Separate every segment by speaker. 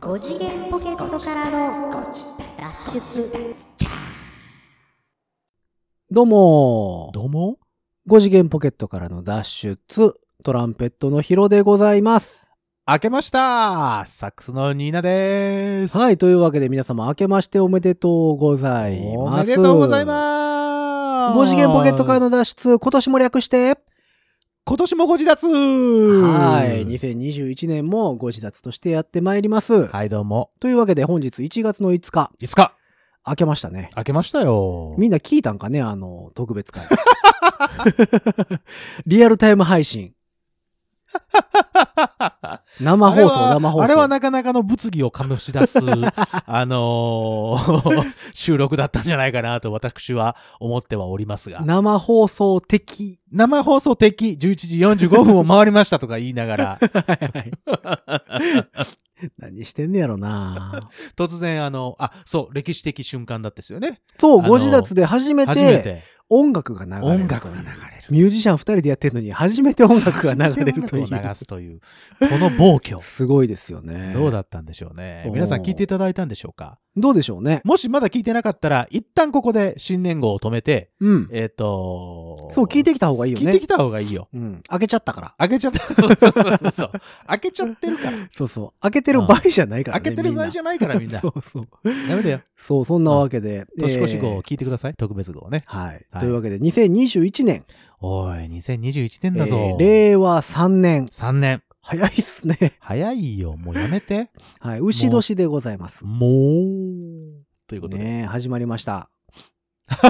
Speaker 1: 5次元ポケットからの脱出
Speaker 2: どうもー
Speaker 3: どうも
Speaker 2: 五次元ポケットからの脱出、トランペットのヒロでございます。
Speaker 3: 明けましたサックスのニーナです
Speaker 2: はい、というわけで皆様明けましておめでとうござい
Speaker 3: お
Speaker 2: ま
Speaker 3: め
Speaker 2: す。
Speaker 3: でとうございます
Speaker 2: 五次元ポケットからの脱出、今年も略して、
Speaker 3: 今年もご自立
Speaker 2: はい、2021年もご自立としてやってまいります。
Speaker 3: はい、どうも。
Speaker 2: というわけで本日1月の5日、
Speaker 3: いつか
Speaker 2: 明けましたね。
Speaker 3: 明けましたよ。
Speaker 2: みんな聞いたんかねあの、特別会。 リアルタイム配信。生放送、生放送。
Speaker 3: あれはなかなかの物議を醸 し出す、あのー 収録だったんじゃないかなと私は思ってはおりますが。
Speaker 2: 生放送的。
Speaker 3: 生放送的11時45分を回りましたとか言いな がら、
Speaker 2: 何してんねやろな
Speaker 3: 突然あの、あ、そう、歴史的瞬間だったですよね。
Speaker 2: そう、
Speaker 3: あの
Speaker 2: ご自立で初め
Speaker 3: 初め
Speaker 2: て
Speaker 3: て
Speaker 2: 音楽が流れる。
Speaker 3: 音楽が流れる。
Speaker 2: ミュージシャン二人でやってるのに初めて音楽が流れるとい
Speaker 3: 音楽を流
Speaker 2: う。
Speaker 3: すという、この暴挙。
Speaker 2: すごいですよね。
Speaker 3: どうだったんでしょうね
Speaker 2: お。ー
Speaker 3: 皆さん聞いていただいたんでしょうか
Speaker 2: どうでしょうね。
Speaker 3: もしまだ聞いてなかったら、一旦ここで新年号を止めて、
Speaker 2: うん。
Speaker 3: えっ、と
Speaker 2: そう聞いてきた方がいいよね
Speaker 3: 聞いてきた方がいいよ。
Speaker 2: うん。開けちゃったから。
Speaker 3: 開けちゃ った。そうそうそうそう。開けちゃってるから。
Speaker 2: そうそう。開けてる場合じゃないから
Speaker 3: 開
Speaker 2: ね。
Speaker 3: けてる場合じ
Speaker 2: ゃ
Speaker 3: ゃないからみん な
Speaker 2: そ。うそう。
Speaker 3: やめてよ。
Speaker 2: そう、そんなわけで。
Speaker 3: 年越し号
Speaker 2: え
Speaker 3: を
Speaker 2: ー
Speaker 3: 聞いてください。特別号ね。
Speaker 2: はい。
Speaker 3: はい
Speaker 2: というわけで、2021年、
Speaker 3: おい、2021年
Speaker 2: え
Speaker 3: だぞ
Speaker 2: ー。令和3年。
Speaker 3: 3年。
Speaker 2: 早いっすね。
Speaker 3: 早いよ。もうやめて。
Speaker 2: はい。牛年でございます。
Speaker 3: もう。ということで。
Speaker 2: ねえ始まりました。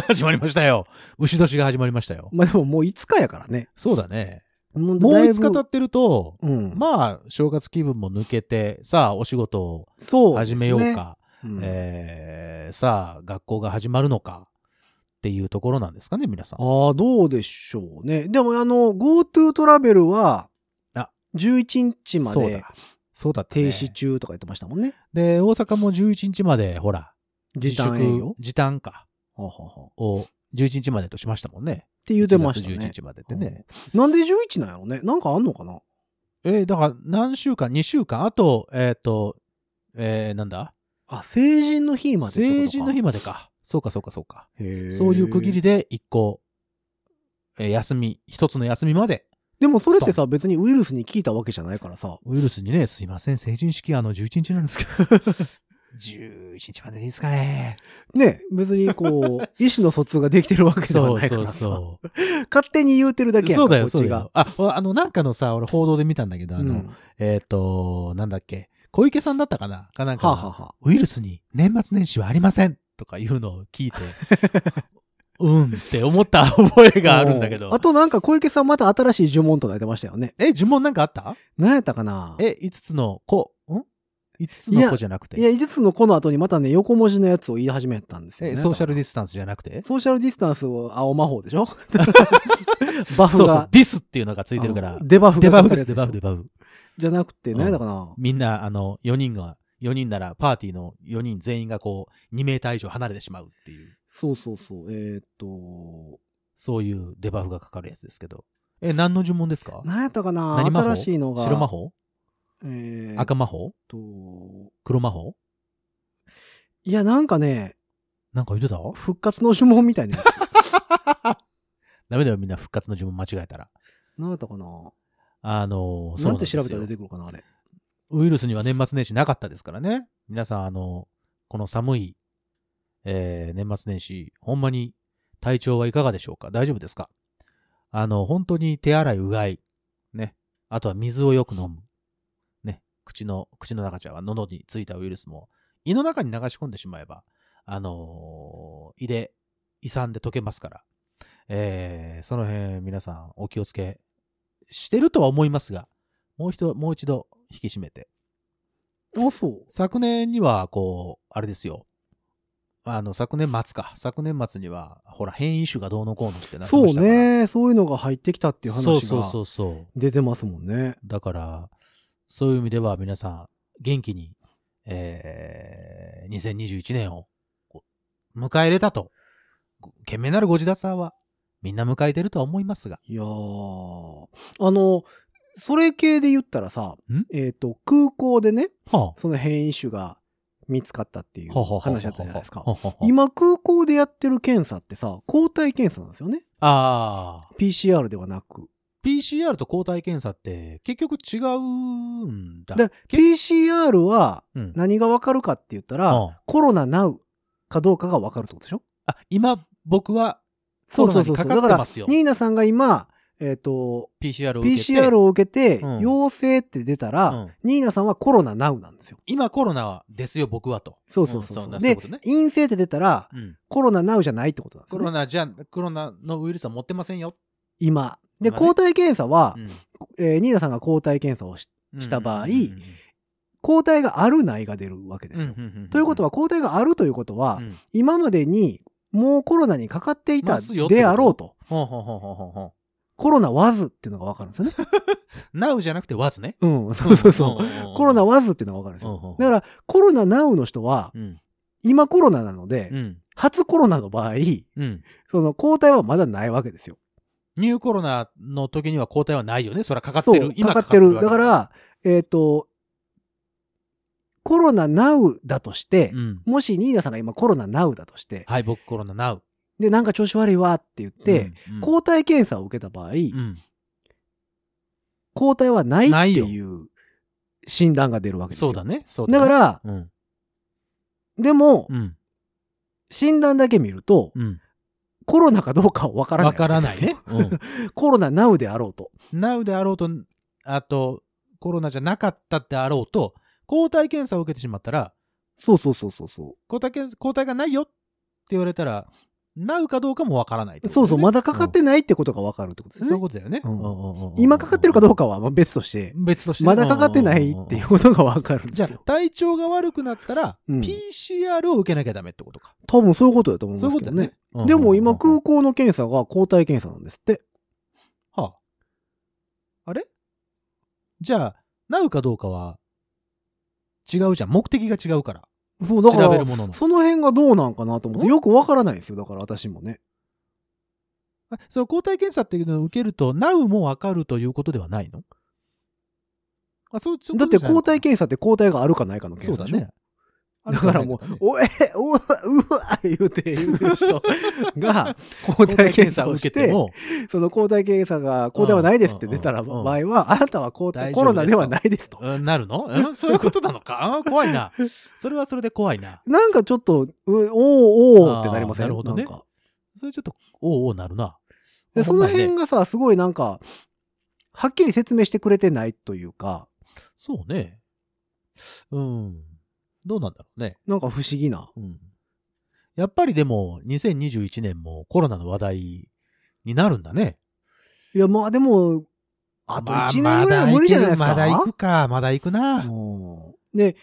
Speaker 3: 始まりましたよ。牛年が始まりましたよ。
Speaker 2: まあでももう5日やからね。
Speaker 3: そうだね。
Speaker 2: もう
Speaker 3: もう
Speaker 2: だいぶ
Speaker 3: 5日経ってると、
Speaker 2: うん。
Speaker 3: まあ、正月気分も抜けて、さあ、お仕事を
Speaker 2: そうです
Speaker 3: 始
Speaker 2: ね
Speaker 3: めよう。か、
Speaker 2: うん
Speaker 3: えーさあ、学校が始まるのかっていうところなんですかね、皆さん。
Speaker 2: ああ、どうでしょうね。でもあの、GoTo トラベルは、
Speaker 3: あ
Speaker 2: 11日ま
Speaker 3: そう
Speaker 2: で
Speaker 3: だ。そうだったね、
Speaker 2: 停止中とか言ってましたもんね。
Speaker 3: で、大阪も11日まで、ほら、
Speaker 2: 時短営業
Speaker 3: 自粛時短か、
Speaker 2: ははは
Speaker 3: を11日までとしましたもんね。
Speaker 2: って言ってました
Speaker 3: 1月11
Speaker 2: ね。
Speaker 3: 日までってね。
Speaker 2: なんで11なんやろねなんかあんのかな
Speaker 3: えーだから、何週間 ?2 週間あと、えっ、と、えーなんだ
Speaker 2: あ、成人の日までってことか。
Speaker 3: 成人の日までか。そうか、そうか、そうか。
Speaker 2: へえ
Speaker 3: そういう区切りで一個、えー休み、一つの休みまで、
Speaker 2: でもそれってさ、別にウイルスに効いたわけじゃないからさ。
Speaker 3: ウイルスにね、すいません、成人式あの11日なんですけど、11日まででいいですかね。
Speaker 2: ね、別に こう、意思の疎通ができてるわけでは
Speaker 3: そう
Speaker 2: ないか
Speaker 3: そう
Speaker 2: らさ。
Speaker 3: そう。
Speaker 2: 勝手に言うてるだけやんか
Speaker 3: そうだよ、
Speaker 2: こ
Speaker 3: そ
Speaker 2: っ
Speaker 3: う
Speaker 2: ち
Speaker 3: だ
Speaker 2: が
Speaker 3: よ。。あ、ほらあの、なんかのさ、俺報道で見たんだけど、あの、
Speaker 2: うん
Speaker 3: えっ、と、なんだっけ、小池さんだったかなかなんか
Speaker 2: は
Speaker 3: が、
Speaker 2: あ、はあはあ、
Speaker 3: ウイルスに年末年始はありませんとかいうのを聞い て、うんって思った覚えがあるんだけど。
Speaker 2: あとなんか小池さんまた新しい呪文とか言ってましたよね。
Speaker 3: え、呪文なんかあった
Speaker 2: 何やったかな
Speaker 3: え、5つの子、ん ?5 つの子じゃなくて。
Speaker 2: いや、5つの子の後にまたね、横文字のやつを言い始めたんですよ、
Speaker 3: え、
Speaker 2: ね。
Speaker 3: ソーシャル
Speaker 2: ディ
Speaker 3: ディスタンスじゃなくて
Speaker 2: ソーシャルディスタンスを青魔法でし ょバフ
Speaker 3: そうそ
Speaker 2: が
Speaker 3: う、。ディスっていうのがついてるから
Speaker 2: あの。デバフが
Speaker 3: デバフです、デ
Speaker 2: かかる
Speaker 3: バフ、
Speaker 2: やつ
Speaker 3: デ
Speaker 2: しょ
Speaker 3: バフ。
Speaker 2: じゃなくて、
Speaker 3: うん
Speaker 2: 何やったかな、
Speaker 3: みんな、あの、4人が、4人ならパーティーの4人全員がこう、2メーター以上離れてしまうっていう、
Speaker 2: そうそうそう。えーっと、
Speaker 3: そういうデバフがかかるやつですけど。え、何の呪文ですか
Speaker 2: 何やったかな
Speaker 3: 何魔法
Speaker 2: 新しいのが。
Speaker 3: 白魔。法
Speaker 2: えー、
Speaker 3: 赤魔法
Speaker 2: と、
Speaker 3: 黒魔法
Speaker 2: いや、なんかね、
Speaker 3: なんか言ってた
Speaker 2: 復活の呪文みたい なやつ。
Speaker 3: ダメだよ、みんな復活の呪文間違えたら。
Speaker 2: 何やったかな
Speaker 3: あの、そ
Speaker 2: な
Speaker 3: う
Speaker 2: ん
Speaker 3: んで
Speaker 2: て
Speaker 3: す
Speaker 2: 調
Speaker 3: よ
Speaker 2: べたら出てくるかなあれ。
Speaker 3: ウイルスには年末年始なかったですからね。皆さん、あの、この寒い、えー年末年始、ほんまに体調はいかがでしょうか大丈夫ですかあの、本当に手洗い、うがい、ね。あとは水をよく飲む。ね。口の、口の中じゃ、喉についたウイルスも、胃の中に流し込んでしまえば、あのー胃で、胃酸で溶けますから。えーその辺、皆さん、お気をつけしてるとは思いますが、もう一度、もう一度引き締めて。
Speaker 2: あ、そう。
Speaker 3: 昨年には、こう、あれですよ。あの、昨年末か。昨年末には、ほら、変異種がどうのこうのってなって
Speaker 2: そ
Speaker 3: ま
Speaker 2: う
Speaker 3: したから。
Speaker 2: ね。そういうのが入ってきたっていう
Speaker 3: そう
Speaker 2: 話
Speaker 3: そうそ
Speaker 2: が
Speaker 3: うそう。
Speaker 2: 出てますもんね。
Speaker 3: だから、そういう意味では皆さん、元気に、えー、2021年をこう迎えれたと。ご懸命なるご自立さんは、みんな迎えてるとは思いますが。
Speaker 2: いやー。あの、それ系で言ったらさ
Speaker 3: ん、
Speaker 2: えっ、と、空港でね、
Speaker 3: は
Speaker 2: その変異種が見つかったってい
Speaker 3: あ
Speaker 2: う
Speaker 3: はあはあはあはあ。
Speaker 2: 話だったじゃないですか
Speaker 3: は。あはあは
Speaker 2: 今空港でやってる検査ってさ、抗体検査なんですよね。
Speaker 3: ああー。
Speaker 2: PCR ではなく。
Speaker 3: PCR と抗体検査って結局違うんだ。
Speaker 2: で、PCR は
Speaker 3: うん、
Speaker 2: 何がわかるかって言ったら、
Speaker 3: うん
Speaker 2: コロナなうかどうかがわかるってことでしょ
Speaker 3: あ、今僕は
Speaker 2: そうそうそうそ
Speaker 3: コ
Speaker 2: う。
Speaker 3: ロ
Speaker 2: だ
Speaker 3: ナに
Speaker 2: か
Speaker 3: かかって
Speaker 2: ら
Speaker 3: ますよ、
Speaker 2: ニーナさんが今、えっ、と、
Speaker 3: PCR を受けて
Speaker 2: PCR を受けて、
Speaker 3: うん
Speaker 2: 陽性って出たら、
Speaker 3: うん
Speaker 2: ニーナさんはコロナなうなんですよ。
Speaker 3: 今コロナですよ僕はと。
Speaker 2: そうそうそうそう。
Speaker 3: うんそうそうい
Speaker 2: で
Speaker 3: うことね、
Speaker 2: 陰性って出たら、
Speaker 3: うん
Speaker 2: コロナなうじゃないってことなんです
Speaker 3: コ
Speaker 2: よ、
Speaker 3: ロ
Speaker 2: ね。
Speaker 3: ナじゃ、コロナのウイルスは持ってませんよ。
Speaker 2: 今。で、
Speaker 3: 今ね
Speaker 2: 抗体検査は
Speaker 3: う、ん
Speaker 2: えーニーナさんが抗体検査をし、した場合抗体があるないが出るわけですよ。ということ
Speaker 3: は、
Speaker 2: は、抗体があるということは、
Speaker 3: うん
Speaker 2: 今までにもうコロナにかかっていた
Speaker 3: ますよってこと
Speaker 2: であろうと、
Speaker 3: ほうほうほうほうほうほ
Speaker 2: コロナわずっていうのがわかるん ですよね。
Speaker 3: う。なうじゃなくてわずね。
Speaker 2: うん、 そうそうそう。
Speaker 3: う
Speaker 2: コロナ
Speaker 3: は、
Speaker 2: わずっていうのがわかるんです
Speaker 3: うんうんう
Speaker 2: よ
Speaker 3: ん。
Speaker 2: だから、コロナなうの人は
Speaker 3: う、ん。
Speaker 2: 今コロナなので、
Speaker 3: うん。
Speaker 2: 初コロナの場合、
Speaker 3: うん。
Speaker 2: その抗体はまだないわけですよ。
Speaker 3: ニューコロナの時には抗体はないよね。それはかかっ
Speaker 2: そ
Speaker 3: て
Speaker 2: う
Speaker 3: る。
Speaker 2: かかってる。
Speaker 3: わ
Speaker 2: だ
Speaker 3: け
Speaker 2: から、えっ、と、コロナなうだとして
Speaker 3: う、ん。
Speaker 2: もしニーナさんが今コロナなうだとして、
Speaker 3: はい、僕コロナなう。
Speaker 2: で、なんか調子悪いわって言って、
Speaker 3: うん、
Speaker 2: 抗体検査を受けた場合、
Speaker 3: うん、うん。
Speaker 2: 抗体はない
Speaker 3: ない
Speaker 2: って
Speaker 3: よ
Speaker 2: いう診断が出るわけです
Speaker 3: そ
Speaker 2: よ。
Speaker 3: うだね。そう
Speaker 2: だ
Speaker 3: ね
Speaker 2: から、
Speaker 3: うん。
Speaker 2: でも、
Speaker 3: うん。
Speaker 2: 診断だけ見ると、
Speaker 3: うん。
Speaker 2: コロナかどうかはわからない。
Speaker 3: わからないね。。うん。
Speaker 2: コロナなうであろうと。
Speaker 3: なうであろうと、あと、コロナじゃなかったであろうと、抗体検査を受けてしまったら、
Speaker 2: そうそうそうそうそ
Speaker 3: 抗体検抗体がないよって言われたら、なうかどうかもわからないって
Speaker 2: う。
Speaker 3: ことだ
Speaker 2: そ
Speaker 3: よ
Speaker 2: うそう、
Speaker 3: ね、
Speaker 2: まだかかってないってことがわかるってこと
Speaker 3: う
Speaker 2: で
Speaker 3: ん
Speaker 2: す
Speaker 3: そうい
Speaker 2: ね
Speaker 3: う。ことだよね。
Speaker 2: うん
Speaker 3: うんうんうんうん
Speaker 2: 今かかってるかどうかはまあ別として、
Speaker 3: 別としてね。
Speaker 2: まだかかってないっていうことがわかるん
Speaker 3: じ
Speaker 2: で
Speaker 3: ゃ
Speaker 2: す
Speaker 3: あ
Speaker 2: よ。、
Speaker 3: 体調が悪くなったら、
Speaker 2: うん
Speaker 3: PCR を受けなきゃダメってことか。
Speaker 2: 多分そういうことだと思い
Speaker 3: そ
Speaker 2: ま
Speaker 3: ういう
Speaker 2: すけ
Speaker 3: ことだ
Speaker 2: ど
Speaker 3: よ
Speaker 2: ね
Speaker 3: ね。。うん
Speaker 2: でも今、
Speaker 3: うんうん
Speaker 2: 空港の検査が抗体検査なんですって。
Speaker 3: うんはあ、あれじゃあ、なうかどうかは、違うじゃん。目的が違うから。
Speaker 2: そう、だか
Speaker 3: 調べる
Speaker 2: ら、
Speaker 3: ものの。
Speaker 2: その辺がどうなんかなと思って、
Speaker 3: ん
Speaker 2: よくわからないんですよ。だから私もね。
Speaker 3: あその抗体検査っていうのを受けると、なうもわかるということではないのあそうそう
Speaker 2: だって
Speaker 3: そういうこ
Speaker 2: 抗
Speaker 3: とじゃな
Speaker 2: 体
Speaker 3: い
Speaker 2: 検査って抗体があるかないかの
Speaker 3: そ
Speaker 2: 検
Speaker 3: う
Speaker 2: 査
Speaker 3: だ
Speaker 2: でしょ。
Speaker 3: ね。
Speaker 2: だからもう
Speaker 3: ある、
Speaker 2: おえ、おわ、うわ、言うて、言うてる人が、抗
Speaker 3: とない
Speaker 2: 体
Speaker 3: とかね、抗体検
Speaker 2: 検
Speaker 3: 査
Speaker 2: 査
Speaker 3: を
Speaker 2: を
Speaker 3: 受け
Speaker 2: してて、
Speaker 3: も、
Speaker 2: その抗体検査が、抗体はないですって出たら
Speaker 3: うんうんう
Speaker 2: 場
Speaker 3: ん
Speaker 2: 合は、あなたは抗体、
Speaker 3: 大丈夫ですと
Speaker 2: コロナではないですと。
Speaker 3: うんなる のうんそういうことなのかあー怖いな。それはそれで怖いな。
Speaker 2: なんかちょっと、うおーおーってなりません
Speaker 3: あーなるほどね
Speaker 2: なんか
Speaker 3: それちょっと、おうおうなるな。
Speaker 2: でそ
Speaker 3: ほん
Speaker 2: の
Speaker 3: まやね
Speaker 2: 辺がさ、すごいなんか、はっきり説明してくれてないというか、
Speaker 3: そうね。うん。どうなんだろうね。
Speaker 2: なんか不思議な。
Speaker 3: うん。やっぱりでも、2021年もコロナの話題になるんだね。
Speaker 2: いや、まあでも、あと
Speaker 3: まあ
Speaker 2: 1年ぐらいは無理じゃないですか。
Speaker 3: まだ行くか、まだ行くな。
Speaker 2: うんで、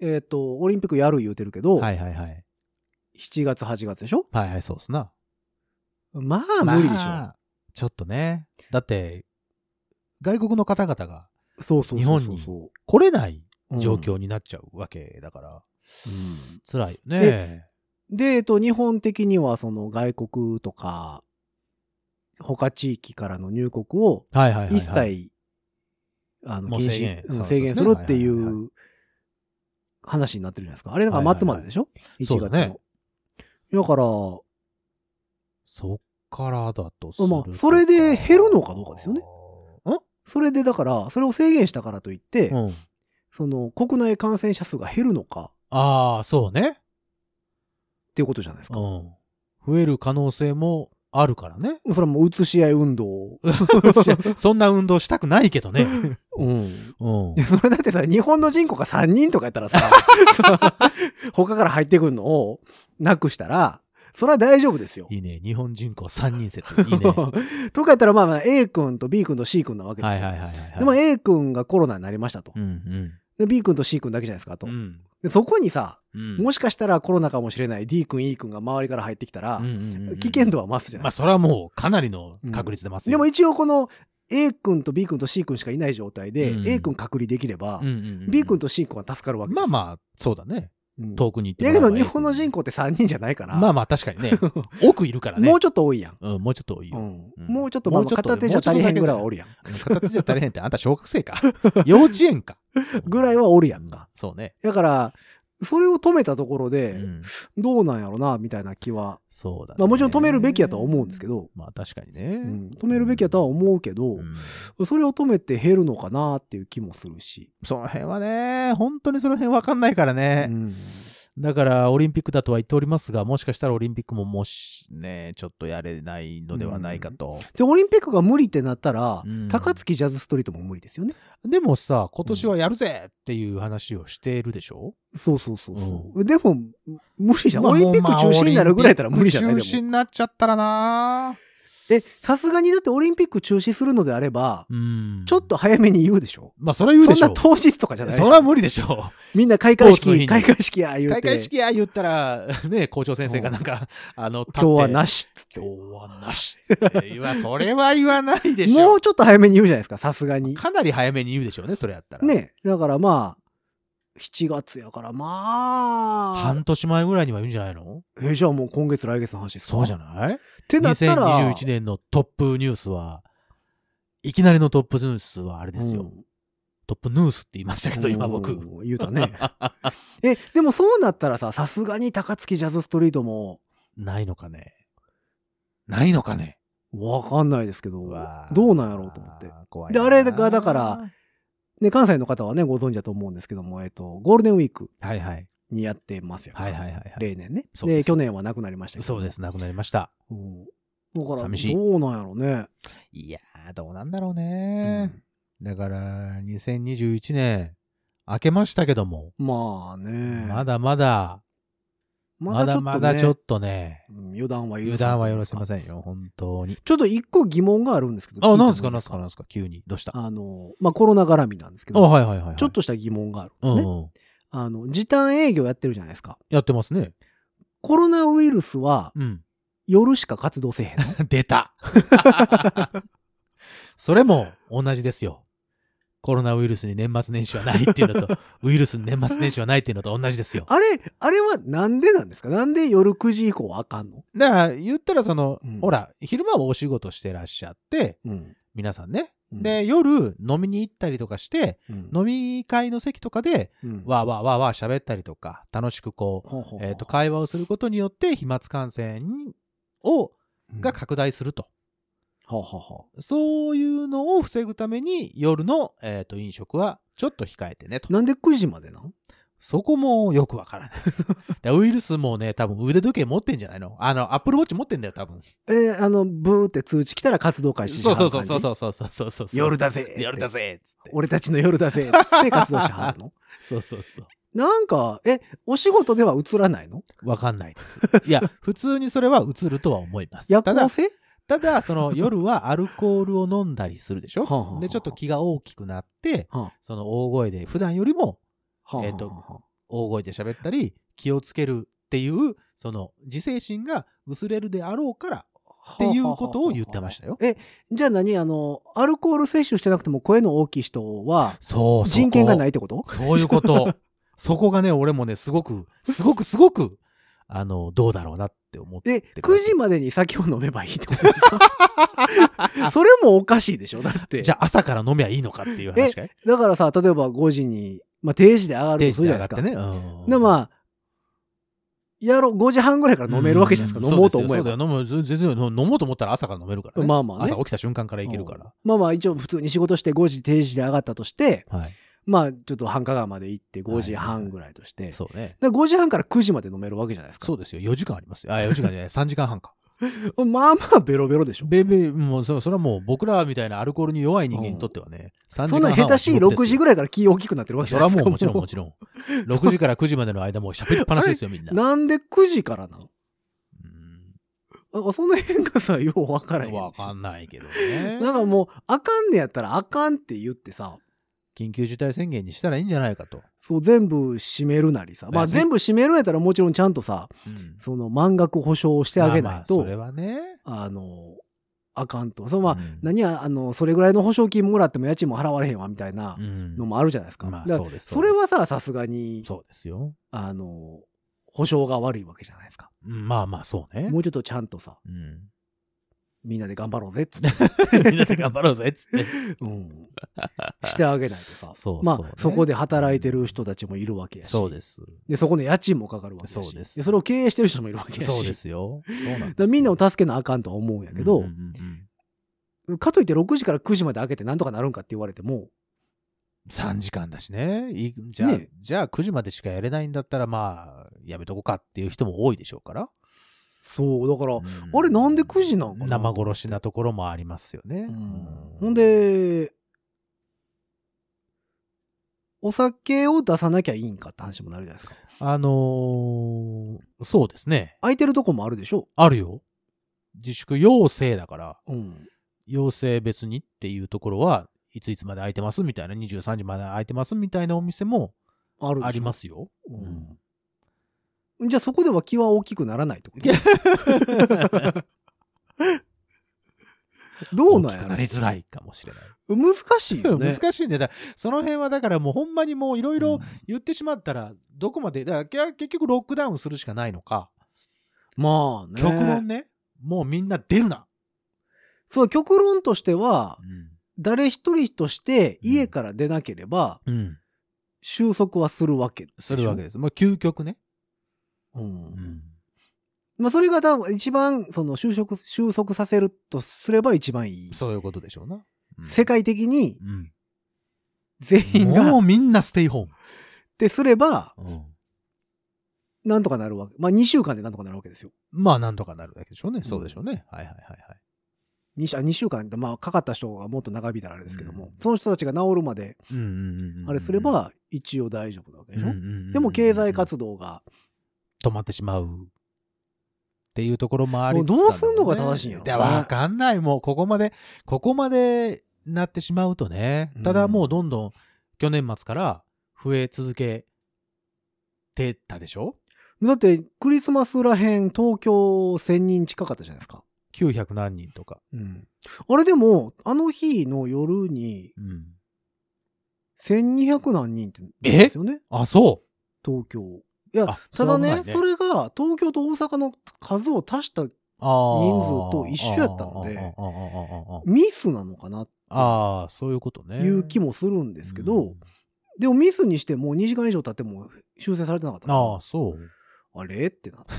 Speaker 2: えっ、と、オリンピックやる言うてるけど、
Speaker 3: はいはいはい。
Speaker 2: 7月、8月でしょ
Speaker 3: はいはい、そうっすな。
Speaker 2: まあ無理でしょ。
Speaker 3: まあちょっとね。だって、外国の方々が
Speaker 2: そうそうそうそう。
Speaker 3: 日本に
Speaker 2: そ
Speaker 3: 来れないう状、況になっちゃうわけだから、
Speaker 2: う
Speaker 3: 辛いよね。
Speaker 2: んで、えっと、日本的にはその外国とか、他地域からの入国を
Speaker 3: はいはいはい、はい。
Speaker 2: 一切、あの、
Speaker 3: もう
Speaker 2: 禁
Speaker 3: 制限
Speaker 2: 止、うん
Speaker 3: そう
Speaker 2: 制限するってい
Speaker 3: そうですねはいはいは
Speaker 2: う話になってるじゃないですか。あれだから末まででしょ、
Speaker 3: そうだね
Speaker 2: ?1 月の。だから、
Speaker 3: そっからだとす
Speaker 2: まあそれで減るのかどうかですよね
Speaker 3: ん
Speaker 2: それでだから、それを制限したからといって、
Speaker 3: うん。
Speaker 2: その、国内感染者数が減るのか
Speaker 3: ああ、そうね。
Speaker 2: っていうことじゃないです
Speaker 3: うん
Speaker 2: か。。
Speaker 3: 増える可能性もあるからね。
Speaker 2: それはもう移し合い運動 を。
Speaker 3: そんな運動したくないけどね。
Speaker 2: うん。
Speaker 3: う
Speaker 2: い。
Speaker 3: ん
Speaker 2: や、それだってさ、日本の人口が3人とかやったら さ、さ他から入ってくるのをなくしたら、それは大丈夫ですよ。
Speaker 3: いいね。日本人口3人説。いいね。は
Speaker 2: とかやったら、まあまあ A 君と B 君と C 君なわけ
Speaker 3: い
Speaker 2: ですよ。
Speaker 3: はいはいはい。
Speaker 2: でも A 君がコロナになりましたと。
Speaker 3: うん
Speaker 2: で B 君と C 君だけじゃないですか
Speaker 3: う
Speaker 2: と。
Speaker 3: ん。
Speaker 2: でそこにさ、
Speaker 3: うん。
Speaker 2: もしかしたらコロナかもしれない D 君 E 君が周りから入ってきたら、
Speaker 3: し
Speaker 2: 危険度は増すじゃな
Speaker 3: ま
Speaker 2: い
Speaker 3: あ、
Speaker 2: ですか。
Speaker 3: それはもうかなりの確率でます
Speaker 2: で
Speaker 3: よ。
Speaker 2: も一応この A 君と B 君と C 君しかいない状態で、
Speaker 3: うん
Speaker 2: A 君隔離できれば、
Speaker 3: うんうんうん
Speaker 2: B 君と C 君は助かるわけです
Speaker 3: まあまあ、そうだね。
Speaker 2: うん
Speaker 3: 遠くに行って
Speaker 2: だ
Speaker 3: も
Speaker 2: け
Speaker 3: らえば
Speaker 2: ど
Speaker 3: いい
Speaker 2: 日本の人口って3人じゃないから、
Speaker 3: まあまあ確 かにね。奥いるからね。
Speaker 2: もうちょっと多いやん。
Speaker 3: うん、もうちょっと多いよ。
Speaker 2: うん
Speaker 3: うん
Speaker 2: もうちょっと、まあ
Speaker 3: もうちょっと
Speaker 2: 片手じゃ足りへんぐらいはおるやん。
Speaker 3: 片手じゃ足りへんって、あんた小学生か。幼稚園か。
Speaker 2: ぐらいはおるやんか。
Speaker 3: そうね。
Speaker 2: だから、それを止めたところ
Speaker 3: う
Speaker 2: で、
Speaker 3: ん。
Speaker 2: どうなんやろな、みたいな気は。
Speaker 3: そうだね。
Speaker 2: まあもちろん止めるべきやとは思うんですけど、
Speaker 3: まあ確かにね。
Speaker 2: うん止めるべきやとは思うけど、
Speaker 3: うん
Speaker 2: それを止めて減るのかなっていう気もするし。
Speaker 3: その辺はね、本当にその辺わかんないから
Speaker 2: う
Speaker 3: ね。
Speaker 2: ん
Speaker 3: だから、オリンピックだとは言っておりますが、もしかしたらオリンピックももしね、ちょっとやれないのではないかと。
Speaker 2: で、オリンピックが無理ってなったら、
Speaker 3: うん
Speaker 2: 高槻ジャズストリートも無理ですよね。
Speaker 3: でもさ、今年はやるぜっていう話をしているでしょ、
Speaker 2: そうそうそうそう。でも、無理じゃん。
Speaker 3: まあ
Speaker 2: オリンピック中止になるぐらいやったら無理じゃない
Speaker 3: オ
Speaker 2: で
Speaker 3: リンピック中止
Speaker 2: も。
Speaker 3: になっちゃったらな
Speaker 2: え、さすがにだってオリンピック中止するのであれば、
Speaker 3: うん。
Speaker 2: ちょっ。と早めに言うでしょ。
Speaker 3: まあ、それは言う
Speaker 2: そ
Speaker 3: で
Speaker 2: ん
Speaker 3: しょ。
Speaker 2: な当日とかじゃないでし
Speaker 3: そ
Speaker 2: ょ
Speaker 3: れは無理でしょ
Speaker 2: みんな開会
Speaker 3: スポーツの日
Speaker 2: 式、
Speaker 3: に
Speaker 2: 開会式や言
Speaker 3: う。
Speaker 2: うて。
Speaker 3: 開会式や言ったら、ね、校長先生がなんか、あの、
Speaker 2: 今日はな
Speaker 3: し。
Speaker 2: しっつって。
Speaker 3: 今日はなしって言わ。それは言わないでし
Speaker 2: も
Speaker 3: ょ
Speaker 2: う。ちょっと早めに言うじゃないですか、さすがに。
Speaker 3: かなり早めに言うでしょうね、それやったら。。
Speaker 2: ね。だからまあ、7月やからまあ
Speaker 3: 半、年前ぐらいには言うんじゃないの
Speaker 2: え、じゃあもう今月来月の話ですか
Speaker 3: そうじゃ
Speaker 2: っ
Speaker 3: ない
Speaker 2: てなったら、
Speaker 3: ?2021 年のトップニュースは、いきなりのトップニュースはあれですよ。
Speaker 2: うん
Speaker 3: トップニュースって言いましたけど、今僕。
Speaker 2: うん言うた ね。え、でもそうなったらさ、さすがに高槻ジャズストリートも、
Speaker 3: ないのかねないのかね
Speaker 2: わかんないですけど
Speaker 3: うわ、ー
Speaker 2: どうなんやろうと思って。。
Speaker 3: 怖いな
Speaker 2: であれがだから、ね、関西の方はね、ご存知だと思うんですけども、えっと、ゴールデンウィーク
Speaker 3: はいはい。
Speaker 2: にやってますよ。
Speaker 3: はいはいはいはい
Speaker 2: 例年ね。
Speaker 3: そうで
Speaker 2: で、
Speaker 3: す
Speaker 2: 去年はなくなりましたけど。
Speaker 3: そうです、なくなりました。
Speaker 2: うん。だから、
Speaker 3: 寂しい
Speaker 2: どうなんやろうね。
Speaker 3: いやー、どうなんだろう
Speaker 2: う
Speaker 3: ね。
Speaker 2: ん
Speaker 3: だから、2021年、明けましたけども、
Speaker 2: まあね。
Speaker 3: まだまだ、まだまだちょっ
Speaker 2: とね。
Speaker 3: とね、
Speaker 2: うん油断は許せ
Speaker 3: 油断は許せま
Speaker 2: ん。
Speaker 3: せんよ、本当に。
Speaker 2: ちょっと一個疑問があるんですけど。聞い
Speaker 3: あ、
Speaker 2: ても
Speaker 3: ないん
Speaker 2: い
Speaker 3: ですか、なんですか、なんですか、急に。どうしたあ、
Speaker 2: あの、まあコロナ絡みなんですけど、
Speaker 3: はいはいはいはい。
Speaker 2: ちょっとした疑問があるんで
Speaker 3: う
Speaker 2: す
Speaker 3: ん
Speaker 2: ね。
Speaker 3: うん、
Speaker 2: あの、時短営業やってるじゃないですか。
Speaker 3: やってますね。
Speaker 2: コロナウイルスは
Speaker 3: うん。
Speaker 2: 夜しか活動せえへんの。
Speaker 3: 出た。それも同じですよ。コロナウイルスに年末年始はないっていうのと、 ウイルスに年末年始はないっていうのと同じですよ。
Speaker 2: あれ、あれはなんでなんですかなんで夜9時以降はあかんの
Speaker 3: だから、言ったらその、
Speaker 2: うん
Speaker 3: ほら、昼間はお仕事してらっしゃって、
Speaker 2: うん。
Speaker 3: 皆さんね。
Speaker 2: うん
Speaker 3: で、夜飲みに行ったりとかして、
Speaker 2: うん
Speaker 3: 飲み会の席とかで、
Speaker 2: うん
Speaker 3: わーわーわーわー喋ったりとか、楽しくこう、
Speaker 2: ほうほうほう
Speaker 3: えっ、と、会話をすることによって、飛沫感染にを、
Speaker 2: うん
Speaker 3: が拡大すると。
Speaker 2: ほうほうほ
Speaker 3: そういうのを防ぐために、夜の、えっ、と、飲食はちょっと控えてねと
Speaker 2: う。なんで9時までなん
Speaker 3: そこもよくわからない。 でウイルスもね、多分腕時計持ってんじゃないのあの、アップルウォッチ持ってんだよ、多分。
Speaker 2: えーあの、ブーって通知来たら活動開始し
Speaker 3: そう
Speaker 2: はる感
Speaker 3: そう
Speaker 2: じ
Speaker 3: そうそうそうそうそうそうそう。
Speaker 2: 夜だぜ
Speaker 3: 夜だぜっつって。
Speaker 2: 俺たちの夜だぜって活動しは るの
Speaker 3: そうそうそう。
Speaker 2: なんか、え、お仕事では映らないの
Speaker 3: わかんない です。いや、普通にそれは映るとは思います。
Speaker 2: 夜
Speaker 3: ただ
Speaker 2: 行、性
Speaker 3: ただ、その夜はアルコールを飲んだりするでし
Speaker 2: はあはあは
Speaker 3: ょ
Speaker 2: あ
Speaker 3: で、ちょっと気が大きくなって
Speaker 2: はあ、
Speaker 3: その大声で、普段よりも
Speaker 2: え
Speaker 3: えーと大声で喋ったり、気をつけるっていう、その自制心が薄れるであろうから、っていうことを言ってましたよ。
Speaker 2: え、じゃあ何あの、アルコール摂取してなくても声の大きい人は
Speaker 3: そう、そこ
Speaker 2: 人権がないっ。てこと
Speaker 3: そういうこと。 そこがね、俺もね、すごく、すごくすごく、あの、どうだろうなって思っ
Speaker 2: で、
Speaker 3: て。てく
Speaker 2: 9
Speaker 3: ださい
Speaker 2: 時までに酒を飲めばいいってことです かそれもおかしいでしょだって。
Speaker 3: じゃあ朝から飲みゃいいのかっていう話かい
Speaker 2: だからさ、例えば5時に、まあ定時で上がる
Speaker 3: 定
Speaker 2: とす
Speaker 3: 時
Speaker 2: る
Speaker 3: で
Speaker 2: じゃな
Speaker 3: 上が
Speaker 2: いで
Speaker 3: って
Speaker 2: すか。
Speaker 3: ね。うん
Speaker 2: で、まあ、やろう、5時半ぐらいから飲めるわけじゃないですか。飲もうと思え
Speaker 3: そだよ
Speaker 2: ば。
Speaker 3: そうだよ飲む、ず全然飲むと思ったら朝から飲めるからね。
Speaker 2: まあまあね
Speaker 3: 朝起きた瞬間からいけるから。
Speaker 2: まあまあ、一応普通に仕事して5時定時で上がったとして、
Speaker 3: はい。
Speaker 2: まあ、ちょっと繁華街まで行って
Speaker 3: はい
Speaker 2: 5時半ぐらいとして、
Speaker 3: そうね。
Speaker 2: だから5時半から9時まで飲めるわけじゃないですか。
Speaker 3: そうですよ。4時間ありますよ。あ、4時間じゃない。3時間半か。
Speaker 2: まあまあ、ベロベロでしょ。
Speaker 3: ベイベイ、もうそ、それはもう僕らみたいなアルコールに弱い人間にとってはね、3時
Speaker 2: そ
Speaker 3: 間
Speaker 2: んな
Speaker 3: 半
Speaker 2: 下手しい6時
Speaker 3: ぐ
Speaker 2: ぐらいから気大きくなってるわけじ
Speaker 3: そ
Speaker 2: ゃな
Speaker 3: れはい
Speaker 2: です
Speaker 3: も
Speaker 2: か。
Speaker 3: うもちろんもちろん。6時から9時までの間もう喋りっぱなしですよ、みんな。
Speaker 2: なんで9時からなの
Speaker 3: うん
Speaker 2: なんかその辺がさ、ようわからへん。
Speaker 3: わかんないけどね。
Speaker 2: なんかもう、あかんねやったらあかんって言ってさ、
Speaker 3: 緊急事態宣言にしたらいいんじゃないかと。
Speaker 2: そう、全部閉めるなりさ。まあ
Speaker 3: ね
Speaker 2: 全部閉めるんやったらもちろんちゃんとさ、
Speaker 3: うん
Speaker 2: その満額保証をしてあげ
Speaker 3: ま
Speaker 2: な
Speaker 3: あま
Speaker 2: い
Speaker 3: あそ
Speaker 2: と
Speaker 3: れ、はね。
Speaker 2: あの、あかんと。そのまあ、
Speaker 3: うん
Speaker 2: 何や、あの、それぐらいの保証金もらっても家賃も払われへんわ、みたいな
Speaker 3: うん
Speaker 2: のもあるじゃないですか。
Speaker 3: まあ
Speaker 2: だから
Speaker 3: そうです
Speaker 2: それはさ、さすがに、
Speaker 3: そうですよ。
Speaker 2: あの、保証が悪いわけじゃないですか。
Speaker 3: うんまあまあ、そうね
Speaker 2: も。うちょっとちゃんとさ、
Speaker 3: うん、
Speaker 2: みんなで頑張ろうぜっつって、
Speaker 3: みんなで頑張ろうぜっつって。
Speaker 2: うん、してあげないとさ、
Speaker 3: そう
Speaker 2: まあ
Speaker 3: そうね
Speaker 2: そこで働いてる人たちもいるわけやし、
Speaker 3: そうです。
Speaker 2: でそこの家賃もかかるわけやし
Speaker 3: そうです
Speaker 2: それを経営してる人もいるわけやし、
Speaker 3: そうですよ。そうなん
Speaker 2: だからみんなを
Speaker 3: た
Speaker 2: 助けなあかんとは思うんやけど、かといって6時から9時まで開けてなんとかなるんかって言われても、
Speaker 3: 3時間だしね。いじゃあ、
Speaker 2: ね
Speaker 3: じゃあ9時までしかやれないんだったら、まあ、やめとこうかっていう人も多いでしょうから。
Speaker 2: そう、だから、
Speaker 3: うん
Speaker 2: あれなんで9時なんかな
Speaker 3: 生殺しなところもありますよね。う
Speaker 2: ほん、で、お酒を出さなきゃいいんかって話もなるじゃないですか。
Speaker 3: あのーそうですね。
Speaker 2: 空いてるとこもあるでしょ
Speaker 3: あるよ。自粛要請だから、
Speaker 2: うん。
Speaker 3: 要請別にっていうところは、いついつまで空いてますみたいな、23時まで空いてますみたいなお店も
Speaker 2: あるでしょ。
Speaker 3: あります すよ。
Speaker 2: うんじゃあそこでは気は大きくならないってことどうなんや
Speaker 3: 大
Speaker 2: ろ
Speaker 3: きくなりづらいかもしれない。
Speaker 2: 難しいよね。
Speaker 3: 難しいね。だからその辺はだからもうほんまにもういろ
Speaker 2: う
Speaker 3: い
Speaker 2: ん
Speaker 3: ろ言ってしまったら、どこまで、だからけ結局ロックダウンするしかないのか、
Speaker 2: まあね。
Speaker 3: 極論ね、もうみんな出るな。
Speaker 2: そう、極論としては、
Speaker 3: う
Speaker 2: 誰一人として家から出なければ、
Speaker 3: ん。
Speaker 2: 収束はするわけでしょ
Speaker 3: するわけです。もう究極ね。
Speaker 2: うんまあ、それが多分一番、その、収束、収束させるとすれば一番いい。
Speaker 3: そういうことでしょうな。うん
Speaker 2: 世界的に
Speaker 3: うん
Speaker 2: 全員
Speaker 3: も
Speaker 2: が、っ
Speaker 3: うみんなステイホーム。
Speaker 2: てすれば、
Speaker 3: うん
Speaker 2: なんとかなるわけ。まあ、2週間でなんとかなるわけですよ。
Speaker 3: まあなんとかなるだけでしょうね。そうでしょうね。はいはいはいはい。
Speaker 2: 2, 週あ2週間って、まあ、かかった人がもっと長引いたらあれですけども、
Speaker 3: うん
Speaker 2: その人たちが治るまで、
Speaker 3: うんうんうんうん
Speaker 2: あれすれ、ば、一応大丈夫なわけでしょ。
Speaker 3: うんうんうんうん
Speaker 2: でも、経済活動が、
Speaker 3: 止まってしまう。っていうところもありつつ
Speaker 2: もうどうすんのが正しいんやろ
Speaker 3: ろ、
Speaker 2: ね
Speaker 3: いや、わかんない。もう、ここまで、ここまでなってしまうとね。ただもう、どんどん、去年末から増え続けてたでしょ
Speaker 2: だって、クリスマスらへん、東京1000人近かったじゃないですか。
Speaker 3: ?900 何人とか。
Speaker 2: あれでも、あの日の夜に、
Speaker 3: うん
Speaker 2: 1200何人って、ですよね。
Speaker 3: あ、そ。
Speaker 2: 東京。いうや、
Speaker 3: あ、
Speaker 2: ただね
Speaker 3: しょうがない
Speaker 2: それが東京と大阪の数を足した
Speaker 3: あー
Speaker 2: 人数と一緒やったので
Speaker 3: あーあーあーあーあー
Speaker 2: ミスなのかな
Speaker 3: あー、そういうこと
Speaker 2: と
Speaker 3: ね。
Speaker 2: いう気
Speaker 3: も
Speaker 2: もするんですけど、でもミスにしてもう2時間以上経っても修正されてなかったから
Speaker 3: ああ、そう。
Speaker 2: あれってなって。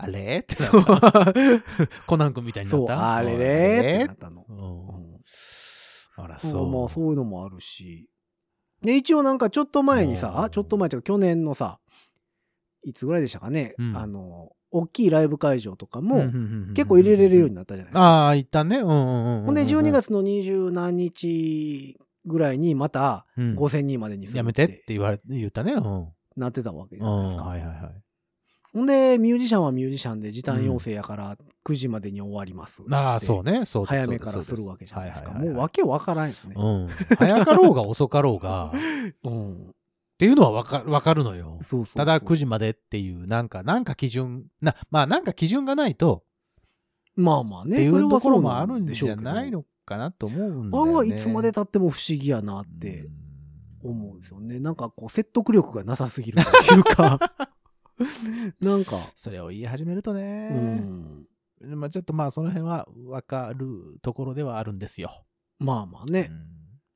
Speaker 3: あれってな
Speaker 2: そう
Speaker 3: った。 コナン君みたいにな
Speaker 2: そ
Speaker 3: っ
Speaker 2: う、
Speaker 3: た。
Speaker 2: あれれってなったの。
Speaker 3: う
Speaker 2: うん
Speaker 3: んあら、
Speaker 2: そ、
Speaker 3: そうう。
Speaker 2: まあそういうのもあるし。で、一応なんかちょっと前に
Speaker 3: うん
Speaker 2: さ、あ、ちょっと前というか去年のさ、いつぐらいでしたかね、
Speaker 3: うん
Speaker 2: あの、大きいライブ会場とか
Speaker 3: うん
Speaker 2: も
Speaker 3: うんうんうん
Speaker 2: 結構入れれるようになったじゃないですか。
Speaker 3: ああ、一旦ね。うんうんうんうん。
Speaker 2: ほんで12月の二十何日ぐらいにまた
Speaker 3: うん、
Speaker 2: 5000人までにする
Speaker 3: やめてって言われ、言ったね。うん。
Speaker 2: なってたわけじ
Speaker 3: う
Speaker 2: ゃないで
Speaker 3: ん
Speaker 2: すか。
Speaker 3: はいはいはい。
Speaker 2: ほんで、ミュージシャンはミュージシャンで時短要請やから9時までに終わります。
Speaker 3: ああ、そう
Speaker 2: ね。
Speaker 3: ね。そうです
Speaker 2: 早めか
Speaker 3: そ
Speaker 2: ら
Speaker 3: うです
Speaker 2: るわけじゃないですか。
Speaker 3: はは
Speaker 2: も
Speaker 3: は
Speaker 2: う
Speaker 3: は
Speaker 2: わけわからんよね。
Speaker 3: うん。早かろうが遅かろう が、っ
Speaker 2: うん。
Speaker 3: ていうのはわかわかるのよ。
Speaker 2: そうそうそう
Speaker 3: ただ9時までっていう、なんか、なんか基準、な、まあなんか基準がないと、
Speaker 2: まあまあ
Speaker 3: っ
Speaker 2: ね。
Speaker 3: てい
Speaker 2: それ
Speaker 3: う
Speaker 2: は
Speaker 3: ところ
Speaker 2: そう
Speaker 3: もあ
Speaker 2: な
Speaker 3: るん
Speaker 2: でし
Speaker 3: じ
Speaker 2: ょ
Speaker 3: ゃ
Speaker 2: うけど
Speaker 3: ないのかなと思うんだ
Speaker 2: あ
Speaker 3: よ
Speaker 2: れ
Speaker 3: ね。
Speaker 2: はいつまで経っても不思議やなって思うんですよね。なんかこう説得力がなさすぎるという か、なんか、
Speaker 3: それを言い始めると
Speaker 2: う
Speaker 3: ね、
Speaker 2: ん、
Speaker 3: まあちょっとまあその辺は分かるところではあるんですよ。
Speaker 2: まあまあね
Speaker 3: う。ん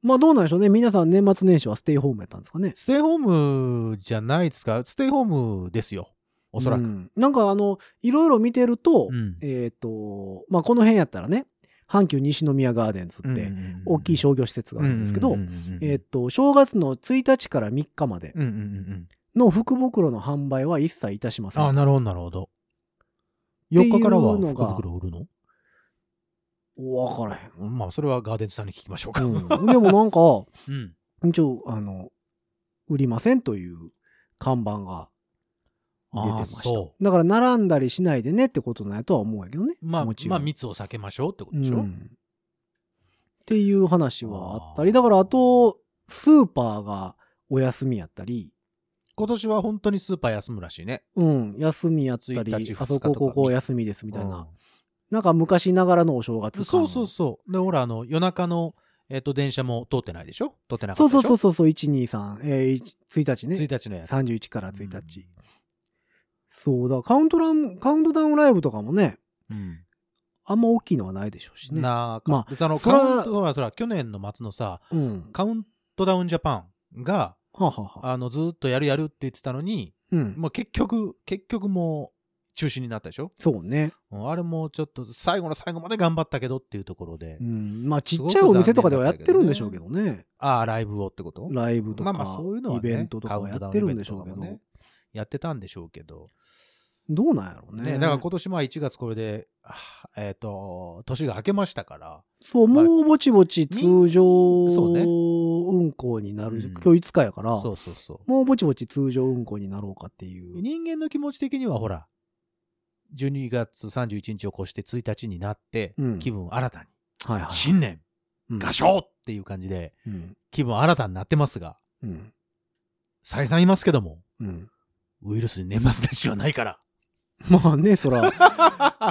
Speaker 2: まあどうなんでしょうね。皆さん年末年始はステイホームやったんですかね。
Speaker 3: ステイホームじゃないですかステイホームですよ。おそら
Speaker 2: う
Speaker 3: く。
Speaker 2: んなんかあの、いろいろ見てると、
Speaker 3: うん
Speaker 2: えっ、と、まあこの辺やったらね、阪急西宮ガーデンズって大きい
Speaker 3: ョ
Speaker 2: 商業施設があるんですけど、えっ、
Speaker 3: え
Speaker 2: と、正月の1日から3日まで
Speaker 3: うんうんうん
Speaker 2: の福袋の販売は一切いたしません。
Speaker 3: あ、なるほど、なるほど。4日からは
Speaker 2: っていうの
Speaker 3: 福
Speaker 2: が
Speaker 3: 袋売るの
Speaker 2: わからへん。
Speaker 3: まあ、それはガーデンズさんに聞きましょうか。
Speaker 2: うん、でもなんか、
Speaker 3: うん
Speaker 2: 一応、あの、売りませんという看板が出て
Speaker 3: あ
Speaker 2: ま
Speaker 3: あ
Speaker 2: した。
Speaker 3: そ
Speaker 2: だから、並んだりしないでねってことなんやとは思うんやけどね。
Speaker 3: う。まあ
Speaker 2: もち、ろん
Speaker 3: まあ、密を避けましょうってことでし
Speaker 2: う
Speaker 3: ょ
Speaker 2: んっていう話はあったり、
Speaker 3: あー
Speaker 2: だから、あと、スーパーがお休みやったり、
Speaker 3: 今年は本当にスーパー休むらしいね。
Speaker 2: うん、休みやったり
Speaker 3: 1日、
Speaker 2: あそこ、
Speaker 3: 2日とか
Speaker 2: ここ休みですみたいな。
Speaker 3: うん
Speaker 2: なんか昔ながらのお正月感
Speaker 3: そうそうそう。で、ほら、あの、夜中の、えっ、と、電車も通ってないでしょ通ってなか
Speaker 2: そ
Speaker 3: っ
Speaker 2: う
Speaker 3: たでし
Speaker 2: そうそ
Speaker 3: ょ
Speaker 2: うそうそう123えー、い1日ね
Speaker 3: 1日のやつ。
Speaker 2: 31から1日、そうだカウントダウンカウントダウンライブとかもね
Speaker 3: うん。
Speaker 2: あんま大きいのはないでしょうしね
Speaker 3: なあ、
Speaker 2: ま
Speaker 3: まあ、その
Speaker 2: そ
Speaker 3: カ
Speaker 2: ら
Speaker 3: ウント、ほら、そら、去年の末のさ、
Speaker 2: うん
Speaker 3: カウントダウンジャパンが、
Speaker 2: はあ、はあはあ、
Speaker 3: あの、ずーっとやるやるって言ってたのに、
Speaker 2: うん
Speaker 3: もう結局、結局もう、中止になったでしょ
Speaker 2: そうね、
Speaker 3: うんあれもちょっと、最後の最後まで頑張ったけどっていうところで、
Speaker 2: うん、まあちっちゃいお店とかではやってるんでしょうけどね
Speaker 3: ああ、ライブをってこと
Speaker 2: ライブとか、
Speaker 3: まあまあ、そういうのは、ね、
Speaker 2: イベントとかはやってるんでしょうけど、
Speaker 3: カウントダウンイベントとかもねやってたんでしょうけど、
Speaker 2: どうなんやろうね
Speaker 3: ね、だから今年まあ1月これで、はあえっ、と、年が明けましたから、
Speaker 2: そう、
Speaker 3: まあ
Speaker 2: もうぼちぼち通常
Speaker 3: そうね
Speaker 2: 運行になる、
Speaker 3: うん
Speaker 2: 今日5日やから、
Speaker 3: そうそうそう。
Speaker 2: もうぼちぼち通常運行になろうかっていう。
Speaker 3: 人間の気持ち的にはほら、12月31日を越して1日になって、
Speaker 2: うん
Speaker 3: 気分新たに、
Speaker 2: はいは
Speaker 3: 新年、
Speaker 2: い。
Speaker 3: 合唱っていう感じで、
Speaker 2: うん。
Speaker 3: 気分新たになってますが、
Speaker 2: うん。
Speaker 3: 再三いますけども、
Speaker 2: うん。
Speaker 3: ウイルスに年末年始はな いから。
Speaker 2: まあね、そら、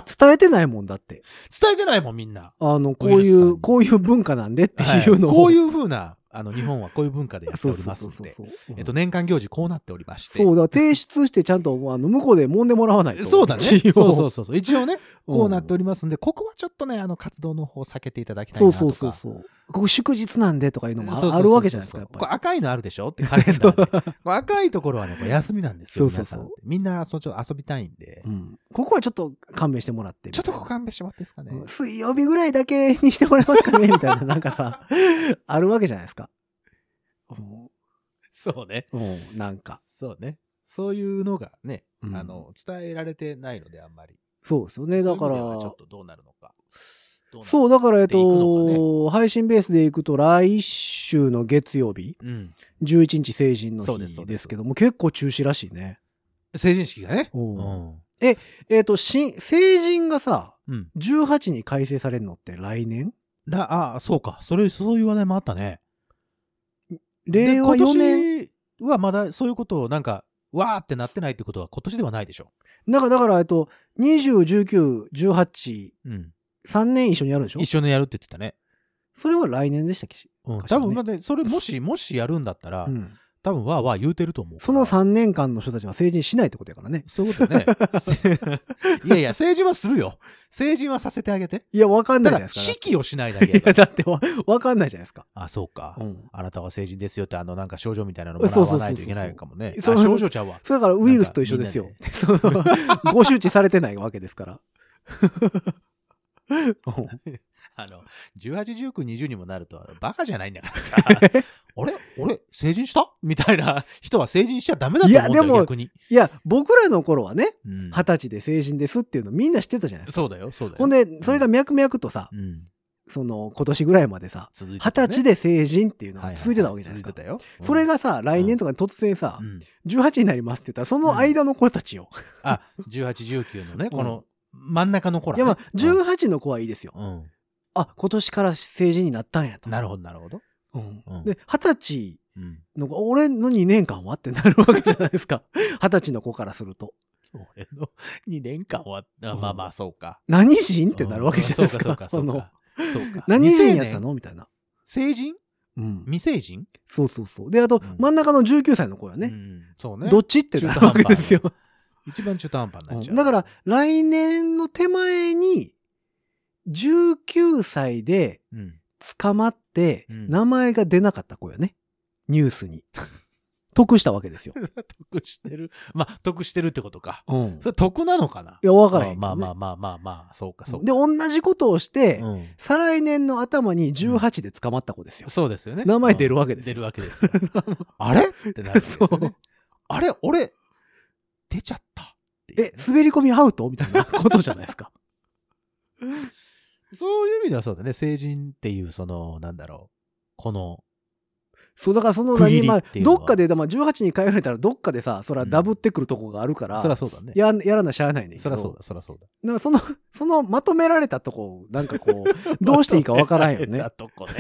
Speaker 2: 伝えてないもんだって。
Speaker 3: 伝えてないもん、みんな。
Speaker 2: あの、こう
Speaker 3: ウイル
Speaker 2: い
Speaker 3: スさん
Speaker 2: う、
Speaker 3: に
Speaker 2: こういう文化なんでっていうのを。、
Speaker 3: はこういうう風な、あの、日本はこういう文化でやっ て
Speaker 2: そう
Speaker 3: おり
Speaker 2: そう
Speaker 3: ます
Speaker 2: そ
Speaker 3: ん
Speaker 2: うそう
Speaker 3: で。。
Speaker 2: うん
Speaker 3: えっと、年間行事こうなっておりまして。
Speaker 2: そうだ、提出してちゃんと、あの、向こうで揉んでもらわないと。
Speaker 3: そうだね。そ
Speaker 2: 一応
Speaker 3: うそうそうそう。一応ね、こうなってお
Speaker 2: り
Speaker 3: りますんで、ここはちょっとね、あの、活動の方避けていただきたい
Speaker 2: そ
Speaker 3: な
Speaker 2: う
Speaker 3: とか。
Speaker 2: そうそうそう。ここ祝日なんでとかいうのも
Speaker 3: そうそうそう
Speaker 2: あ
Speaker 3: そう
Speaker 2: あるわけじゃないですか、やっぱり
Speaker 3: これ。赤いのあるでしょってカレンダーで。これ赤いところはね、これ休みなんです
Speaker 2: そ
Speaker 3: よ。
Speaker 2: う
Speaker 3: 皆
Speaker 2: そ
Speaker 3: さ。
Speaker 2: うそうん
Speaker 3: みんな、そのちょっと遊びたいんで
Speaker 2: う。んここはちょっと勘弁してもらって。
Speaker 3: ちょっとこ勘弁してもらっていいですかね。
Speaker 2: うん水曜日ぐらいだけにしてもらえますかねみたい な、なんかさ、あるわけじゃないですか。も
Speaker 3: そうね。
Speaker 2: う、もうなんか。
Speaker 3: そうね。そういうのがね、
Speaker 2: うん
Speaker 3: あの、伝えられてないので、あんまり。
Speaker 2: そうですよね。だか
Speaker 3: そういう意味ではちょ
Speaker 2: ら、
Speaker 3: っとどうなるのか。
Speaker 2: そう、だから、えっ
Speaker 3: やっていくのか
Speaker 2: と、配信ベースでいくと、来週の月曜日、
Speaker 3: う。うん。
Speaker 2: 11日成人の
Speaker 3: そうです
Speaker 2: 日
Speaker 3: そうで
Speaker 2: ですすけども、結構中止らしいね。
Speaker 3: 成人式がね。
Speaker 2: おう
Speaker 3: うん。
Speaker 2: えっと、新成人がさ、
Speaker 3: うん。
Speaker 2: 18に改正されるのって来年
Speaker 3: ら、あ、そうか。それ、そういう話題もあったね。で
Speaker 2: 令和4年。
Speaker 3: 今年はまだそういうことをなんか、わーってなってないってことは今年ではないでしょ。
Speaker 2: なんか、だから、えっと、20、19、18、
Speaker 3: うん。
Speaker 2: 3年一緒にやるんでしょ
Speaker 3: 一緒にやるって言ってたね。
Speaker 2: それは来年でしたっけ
Speaker 3: うん。
Speaker 2: かし
Speaker 3: 多
Speaker 2: らね
Speaker 3: 分、まだそれ もし、もしやるんだったら、
Speaker 2: うん
Speaker 3: 多分わーわー言うてると思う。
Speaker 2: その。3年間の人たちは成人しないってことやからね。
Speaker 3: そういうこと ね。いやいや、成人はするよ。成人はさせてあげて。
Speaker 2: いや、わかんな
Speaker 3: た
Speaker 2: いじゃな
Speaker 3: だ、
Speaker 2: いですか。
Speaker 3: 式をしないだけ
Speaker 2: い
Speaker 3: やか
Speaker 2: や、だ
Speaker 3: ら。
Speaker 2: ってわわかんないじゃないですか。
Speaker 3: あ、そうか。
Speaker 2: うん
Speaker 3: あなたは成人ですよって、あの、なんか症状みたいなのもらわないといけないかもね。あ
Speaker 2: そうそうそうそう
Speaker 3: 症状ちゃうわ。
Speaker 2: それだからウイルスと一緒ですよ。 そのご周知されてないわけです から。
Speaker 3: あの、18、19、20にもなると、バカじゃないんだか らさ、あれ俺、成人したみたいな人は成人しちゃダメだと思うん
Speaker 2: い
Speaker 3: だよ、
Speaker 2: やでも
Speaker 3: 逆に。
Speaker 2: いや、僕らの頃はね、
Speaker 3: うん
Speaker 2: 二十歳で成人ですっていうのみんな知ってたじゃないですか。
Speaker 3: そうだよ、そうだよ。
Speaker 2: ほんで、それが脈々とさ
Speaker 3: う、ん、
Speaker 2: その、今年ぐらいまでさ、
Speaker 3: 続いて
Speaker 2: 二
Speaker 3: た
Speaker 2: 十歳
Speaker 3: ね
Speaker 2: で成人っていうの
Speaker 3: はは
Speaker 2: が続いてたわけじゃないです
Speaker 3: 続
Speaker 2: か。
Speaker 3: いてたよ。
Speaker 2: それがさ、来年とかに突然さ
Speaker 3: う、ん、
Speaker 2: 18になりますって言ったら、その間の子たちよ。
Speaker 3: あ、18、19のね、この真ん中の子ら、
Speaker 2: い
Speaker 3: ね。
Speaker 2: や、まあ、18の子はいいですよ。
Speaker 3: うん、
Speaker 2: あ、今年から成人になったんやと。
Speaker 3: なるほど、なるほど。
Speaker 2: うん
Speaker 3: うん
Speaker 2: で、二十歳
Speaker 3: うん。
Speaker 2: の子、俺の2年間はってなるわけじゃないですか。 二十歳の子からすると。
Speaker 3: 俺の2年間は、あまあまあ、そうか。
Speaker 2: 何人ってなるわけじゃないですか。
Speaker 3: そうか、そう
Speaker 2: そ
Speaker 3: か
Speaker 2: の、。
Speaker 3: そうか。
Speaker 2: 何人やった
Speaker 3: 未成年
Speaker 2: のみたいな。
Speaker 3: 成人
Speaker 2: うん。
Speaker 3: 未成人
Speaker 2: そうそうそう。で、あと、
Speaker 3: うん
Speaker 2: 真ん中の19歳の子は
Speaker 3: う
Speaker 2: ね、
Speaker 3: ん、そうね。
Speaker 2: どっちってなるわけですよ。
Speaker 3: 一番中途半端になっち
Speaker 2: う
Speaker 3: ゃう。
Speaker 2: んだから、来年の手前に、19歳で
Speaker 3: うん、
Speaker 2: 捕まって、
Speaker 3: うん
Speaker 2: 名前が出なかった子よね。ニュースに。 得したわけ ですよ。
Speaker 3: 得してる。まあ、得してるってことか。
Speaker 2: うん
Speaker 3: それ得なのかない
Speaker 2: や、わからへんけどね。
Speaker 3: まあまあまあまあまあ、そうか、そうか。
Speaker 2: で、同じことをして、
Speaker 3: うん
Speaker 2: 再来年の頭に18で捕まった子ですよ。
Speaker 3: そうですよね。
Speaker 2: 名前出るわけ
Speaker 3: うん
Speaker 2: です
Speaker 3: 出
Speaker 2: よ。
Speaker 3: るわけですよ。 あれってなるわけですよ
Speaker 2: そ
Speaker 3: ね
Speaker 2: う。
Speaker 3: あれ俺、出ちゃったっていう
Speaker 2: え
Speaker 3: ね。、
Speaker 2: 滑り込みアウトみたいなことじゃないです か。
Speaker 3: そういう意味ではそうだね。成人っていう、その、なんだろう。この、
Speaker 2: そう、だからその
Speaker 3: 区切
Speaker 2: 何、
Speaker 3: り
Speaker 2: まあ
Speaker 3: っていうのは
Speaker 2: どっかで、まあ、18に通えたらどっかでさ、そらダブってくるとこがあるから、
Speaker 3: そらそうだね。
Speaker 2: ややらなしゃあないねんけ
Speaker 3: そ
Speaker 2: ど
Speaker 3: らそうだ、そらそうだ。
Speaker 2: なんかその、 そのまとめられたとこ、なんか こう、どうしていいかわからんよね
Speaker 3: だ。とこね。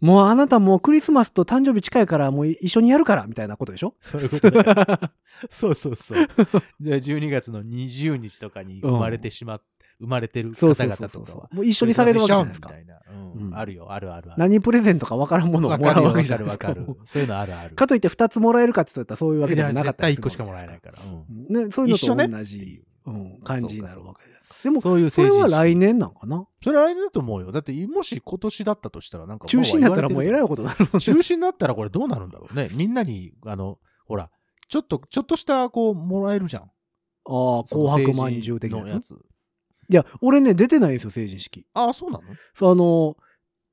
Speaker 2: もうあなたもうクリスマスと誕生日近いからもう一緒にやるから、みたいなことでしょ
Speaker 3: そういう こと だよそうそうそう。じゃあ12月の20日とかに生まれてしまっ生まれてる
Speaker 2: そう
Speaker 3: 方
Speaker 2: そう
Speaker 3: 々
Speaker 2: そうそ
Speaker 3: と
Speaker 2: う
Speaker 3: かは。
Speaker 2: もう一緒にされるわけじゃないですか
Speaker 3: みた。いな。うん
Speaker 2: うん
Speaker 3: あるよ、あるあるある。
Speaker 2: 何プレゼントか分からんものを
Speaker 3: わ
Speaker 2: も
Speaker 3: からる
Speaker 2: う
Speaker 3: わ
Speaker 2: わ
Speaker 3: か
Speaker 2: けじゃ
Speaker 3: る
Speaker 2: ないで
Speaker 3: わ
Speaker 2: す
Speaker 3: か
Speaker 2: か。
Speaker 3: る。そういうのあるある。
Speaker 2: かといって2つもらえるかって言ったらそういうわけ
Speaker 3: じ
Speaker 2: で
Speaker 3: ゃ
Speaker 2: も
Speaker 3: あ
Speaker 2: なかっ
Speaker 3: 絶
Speaker 2: たりする
Speaker 3: 対1個
Speaker 2: じ
Speaker 3: し
Speaker 2: ゃ
Speaker 3: かも
Speaker 2: な
Speaker 3: ら
Speaker 2: い
Speaker 3: え
Speaker 2: で
Speaker 3: な
Speaker 2: すか
Speaker 3: いから。うん
Speaker 2: ね、そういうの
Speaker 3: 一緒ね
Speaker 2: と同
Speaker 3: ってい
Speaker 2: じ
Speaker 3: う、
Speaker 2: うん、感じになるわけじゃないですか。でも、
Speaker 3: そういう
Speaker 2: それ
Speaker 3: 成人
Speaker 2: は
Speaker 3: 式
Speaker 2: 来年なんかな
Speaker 3: それは来年だと思うよ。だって、もし今年だったとしたら、なんか。
Speaker 2: 中止になったらもうえらい
Speaker 3: わ
Speaker 2: ことになるもん
Speaker 3: ーわー言われてる
Speaker 2: ね
Speaker 3: 中止になったらこれどうなるんだろうね。み んなに、あの、ほら、ちょっと、ちょっとした、こう、もらえるじゃん。
Speaker 2: ああ、
Speaker 3: その
Speaker 2: 紅白ま
Speaker 3: 成
Speaker 2: んじゅ
Speaker 3: 人
Speaker 2: う的な
Speaker 3: の
Speaker 2: や
Speaker 3: や
Speaker 2: つ。
Speaker 3: つ。
Speaker 2: いや、俺ね、出てないんですよ、成人式。
Speaker 3: ああ、そうなの
Speaker 2: そう、あの、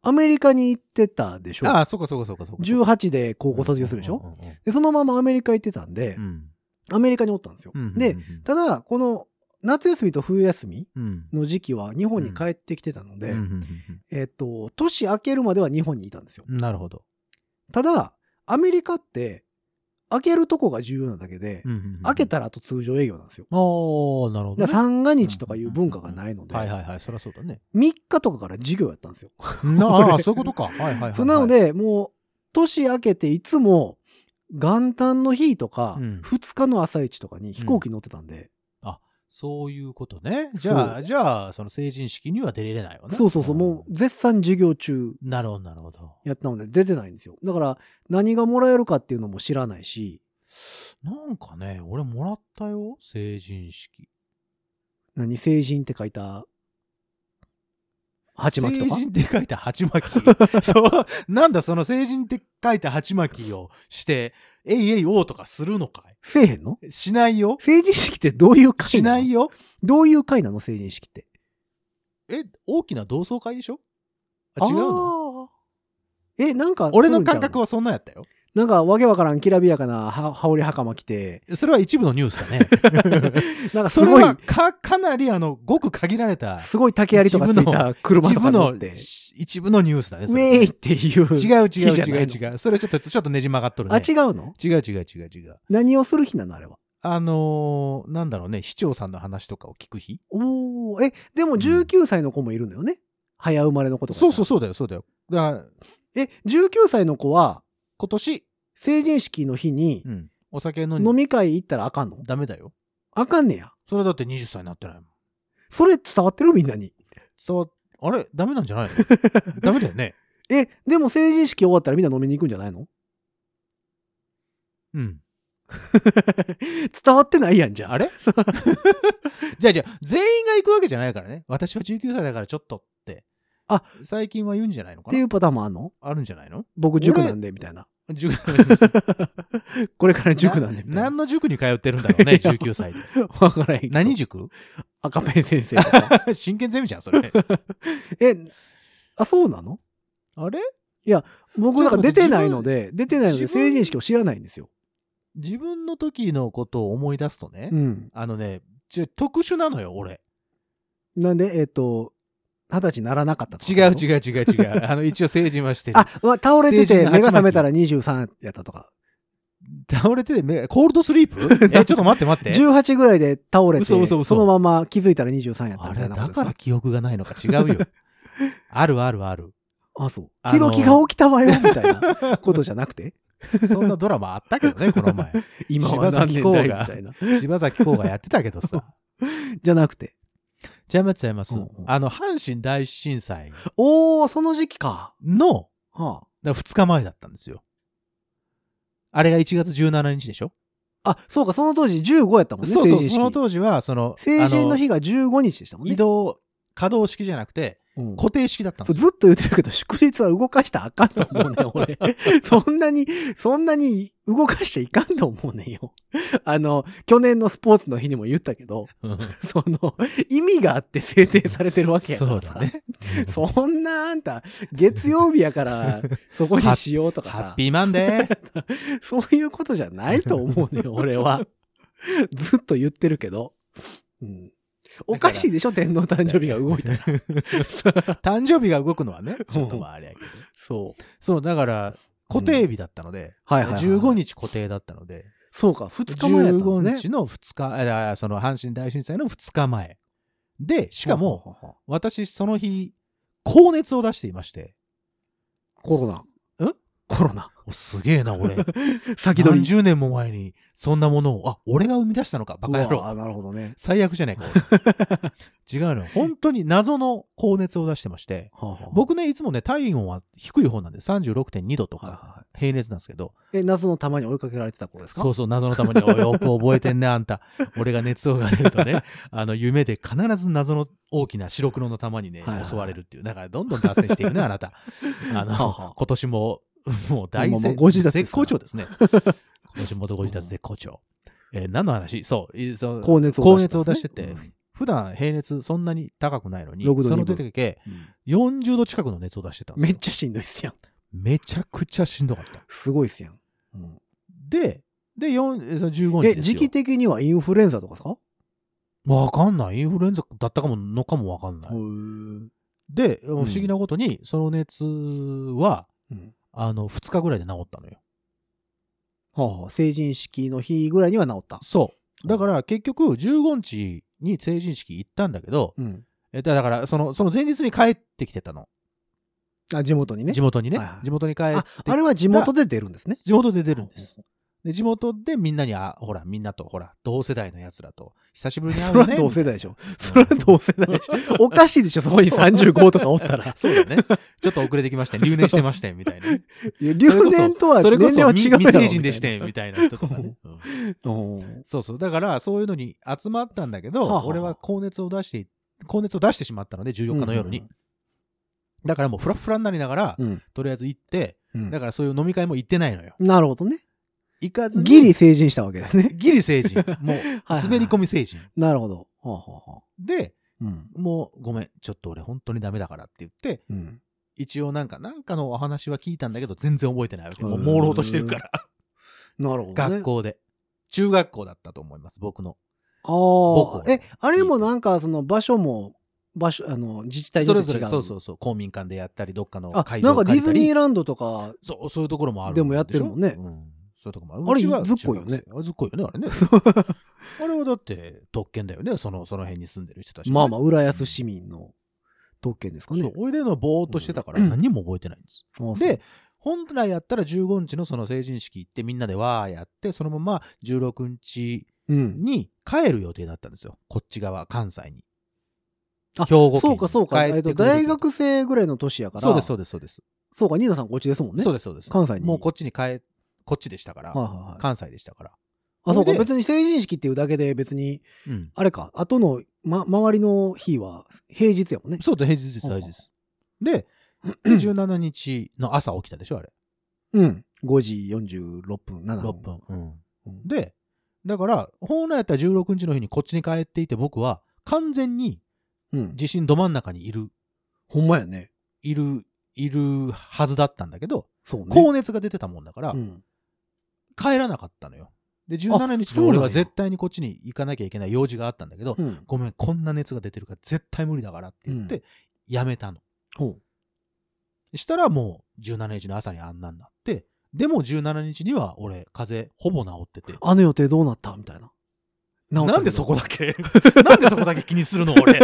Speaker 2: アメリカに行ってたでしょ
Speaker 3: ああ、そうかそうかそうかそうか。
Speaker 2: 18で高校卒業するでしょ、で、そのままアメリカ行ってたんで
Speaker 3: う、ん
Speaker 2: アメリカにおったんですよ。
Speaker 3: うんうんうんうん。
Speaker 2: で、ただ、この夏休みと冬休み
Speaker 3: うん、
Speaker 2: の時期は日本に帰ってきてたので、
Speaker 3: うんうん
Speaker 2: えっと、年明けるまでは日本にいたんですよ。
Speaker 3: うんなるほど。
Speaker 2: ただ、アメリカって、開けるとこが重要なだけで、開け
Speaker 3: た。
Speaker 2: たらあと通常営業なんですよ。
Speaker 3: おー、なるほど
Speaker 2: だ
Speaker 3: ね。
Speaker 2: から三が日とかいう文化がないので、
Speaker 3: はい
Speaker 2: 3
Speaker 3: はいはい、そりゃそう だね。
Speaker 2: 日とかから授業やったんですよ。
Speaker 3: なあ、そういうことか。はいはいはいはい。
Speaker 2: そうなの、で、もう、年明けていつも、元旦の日とか、
Speaker 3: うん
Speaker 2: 2日の朝一とかに飛行機乗ってたんで、
Speaker 3: そういうことね。じゃ
Speaker 2: そ
Speaker 3: あ、じゃあ、その成人式には出れれないわね。
Speaker 2: そうそうそう、もう絶賛授業中
Speaker 3: うん。なるほど、なるほど。
Speaker 2: やったので出てないんですよ。だから、何がもらえるかっていうのも知らないし、
Speaker 3: なんかね、俺もらったよ、成人式。
Speaker 2: 何、成人って書いた、鉢巻きとか
Speaker 3: 成人って書いた鉢巻 き。そう、なんだ、その成人って書いた鉢巻きをして、えいえいおうとかするのか
Speaker 2: せえへんの
Speaker 3: いしないよ。
Speaker 2: 成人式ってどういう会
Speaker 3: し
Speaker 2: なの
Speaker 3: ないよ。
Speaker 2: どういう会なの成人式って。
Speaker 3: え、大きな同窓会でしょあ違うの
Speaker 2: あーえ、なんか、
Speaker 3: 俺の感覚
Speaker 2: は。
Speaker 3: はそんなんやったよ。
Speaker 2: なんか、わけわからん、きらびやかな、は羽織袴着て、
Speaker 3: それは一部のニュースだね。
Speaker 2: なんかす
Speaker 3: それ
Speaker 2: ごい、
Speaker 3: はか、かなりあの、ごく限られた、
Speaker 2: すごい竹槍とかついた車
Speaker 3: 一
Speaker 2: とか
Speaker 3: 部
Speaker 2: 乗
Speaker 3: の
Speaker 2: って、、
Speaker 3: 一部のニュースだね。
Speaker 2: ウ
Speaker 3: そ
Speaker 2: ェ
Speaker 3: れ
Speaker 2: ーイっていう。
Speaker 3: 違う違う
Speaker 2: 日じゃない
Speaker 3: 違
Speaker 2: う
Speaker 3: 違う。それちょっと、ちょっとねじ曲がっとる
Speaker 2: あ、
Speaker 3: ね。
Speaker 2: 違うの
Speaker 3: 違う違う違う違う。
Speaker 2: 何をする日なのあれは。
Speaker 3: あのー、なんだろうね、市長さんの話とかを聞く日
Speaker 2: おーえ、でも19歳の子もいるのよね。早生まれの子とか。
Speaker 3: そうそう
Speaker 2: う。
Speaker 3: そうだよ、そうだよ。だから、
Speaker 2: え、19歳の子は、
Speaker 3: 今年、
Speaker 2: 成人式の日に
Speaker 3: う、ん、お酒飲
Speaker 2: 飲
Speaker 3: んで、
Speaker 2: み会行ったらあかんの
Speaker 3: ダメだよ。
Speaker 2: あかんねや。
Speaker 3: それだって20歳になってないもん。
Speaker 2: それ伝わってるみんなに。
Speaker 3: 伝わあれダメなんじゃないの ダメだよね。
Speaker 2: え、でも成人式終わったらみんな飲みに行くんじゃないの
Speaker 3: うん。
Speaker 2: 伝わってないやんじゃん。
Speaker 3: あれじゃあじゃあ、全員が行くわけじゃないからね。私は19歳だからちょっとって。
Speaker 2: あ
Speaker 3: 最近は言うんじゃないの
Speaker 2: っ
Speaker 3: か
Speaker 2: て
Speaker 3: な
Speaker 2: いうパターンもあんの
Speaker 3: あるんじゃないの
Speaker 2: 僕塾なんで、みたい な。
Speaker 3: 塾
Speaker 2: これから塾なんで、みたいな
Speaker 3: 何。の塾に通ってるんだろう
Speaker 2: い
Speaker 3: ね、
Speaker 2: や
Speaker 3: 19歳で。
Speaker 2: わからへんけど
Speaker 3: 何塾
Speaker 2: 赤ペン先生とか。
Speaker 3: 真剣ゼミじゃん、それ。
Speaker 2: え、あ、そうなの
Speaker 3: あれ
Speaker 2: 僕、だから出てないので、出てないので
Speaker 3: 自分
Speaker 2: 成人式を知らないんですよ。
Speaker 3: 自分の時のことを思い出すとね、
Speaker 2: うん。
Speaker 3: あのね、ちょ特殊なのよ、俺。
Speaker 2: なんで、えっ、と、二十歳ならなかった
Speaker 3: 違う
Speaker 2: う。
Speaker 3: 違う違う違う。あの、一応成人はしてる。
Speaker 2: あ、まあ倒れて
Speaker 3: 成人
Speaker 2: て
Speaker 3: の
Speaker 2: 目
Speaker 3: 鉢巻き
Speaker 2: が覚めたら23やったとか。
Speaker 3: 倒れててめ、コールドスリ ープえ、ちょっと待って待って。
Speaker 2: 18ぐらいで倒れて、
Speaker 3: 嘘嘘嘘
Speaker 2: そのまま気づいたら23やった
Speaker 3: あ
Speaker 2: みた
Speaker 3: れ、
Speaker 2: いなこと
Speaker 3: だ
Speaker 2: ですか
Speaker 3: から記憶がないのか違 うよ。あるあるある。
Speaker 2: あ、そう。
Speaker 3: あ
Speaker 2: ひ
Speaker 3: の
Speaker 2: ろきが起きたわよ、みたい なことじゃなくて
Speaker 3: そんなドラマあったけど ね、この前。
Speaker 2: 今は何年代みたいな。
Speaker 3: 柴崎ウがやってたけどさ。
Speaker 2: じゃなくて。
Speaker 3: ちゃいますちゃいます。
Speaker 2: うんうん
Speaker 3: あの、阪神大震災
Speaker 2: おー、その時期か。
Speaker 3: の
Speaker 2: は
Speaker 3: 2日前だったんですよ。あれが1月17日でしょ、
Speaker 2: あ、あ、そうか、その当時15やったもんね、
Speaker 3: そう
Speaker 2: 成
Speaker 3: そう、
Speaker 2: 人
Speaker 3: その
Speaker 2: 式。
Speaker 3: 当時は、その、
Speaker 2: 成人の日
Speaker 3: あ
Speaker 2: が15日でしたもんね。
Speaker 3: 移動、稼働式じゃなくて、
Speaker 2: うん
Speaker 3: 固定式だったん
Speaker 2: そう
Speaker 3: です
Speaker 2: ず
Speaker 3: よ。
Speaker 2: っと言ってるけど、祝日は動かしたらあかんと思うね ん、俺。そんなに、そんなに動かしちゃいかんと思うねんよ。 あの、去年のスポーツの日にも言ったけど、 その、意味があって制定されてるわけやか
Speaker 3: そ
Speaker 2: ら
Speaker 3: う
Speaker 2: さ。
Speaker 3: だね。
Speaker 2: そんなあんた、月曜日やから、そこにしようとか
Speaker 3: ハッ
Speaker 2: さ、
Speaker 3: ピーマン デー。
Speaker 2: そういうことじゃないと思うね、俺は。ずっと言ってるけど。うん、おかしいでしょ、天皇誕生日が動いたら。
Speaker 3: 誕生日が動くのはね、ちょっとまああれやけど。
Speaker 2: そう。
Speaker 3: そう、だから、固定日だったので、
Speaker 2: はいはい、はい。
Speaker 3: 15。日固定だったので、
Speaker 2: そうか、2日前やったんで
Speaker 3: 15
Speaker 2: す
Speaker 3: 日
Speaker 2: ね。
Speaker 3: の2日、ああその阪神大震災の2日前。で、しかも、
Speaker 2: も、
Speaker 3: 私、その日、高熱を出していまして、
Speaker 2: コロナ。
Speaker 3: ん
Speaker 2: コロナ。
Speaker 3: おすげえな、 俺。
Speaker 2: 先取
Speaker 3: 何
Speaker 2: り。
Speaker 3: 十年も前に、そんなものを、あ、俺が生み出したのか、バカ野
Speaker 2: う
Speaker 3: 郎。
Speaker 2: わーなるほどね。
Speaker 3: 最悪じゃないか、 俺違うの。本当に謎の高熱を出してまして、
Speaker 2: はあはあ、
Speaker 3: 僕ね、いつもね、体温は低い方なんで、36.2度と
Speaker 2: はいは
Speaker 3: か、平熱なんですけど、
Speaker 2: いはい、え、謎の玉に追いかけられてた頃ですか
Speaker 3: そうそう、謎のために、おいよく覚えてんね、あんた。俺が熱をが出ると ね、あの、夢で必ず謎の大きな白黒の玉にね
Speaker 2: はいはい、
Speaker 3: 襲われるっていう。だから、どんどん脱線していくね、あなた。あ
Speaker 2: はあはあ
Speaker 3: の、今年も、もう大
Speaker 2: もうもう
Speaker 3: 絶
Speaker 2: ご自立です
Speaker 3: 絶
Speaker 2: から
Speaker 3: 好調ですね。今年もご自立絶好調。えー何の話そうい そう、
Speaker 2: 高熱を
Speaker 3: 高
Speaker 2: 出してたん
Speaker 3: 熱を
Speaker 2: で
Speaker 3: 出
Speaker 2: す
Speaker 3: し
Speaker 2: ね、
Speaker 3: てて、普段平熱そんなに高くないのに、
Speaker 2: 6度
Speaker 3: その
Speaker 2: 2分
Speaker 3: 時だけ
Speaker 2: うん
Speaker 3: 40度近くの熱を出してたん
Speaker 2: うん
Speaker 3: で
Speaker 2: め
Speaker 3: す
Speaker 2: っ
Speaker 3: よ。
Speaker 2: ちゃしんどいっすやん。
Speaker 3: めちゃくちゃしんどかった。
Speaker 2: すごいっすやん。うん
Speaker 3: で、で、4その15日です
Speaker 2: え、
Speaker 3: よ。
Speaker 2: 時期的にはインフルエンザとかですか
Speaker 3: わかんない。インフルエンザだったかものかもわかんない。
Speaker 2: へー
Speaker 3: で、不思議なことに、その熱は、
Speaker 2: うん
Speaker 3: あの、2日ぐらいで治ったのよ。
Speaker 2: はあはあ、成人式の日ぐらいには治った。
Speaker 3: そう。だから、結局、15日に成人式行ったんだけど、
Speaker 2: うん。
Speaker 3: えだから、その、その前日に帰ってきてたの。
Speaker 2: あ、地元にね
Speaker 3: 地。元にね、
Speaker 2: はいはい
Speaker 3: 地元に帰って
Speaker 2: あ、あれは地元で出るんですね。
Speaker 3: 地元で出るんです。で、地元でみんなに、あ、ほら、みんなと、ほら、同世代の奴らと、久しぶりに会
Speaker 2: そうれ
Speaker 3: よ
Speaker 2: は
Speaker 3: ね。
Speaker 2: 同世代でしょ。それは 同世代でしょ。おかしいでしょ、そこに35とかおったら。
Speaker 3: そうだね。ちょっと遅れてきました留年してましたよ、みたいな。
Speaker 2: 留年とは
Speaker 3: そ
Speaker 2: 年
Speaker 3: れこそ
Speaker 2: 齢は違うだろ
Speaker 3: 未未成人でし。
Speaker 2: み
Speaker 3: て、みたいな人 とかね。うん
Speaker 2: たいなうん
Speaker 3: そうそう。だから、そういうのに集まったんだけど、
Speaker 2: はあはあ
Speaker 3: 俺は高熱を出して、高熱を出してしまったので、14日の夜に。だからもうフラフラになりながら、
Speaker 2: うん
Speaker 3: とりあえず行って、
Speaker 2: うん
Speaker 3: だからそういう飲み会も行ってないのよ。
Speaker 2: なるほどね。
Speaker 3: 行かずに。
Speaker 2: ギリ 成人したわけですね。
Speaker 3: ギリ成人。もう、
Speaker 2: はい
Speaker 3: 滑り込み成人。
Speaker 2: なるほど。はあはあはあ
Speaker 3: で、
Speaker 2: うん
Speaker 3: もう、ごめん、ちょっと俺本当にダメだからって言って、
Speaker 2: うん
Speaker 3: 一応なんか、なんかのお話は聞いたんだけど、全然覚えてないわけ。
Speaker 2: へー
Speaker 3: もう朦朧としてるから。
Speaker 2: なるほどね。
Speaker 3: 学校で。中学校だったと思います、僕の。
Speaker 2: ああ。
Speaker 3: 母校
Speaker 2: え、あれもなんか、その場所も、場所、あの、自治体に
Speaker 3: そ
Speaker 2: よ
Speaker 3: れ
Speaker 2: って
Speaker 3: ぞ
Speaker 2: 違
Speaker 3: れ、
Speaker 2: う。
Speaker 3: そうそうそう、公民館でやったり、どっかの
Speaker 2: あ、
Speaker 3: 会場
Speaker 2: なんかディズニ
Speaker 3: ー
Speaker 2: ーランドとか、
Speaker 3: そう、そういうところもある
Speaker 2: でもやってるもんね
Speaker 3: でしょうんそういうとこもある。
Speaker 2: あれ
Speaker 3: うちは
Speaker 2: ずっこいよね
Speaker 3: 中学生。あずっこいよね、あれね。 あれはだって特権だよね、その、その辺に住んでる人たち、
Speaker 2: まあまあ、
Speaker 3: あ。
Speaker 2: 浦安市民の特権ですか
Speaker 3: そう
Speaker 2: ね。
Speaker 3: おいでのぼーっとしてたから
Speaker 2: うん
Speaker 3: 何も覚えてないんです。
Speaker 2: あそう
Speaker 3: で、、本来やったら15日のその成人式行ってみんなでわーやって、そのまま16日
Speaker 2: うん。
Speaker 3: に帰る予定だったんですよ。こっち側、関西に。
Speaker 2: あ
Speaker 3: 兵庫県に
Speaker 2: そうか、そうか。
Speaker 3: 帰って
Speaker 2: えっ
Speaker 3: く
Speaker 2: と、
Speaker 3: る
Speaker 2: 大学生ぐらいの年やから。
Speaker 3: そうです、そ
Speaker 2: う
Speaker 3: うです、そうです。
Speaker 2: そうか、ニーナさんこっちですもんね。
Speaker 3: そう
Speaker 2: で
Speaker 3: です、そうです。
Speaker 2: 関西に
Speaker 3: もうこっちに帰、こっちでしたから。
Speaker 2: はいはいはい。
Speaker 3: 関西でしたから。
Speaker 2: あ、そうか、
Speaker 3: で
Speaker 2: 別に成人式っていうだけで別に、
Speaker 3: うん。
Speaker 2: あれか、後の、ま、周りの日は平日やもん ね。
Speaker 3: そうだ、平日です、
Speaker 2: はあはあ
Speaker 3: 大事です。 で、17日の朝起きたでしょ、あれ。
Speaker 2: うん。5時46分、7
Speaker 3: 6
Speaker 2: 分。
Speaker 3: 分。うん
Speaker 2: うん
Speaker 3: で、だから、本来やったら16日の日にこっちに帰っていて、僕は完全に
Speaker 2: うん。
Speaker 3: 地震ど真ん中にいる、
Speaker 2: ほんまやね。
Speaker 3: いる、いるはずだったんだけど、
Speaker 2: そうね。
Speaker 3: 高熱が出てたもんだから
Speaker 2: う、ん。
Speaker 3: 帰らなかったのよ。で、17日
Speaker 2: そうなんや
Speaker 3: に俺は絶対にこっちに行かなきゃいけない用事があったんだけど
Speaker 2: う、ん。
Speaker 3: ごめん、こんな熱が出てるから絶対無理だからって言っ
Speaker 2: う
Speaker 3: て、やめたの。
Speaker 2: ほう。
Speaker 3: したらもう17日の朝にあんなんなって、でも17日には俺、風邪ほぼ治って て。
Speaker 2: あの予定どうなったみたいな。治ったけど
Speaker 3: なんでそこだけなんでそこだけ気にするの 俺。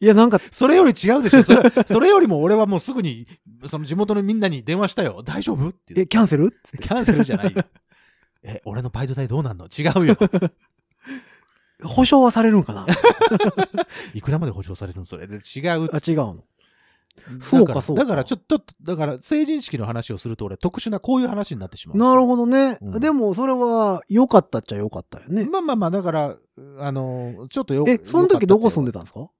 Speaker 2: いや、なんか、
Speaker 3: それより違うでしょそれそれよりも俺はもうすぐに、その地元のみんなに電話したよ。大丈夫って言
Speaker 2: え、
Speaker 3: って。
Speaker 2: キャンセルつって。
Speaker 3: キャンセルじゃないよ。 え、俺のバイト代どうなんの違うよ。
Speaker 2: 保証はされるんかな
Speaker 3: いくらまで保証されるのそれ。で違うっ
Speaker 2: あ
Speaker 3: つ、
Speaker 2: 違うの。
Speaker 3: だら
Speaker 2: そうかそうか
Speaker 3: だからちょっと、だから成人式の話をすると俺特殊なこういう話になってしまう。
Speaker 2: なるほどね。
Speaker 3: うん
Speaker 2: でも、それは、良かったっちゃ良かったよね。
Speaker 3: まあまあまあ、だから、あの、ちょっとよ
Speaker 2: え、その時どこ住んで
Speaker 3: た
Speaker 2: たんですか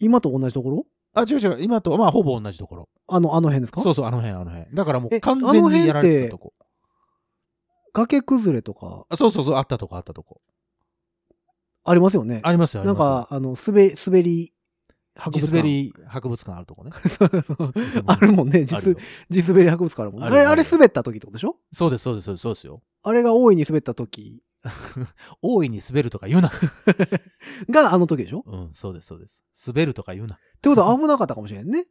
Speaker 2: 今と同じところ
Speaker 3: あ、違う違う。今と、まあ、ほぼ同じところ。
Speaker 2: あの、あの辺ですか
Speaker 3: そうそう、あの辺、あの辺。だからも
Speaker 2: え
Speaker 3: う完全にやられてたとこ。
Speaker 2: 崖崩れとか、
Speaker 3: あそうそうそう、あったとこ、あったとこ。
Speaker 2: ありますよね。
Speaker 3: ありますよ、あり
Speaker 2: なん
Speaker 3: ますよ。
Speaker 2: か、あの、滑、滑り、博
Speaker 3: 地
Speaker 2: 物
Speaker 3: 滑
Speaker 2: 館。
Speaker 3: り博物館あると こね。
Speaker 2: あるもんね。
Speaker 3: ある
Speaker 2: 実
Speaker 3: よ、
Speaker 2: 地滑り博物館あるもんね。
Speaker 3: あ
Speaker 2: あ
Speaker 3: るよ
Speaker 2: れ、
Speaker 3: あ
Speaker 2: あ
Speaker 3: る
Speaker 2: れ
Speaker 3: よ
Speaker 2: 滑った時ってことでしょ
Speaker 3: そうです、そうです、そうですそうですよ。
Speaker 2: あれが大いに滑った時
Speaker 3: 大いに滑るとか言うな。
Speaker 2: があの時でしょ
Speaker 3: うん、そうです、そうです。滑るとか言うな。
Speaker 2: ってことは危なかったかもしれんね。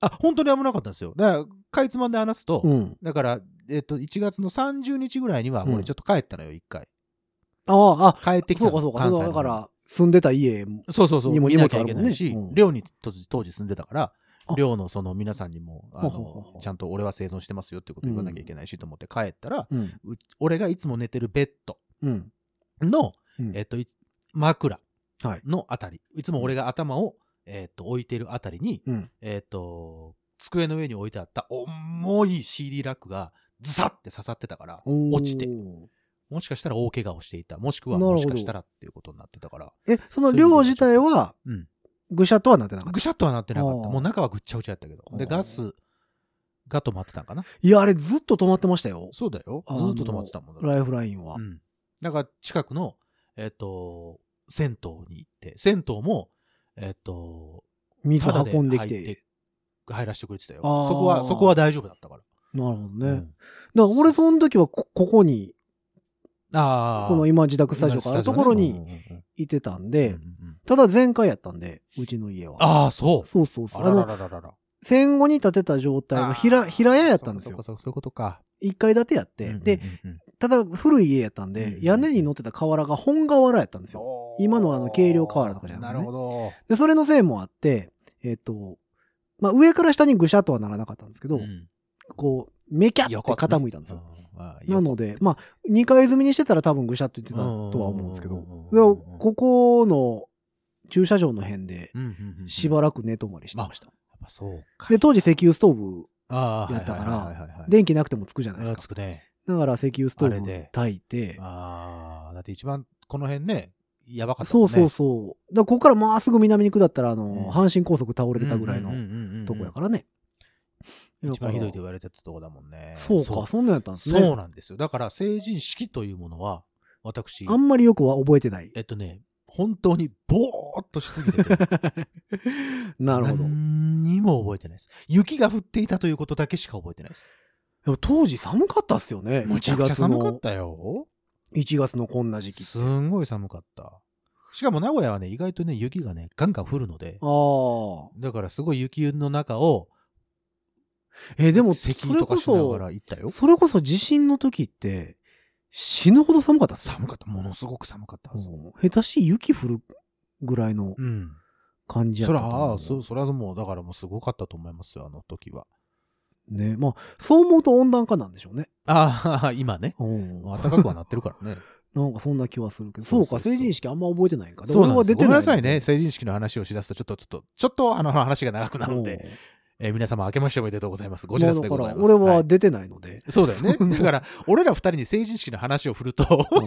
Speaker 3: あ、本当に危なかったんですよ。だから、かいつまんで話すと、
Speaker 2: うん。
Speaker 3: だから、えっと、1月の30日ぐらいには、
Speaker 2: うん
Speaker 3: 俺ちょっと帰ったのよ、一回。
Speaker 2: ああ、あ、
Speaker 3: 帰ってき
Speaker 2: そ
Speaker 3: たの
Speaker 2: うかそうか。そ
Speaker 3: 関西
Speaker 2: の
Speaker 3: の
Speaker 2: だ
Speaker 3: 方
Speaker 2: から、住んでた寮に
Speaker 3: そうそうそう。
Speaker 2: にも
Speaker 3: 見なきゃい
Speaker 2: 荷物
Speaker 3: け
Speaker 2: あるもん
Speaker 3: な
Speaker 2: ね
Speaker 3: いし
Speaker 2: う、ん
Speaker 3: 寮に当時当時住んでたから、
Speaker 2: あ
Speaker 3: 寮のその皆さんにも、あ
Speaker 2: ほうほうほうほ
Speaker 3: の
Speaker 2: う
Speaker 3: ちゃんと俺は生存してますよってこと言わなきゃいけないしと思って帰ったら、
Speaker 2: うん。
Speaker 3: う俺がいつも寝てるベッド
Speaker 2: うん。
Speaker 3: の、
Speaker 2: うん
Speaker 3: えっと、い枕
Speaker 2: はい。
Speaker 3: のあたり、いつも俺が頭を、えっと、置いてるあたりに、
Speaker 2: うん。
Speaker 3: えっと、机の上に置いてあった重い CD ラックがズサって刺さってたから、落ちて、もしかしたら大怪我をしていた、もしくは
Speaker 2: なるほど
Speaker 3: もしかしたらっていうことになってたから、
Speaker 2: え、その量自体は
Speaker 3: うん、
Speaker 2: ぐしゃっとはなってなかった
Speaker 3: ぐ。しゃっとはなってなかっ
Speaker 2: あ
Speaker 3: た。
Speaker 2: ー
Speaker 3: もう中はぐっちゃぐちゃやったけど。で、
Speaker 2: あー
Speaker 3: ガスが止まってたんかな。
Speaker 2: いや、あれずっと止まってましたよ。
Speaker 3: そうだよ。
Speaker 2: あ
Speaker 3: ず
Speaker 2: ー
Speaker 3: ーっと止まってたもんだって
Speaker 2: ライフラインは
Speaker 3: う。ん。だから近くの、えっ、と、銭湯に行って、銭湯も、えっ、と、
Speaker 2: 水
Speaker 3: タダ
Speaker 2: 運んでき。
Speaker 3: 入ってて、入らせてくれてたよ。
Speaker 2: あー
Speaker 3: そこは、そこは大丈夫だったから。
Speaker 2: なるほどね。
Speaker 3: う
Speaker 2: だか
Speaker 3: ん
Speaker 2: ら俺その時はこ、ここに、
Speaker 3: ああ。
Speaker 2: この今自宅
Speaker 3: 今
Speaker 2: スタジオがあるところにいてたんで、ただ全開やったんで、うちの家は。
Speaker 3: ああ、そう。
Speaker 2: そうそうそう。
Speaker 3: あ
Speaker 2: あ
Speaker 3: ら
Speaker 2: の、
Speaker 3: ららららら。
Speaker 2: 戦後に建てた状態の
Speaker 3: あ
Speaker 2: 平、
Speaker 3: ー
Speaker 2: 平屋やったんですよ
Speaker 3: そうか。そうかそういうことか。
Speaker 2: 一階建てやって。で、
Speaker 3: うんうんうん、
Speaker 2: ただ古い家やったんで
Speaker 3: う、ん
Speaker 2: 屋根に乗ってた瓦が本瓦やったんですよ。今のあの軽量瓦とかじゃなくてね
Speaker 3: なるほど。
Speaker 2: で、それのせいもあって、えっと、まあ上から下にぐしゃっとはならなかったんですけど、
Speaker 3: ん
Speaker 2: こう、めきゃって
Speaker 3: 横ね
Speaker 2: 傾いたんですよ。
Speaker 3: あーあー
Speaker 2: なので、まあ、2階積みにしてたら多分ぐしゃっと言ってたとは思うんですけど、で
Speaker 3: うん
Speaker 2: ここの駐車場の辺で
Speaker 3: うんうんうん
Speaker 2: しばらく寝泊まりしてました。
Speaker 3: やっぱそうか。
Speaker 2: で、当時石油ストーブ、
Speaker 3: あー
Speaker 2: やったから
Speaker 3: はいはいはいはい
Speaker 2: 電気なくてもつくじゃない
Speaker 3: あ
Speaker 2: で
Speaker 3: ー
Speaker 2: す
Speaker 3: つ
Speaker 2: か。
Speaker 3: くね。
Speaker 2: だから石油スト
Speaker 3: あ
Speaker 2: ー
Speaker 3: れ
Speaker 2: ブ
Speaker 3: で
Speaker 2: 炊いて、
Speaker 3: ああ、だって一番この辺ね、やばかった
Speaker 2: そ
Speaker 3: もん
Speaker 2: う
Speaker 3: ね。
Speaker 2: そうそう。だからここからまあすぐ南に下ったら、あの、
Speaker 3: ん
Speaker 2: 阪神高速倒れてたぐらい
Speaker 3: うんう
Speaker 2: の
Speaker 3: んうんうんうん
Speaker 2: とこやからね。
Speaker 3: 一番ひどい
Speaker 2: だ
Speaker 3: と言
Speaker 2: か
Speaker 3: われてたとこだもんね。
Speaker 2: らそうか、そんなんやったんですね。
Speaker 3: そうなんですよ。だから成人式というものは、私、
Speaker 2: あんまりよくは覚えて ない。
Speaker 3: えっとね、本当にぼーっとしすぎてて、
Speaker 2: なるほど。
Speaker 3: 何にも覚えてないです。雪が降っていたということだけしか覚えてないです。
Speaker 2: でも当時寒かったっすよね。
Speaker 3: むちゃ
Speaker 2: 1
Speaker 3: くちゃ
Speaker 2: 月
Speaker 3: 寒かっ
Speaker 2: の、
Speaker 3: たよ。
Speaker 2: 1月のこんな時期。
Speaker 3: すんごい寒かった。しかも名古屋はね、意外とね、雪がね、ガンガン降るので
Speaker 2: あ、あ。
Speaker 3: だからすごい雪の中を、
Speaker 2: えーでも、それ
Speaker 3: 咳と
Speaker 2: こ
Speaker 3: かしな
Speaker 2: そ
Speaker 3: が、ら行ったよ。
Speaker 2: それこそ地震の時って、死ぬほど寒かったっすよ
Speaker 3: 寒かった。ものすごく寒かったはず。
Speaker 2: うん下手しい雪降るぐらいの
Speaker 3: うん。
Speaker 2: 感じやっ
Speaker 3: そ
Speaker 2: た
Speaker 3: ら、
Speaker 2: と
Speaker 3: あ
Speaker 2: 思
Speaker 3: あ
Speaker 2: う
Speaker 3: そ、そらもう、だからもうすごかったと思いますよ、あの時は。
Speaker 2: ね。まあ、そう思うと温暖化なんでしょうね。
Speaker 3: ああ、今ね。
Speaker 2: うん
Speaker 3: 暖かくはなってるからね。
Speaker 2: なんかそんな気はするけど。
Speaker 3: そ
Speaker 2: そうう
Speaker 3: そうそう
Speaker 2: か、成人 式あんま覚えてないんか。で
Speaker 3: そうなんで
Speaker 2: 俺
Speaker 3: す。
Speaker 2: は出て
Speaker 3: ごめん
Speaker 2: ない
Speaker 3: なさいね。成人式の話をしだすと、ちょっと、ちょっと、ちょっと、あの話が長くなるので、えー皆様明けましておめでとうございます。
Speaker 2: う
Speaker 3: ご
Speaker 2: ん
Speaker 3: 自殺でございます。
Speaker 2: まあだから俺
Speaker 3: は
Speaker 2: はい出てないの で。
Speaker 3: そうだよ ね。だから、俺ら二人に成人式の話を振ると、
Speaker 2: うん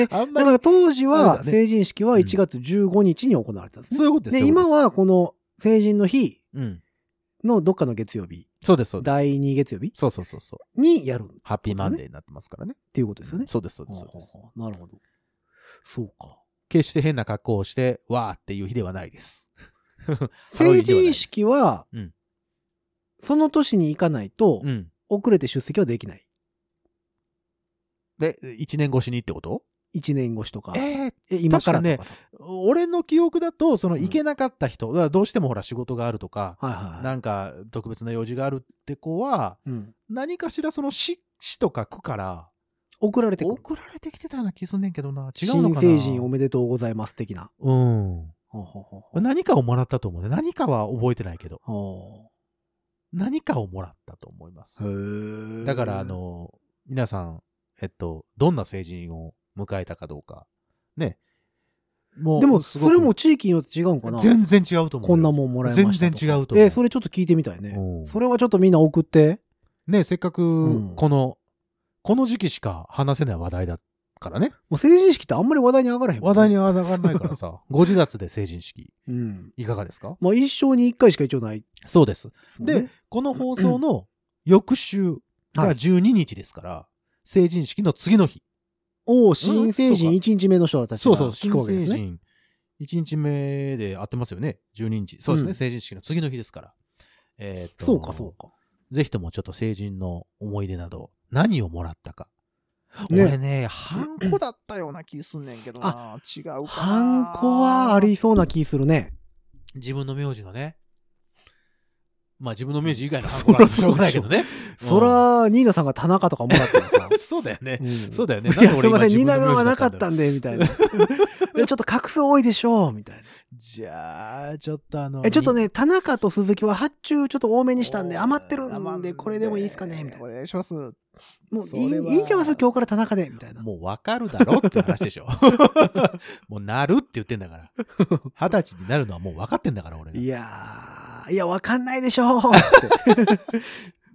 Speaker 2: え、だ
Speaker 3: あんまり、
Speaker 2: から当時
Speaker 3: そうだ
Speaker 2: は、
Speaker 3: ね
Speaker 2: 成人式は1月15日に行われてたんです
Speaker 3: そう
Speaker 2: ね。
Speaker 3: いうことです
Speaker 2: で、
Speaker 3: そういうこ
Speaker 2: 今
Speaker 3: と
Speaker 2: はこの成人の日
Speaker 3: ですうん。
Speaker 2: のどっかの月曜日、
Speaker 3: そうです、そうです。
Speaker 2: 第2月曜日
Speaker 3: そうそうそうそう。
Speaker 2: にやるっ
Speaker 3: ハッピーマンデーになってますからね。
Speaker 2: ていうことですよね。
Speaker 3: そうです、そうです、そう
Speaker 2: ほう
Speaker 3: です。
Speaker 2: ほうほうなるほど。そうか。
Speaker 3: 決して変な格好をして、わーっていう日ではないです。
Speaker 2: 成人式は
Speaker 3: うん、
Speaker 2: その年に行かないと
Speaker 3: う、ん。
Speaker 2: 遅れて出席はできない。
Speaker 3: で、1年越しにってこと
Speaker 2: 1年越しとか、
Speaker 3: えー、
Speaker 2: え今からとかさ。
Speaker 3: 俺の記憶だと、その
Speaker 2: うん
Speaker 3: 行けなかった人、だからどうしてもほら仕事があるとか、
Speaker 2: はいはいはい。
Speaker 3: なんか特別な用事があるって子は、
Speaker 2: うん
Speaker 3: 何かしらその市市とか区から
Speaker 2: 送られてくる。
Speaker 3: 送られてきてたような気すんねんけどな。違
Speaker 2: 新
Speaker 3: うのかな
Speaker 2: 成人おめでとうございます的な。
Speaker 3: うん。
Speaker 2: ほうほうほうほう
Speaker 3: 何かをもらったと思うね。何かは覚えてないけど、
Speaker 2: ほ
Speaker 3: 何かをもらったと思います。
Speaker 2: うへえ
Speaker 3: だから、あ、の、皆さん、えっと、どんな成人を迎えたかどうか。ね。もう、
Speaker 2: でも、
Speaker 3: すご
Speaker 2: そ
Speaker 3: く
Speaker 2: れも地域によって違うんかな
Speaker 3: 全然違うと思うよ。
Speaker 2: こんなもんもらえましたとか。
Speaker 3: 全然違うと思う
Speaker 2: えー、それちょっと聞いてみたいね
Speaker 3: うん。
Speaker 2: それはちょっとみんな送って。
Speaker 3: ね、せっかく
Speaker 2: ん、
Speaker 3: この、この時期しか話せない話題だからね。
Speaker 2: もう成人式ってあんまり話題に上がらへんもん
Speaker 3: 話
Speaker 2: ね
Speaker 3: 題に上がらないから さ、ご自立で成人式、
Speaker 2: うん。
Speaker 3: いかがですか
Speaker 2: まあ一生に一回しか一応ない
Speaker 3: そうです。
Speaker 2: すもんね。
Speaker 3: で、この放送の翌週
Speaker 2: は
Speaker 3: が
Speaker 2: い
Speaker 3: 12日ですから、成人式の次の日。
Speaker 2: おお、新成人
Speaker 3: うん
Speaker 2: 1日目の人たち
Speaker 3: そ
Speaker 2: が
Speaker 3: うそう、
Speaker 2: 聞くわけですね。
Speaker 3: 人。1日目で合ってますよね。12日。そうですね、
Speaker 2: うん
Speaker 3: 成人式の次の日ですから。えーと
Speaker 2: そうか、そうか。
Speaker 3: ぜひともちょっと成人の思い出など、何をもらったか。
Speaker 2: ね
Speaker 3: 俺ね、ハンコだったような気すんねんけどな。違うかな。
Speaker 2: ハンコはありそうな気するね。
Speaker 3: 自分の名字のね、まあ自分の名字以外のハンコがあってもしょうがないけどね。、
Speaker 2: そら、ニーナさんが田中とかもらったらさ
Speaker 3: そうだよね
Speaker 2: う。ん
Speaker 3: そうだよね。
Speaker 2: いや、すいません、ニーナ
Speaker 3: が
Speaker 2: 側はなかったんで、みたいな。いやちょっと画数 多いでしょう、みたい な。
Speaker 3: じゃあ、ちょっとあの。
Speaker 2: え、ちょっと
Speaker 3: に、
Speaker 2: ね、田中と鈴木は発注ちょっと多めにしたんで、余ってる
Speaker 3: 余
Speaker 2: ん
Speaker 3: ん
Speaker 2: で、これでもいいですかね、みたいな
Speaker 3: お。願いします。も
Speaker 2: もう
Speaker 3: そ
Speaker 2: いい、
Speaker 3: れはい
Speaker 2: いんちゃいます今日から田中で、みたいな。
Speaker 3: うわかるだろって話で しょ。もうなるって言ってんだから。二十歳になるのはもう分かってんだから、俺が
Speaker 2: いやー、いや、わかんないでし ょうって。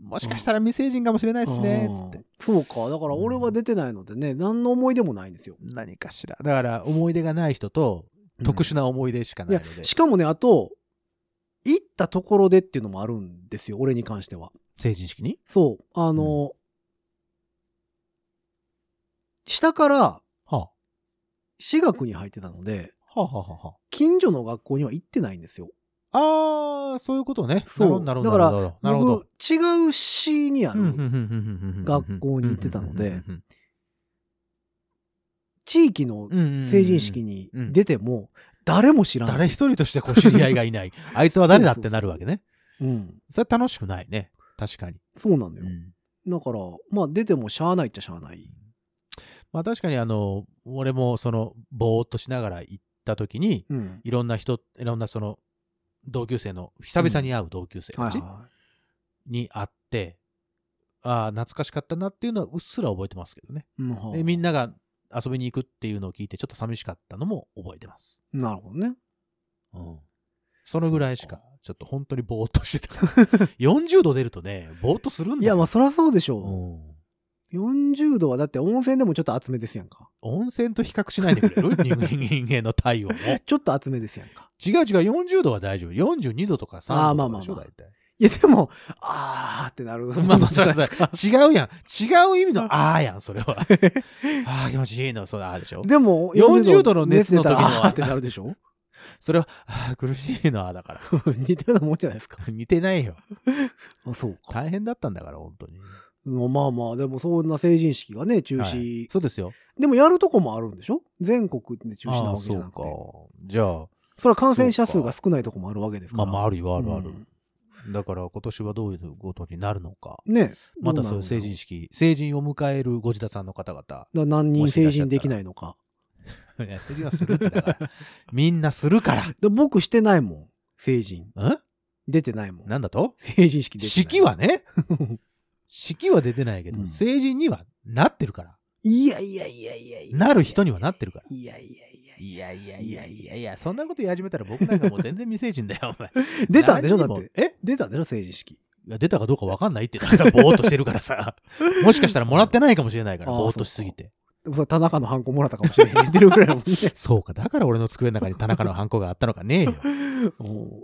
Speaker 3: もしかしたら未成人かもしれないですね、つって。。
Speaker 2: そうか。だから俺は出てないのでね、何の思い出もないんですよ。
Speaker 3: 何かしら。だから、思い出がない人と、特殊な思い出しか
Speaker 2: い
Speaker 3: ない
Speaker 2: や
Speaker 3: ので、。
Speaker 2: しかもね、あと、行ったところでっていうのもあるんですよ、俺に関しては。
Speaker 3: 成人式に
Speaker 2: そう。あの、下から
Speaker 3: は
Speaker 2: 私学に入ってたので、
Speaker 3: あ、はあ、はあはあは
Speaker 2: 近所の学校には行ってないんですよ。
Speaker 3: あ。あー、そういうことね。
Speaker 2: そう
Speaker 3: なるほ
Speaker 2: だか
Speaker 3: ど、な
Speaker 2: ら
Speaker 3: るほど。なるほど。
Speaker 2: 僕、違う市にある、学校に行ってたので地域の成
Speaker 3: 成
Speaker 2: 人式に出ても、誰も知らな
Speaker 3: 誰
Speaker 2: い。
Speaker 3: 一人としてこう知り合いがいない。あいつは誰だってなるわ けね。
Speaker 2: うん。
Speaker 3: それ楽しくないね。確かに。
Speaker 2: そうなの
Speaker 3: う
Speaker 2: よ。
Speaker 3: ん
Speaker 2: だから、まあ出てもしゃあないっちゃしゃあない。
Speaker 3: まあ確かにあの、俺もその、ぼーっとしながら行った時に、
Speaker 2: うん。
Speaker 3: いろんな人、いろんなその、同級生の、久々に会う同級生
Speaker 2: は
Speaker 3: た
Speaker 2: い
Speaker 3: ち
Speaker 2: は
Speaker 3: に会って、ああ、懐かしかったなっていうのはうっすら覚えてますけどね。
Speaker 2: い。うんは
Speaker 3: で
Speaker 2: い
Speaker 3: みんなが遊びに行くっていうのを聞いて、ちょっと寂しかったのも覚えてます。
Speaker 2: なるほどね。
Speaker 3: うん。そのぐらいしか、ちょっと本当にぼーっとしてた。40度出るとね、ぼーっとするんだ
Speaker 2: いや、まあそりゃそうでし
Speaker 3: う
Speaker 2: ょ
Speaker 3: ん
Speaker 2: う。40度はだって温泉でもちょっと厚めですやんか。
Speaker 3: 温泉と比較しないでく れる人間人間の体温を。違う
Speaker 2: ちょっと厚めですやんか。
Speaker 3: 違う、40度は大丈夫。42度とか
Speaker 2: あー
Speaker 3: 3
Speaker 2: ま
Speaker 3: 度
Speaker 2: あまあ
Speaker 3: とかでしょ、
Speaker 2: まあ
Speaker 3: 大体。
Speaker 2: いや、でも、あーってなる。
Speaker 3: まあ まあ、それは
Speaker 2: で
Speaker 3: それは違うやん。違う意味のあーやん、それは。 あー気持ちいいの、それあー でしょ。
Speaker 2: も、
Speaker 3: 40度の熱
Speaker 2: 熱出
Speaker 3: の時の
Speaker 2: たらあーってなるでしょ
Speaker 3: それは、あー苦しいの、あーだから。
Speaker 2: 似たようなもんじゃないですか。
Speaker 3: 似てないよ。
Speaker 2: あそうか。
Speaker 3: 大変だったんだから、本当に。
Speaker 2: まあまあ、でもそんな成人式がね、中止。
Speaker 3: はいそうですよ。
Speaker 2: でもやるとこもあるんでしょ全国で中止なわけじゃなく
Speaker 3: あ
Speaker 2: て。
Speaker 3: ーそうか。じゃあ、
Speaker 2: それは感染者数が少ないとこもあるわけですか
Speaker 3: まあ
Speaker 2: ら。
Speaker 3: まあ、あるよ、あるある。
Speaker 2: うん
Speaker 3: だから、今年はどういうことになるのか。
Speaker 2: ね。
Speaker 3: またそういう成人
Speaker 2: 式。
Speaker 3: 式、成人を迎えるご自宅さんの方々、
Speaker 2: だから何人成人できないのか。
Speaker 3: いや、政治はするってだから。 みんなするか
Speaker 2: で僕してないもん。成人。
Speaker 3: ら。ん
Speaker 2: 出てないもん。
Speaker 3: なんだと
Speaker 2: 成人式出てない。
Speaker 3: 式は ね、式は出てないけど、
Speaker 2: うん
Speaker 3: 成人にはなってるから。
Speaker 2: いやいやいやいやいや。
Speaker 3: なる人にはなってるから。
Speaker 2: いやいやいやい
Speaker 3: いやいやいやいやいや、そんなこと言い始めたら僕なんかもう全然未成人だよ、お 前。
Speaker 2: や。出たんでしょだ
Speaker 3: 何
Speaker 2: っ
Speaker 3: にも
Speaker 2: て。。
Speaker 3: え
Speaker 2: 出たんでしょ成人式。
Speaker 3: いや出たかどうかわかん ないって、だからぼーっとしてるからさ。もしかしたらもらってないかもしれないから、
Speaker 2: あー
Speaker 3: ぼーっとしすぎて。
Speaker 2: でもさ、田中のハンコもらったかもしれへん。出てるぐらいだもんね。
Speaker 3: そうか、だから俺の机の中に田中のハンコがあったのかねえよ。
Speaker 2: うん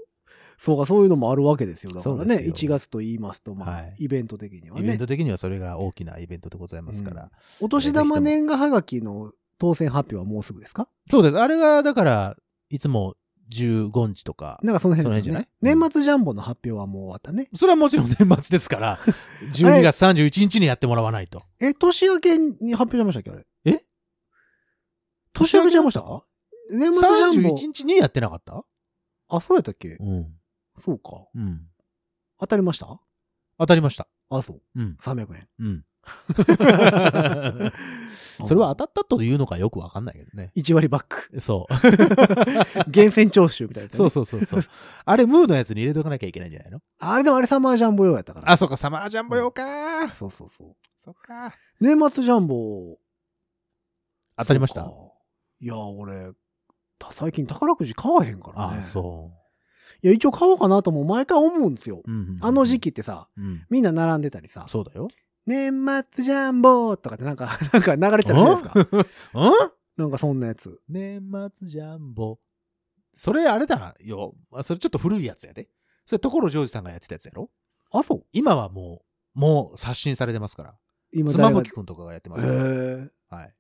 Speaker 2: そうか、そういうのもあるわけですよ。だから
Speaker 3: そう
Speaker 2: ね、
Speaker 3: です
Speaker 2: 1
Speaker 3: よ
Speaker 2: 月と言いますと、まあ、
Speaker 3: はい
Speaker 2: イベント的には
Speaker 3: イベン
Speaker 2: ね
Speaker 3: ト。的にはそれが大きなイベントでございますから。
Speaker 2: うんお年玉年賀はがきの当選発表はもうすぐですか
Speaker 3: そうです。あれが、だから、いつも15日とか。
Speaker 2: なんかその辺です
Speaker 3: そ
Speaker 2: よ
Speaker 3: の辺
Speaker 2: ね。
Speaker 3: じゃない
Speaker 2: 年末ジャンボの発表はもう終わったね。
Speaker 3: それはもちろん年末で すから、12月31日にやってもらわないと。
Speaker 2: え、年明けに発表しましたっけあれ。
Speaker 3: え
Speaker 2: 年明けちゃいましたか年末ジャン
Speaker 3: 31
Speaker 2: ボ。
Speaker 3: 日にやってなかった
Speaker 2: あ、そうやったっけ
Speaker 3: うん。
Speaker 2: そうか。
Speaker 3: うん。
Speaker 2: 当たりました
Speaker 3: 当たりました。
Speaker 2: あ、そう。
Speaker 3: うん。
Speaker 2: 300円。
Speaker 3: うん。それは当たったというのかよくわかんないけどね。
Speaker 2: 1割バッ ク。
Speaker 3: そう。
Speaker 2: 厳選徴収みたいな、
Speaker 3: そう
Speaker 2: う。
Speaker 3: そうそうそう。あれ、ムーのやつに入れとかなきゃいけないんじゃないの
Speaker 2: あれでもあれサマージャンボ用やったから。
Speaker 3: あ、そうか、サマージャンボ用か、
Speaker 2: そうそうそう。
Speaker 3: そっか。
Speaker 2: 年末ジャンボ。
Speaker 3: 当たりました。
Speaker 2: そうかいや、俺、た最近宝くじ買わへんから
Speaker 3: あ、
Speaker 2: ね。う。
Speaker 3: そ
Speaker 2: いや、一応買おうかなとも毎回思うんですよ。
Speaker 3: う。うん
Speaker 2: あの時。期ってさ、
Speaker 3: うん。
Speaker 2: みんな並んでたりさ、
Speaker 3: そうだよ。
Speaker 2: 年末ジャンボとかってなんか、 なんか流れてたりしないです か
Speaker 3: うん
Speaker 2: なんかそんなやつ。
Speaker 3: 年末ジャンボ。それあれだよ。あそれちょっと古いやつやで。それ所ジョージさんがやってたやつやろ
Speaker 2: あ、そう。
Speaker 3: 今はもう、もう刷新されてますから。
Speaker 2: 今
Speaker 3: 妻
Speaker 2: 誰が
Speaker 3: 夫木くんとかがやってます
Speaker 2: え
Speaker 3: から。
Speaker 2: ー、
Speaker 3: はい。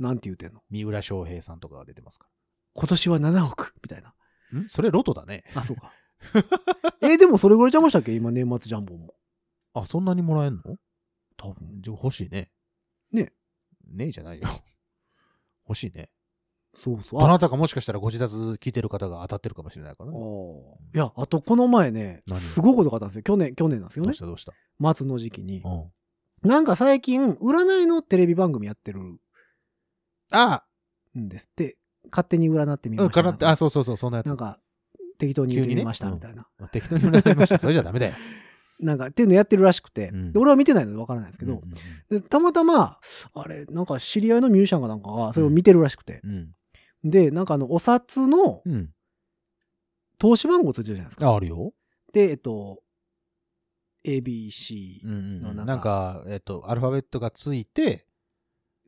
Speaker 2: なんて言うてんの
Speaker 3: 三浦翔平さんとかが出てますか
Speaker 2: 今年は7億みたいな。
Speaker 3: ら。んそれロトだね。
Speaker 2: あ、そう か。えーでもそれぐらいちゃいましたっけ今年末ジャンボも。
Speaker 3: あ、そんなにもらえんの
Speaker 2: 多分。
Speaker 3: じゃあ欲しいね。
Speaker 2: ね
Speaker 3: ねえじゃないよ。欲しいね。
Speaker 2: そうそう。
Speaker 3: ど
Speaker 2: あ
Speaker 3: なたかもしかしたらご自宅聞いてる方が当たってるかもしれないから
Speaker 2: あ
Speaker 3: ね。
Speaker 2: ーいや、あとこの前ね、
Speaker 3: 何
Speaker 2: すごいことがあったんですよ。去年、去年なんですよ
Speaker 3: どう
Speaker 2: ね
Speaker 3: し。たどうした。
Speaker 2: 末の時期に
Speaker 3: う。ん、
Speaker 2: なんか最近、占いのテレビ番組やってる
Speaker 3: あ
Speaker 2: んですって、勝手に占ってみ
Speaker 3: あ、うん、
Speaker 2: まし
Speaker 3: か
Speaker 2: た。
Speaker 3: なって、あ、そうそうそう、そんなやつ
Speaker 2: なん。か、適当に言ってみました、
Speaker 3: 急にね
Speaker 2: みたいな。
Speaker 3: 適当に占いました。それじゃダメだよ。
Speaker 2: なんか、っていうのやってるらしくて、
Speaker 3: うん
Speaker 2: で俺は見てないのでわからないですけど、
Speaker 3: うん
Speaker 2: でたまたま、あれ、なんか知り合いのミュージシャンかなんかがそれを見てるらしくて、
Speaker 3: うん。
Speaker 2: で、なんかあの、お札の
Speaker 3: うん。うん
Speaker 2: 投資番号ついてるじゃないですか。
Speaker 3: ああるよ。
Speaker 2: で、えっと、ABC
Speaker 3: うん、う
Speaker 2: のな
Speaker 3: ん。
Speaker 2: んか
Speaker 3: なんか、えっと、アルファベットがついて、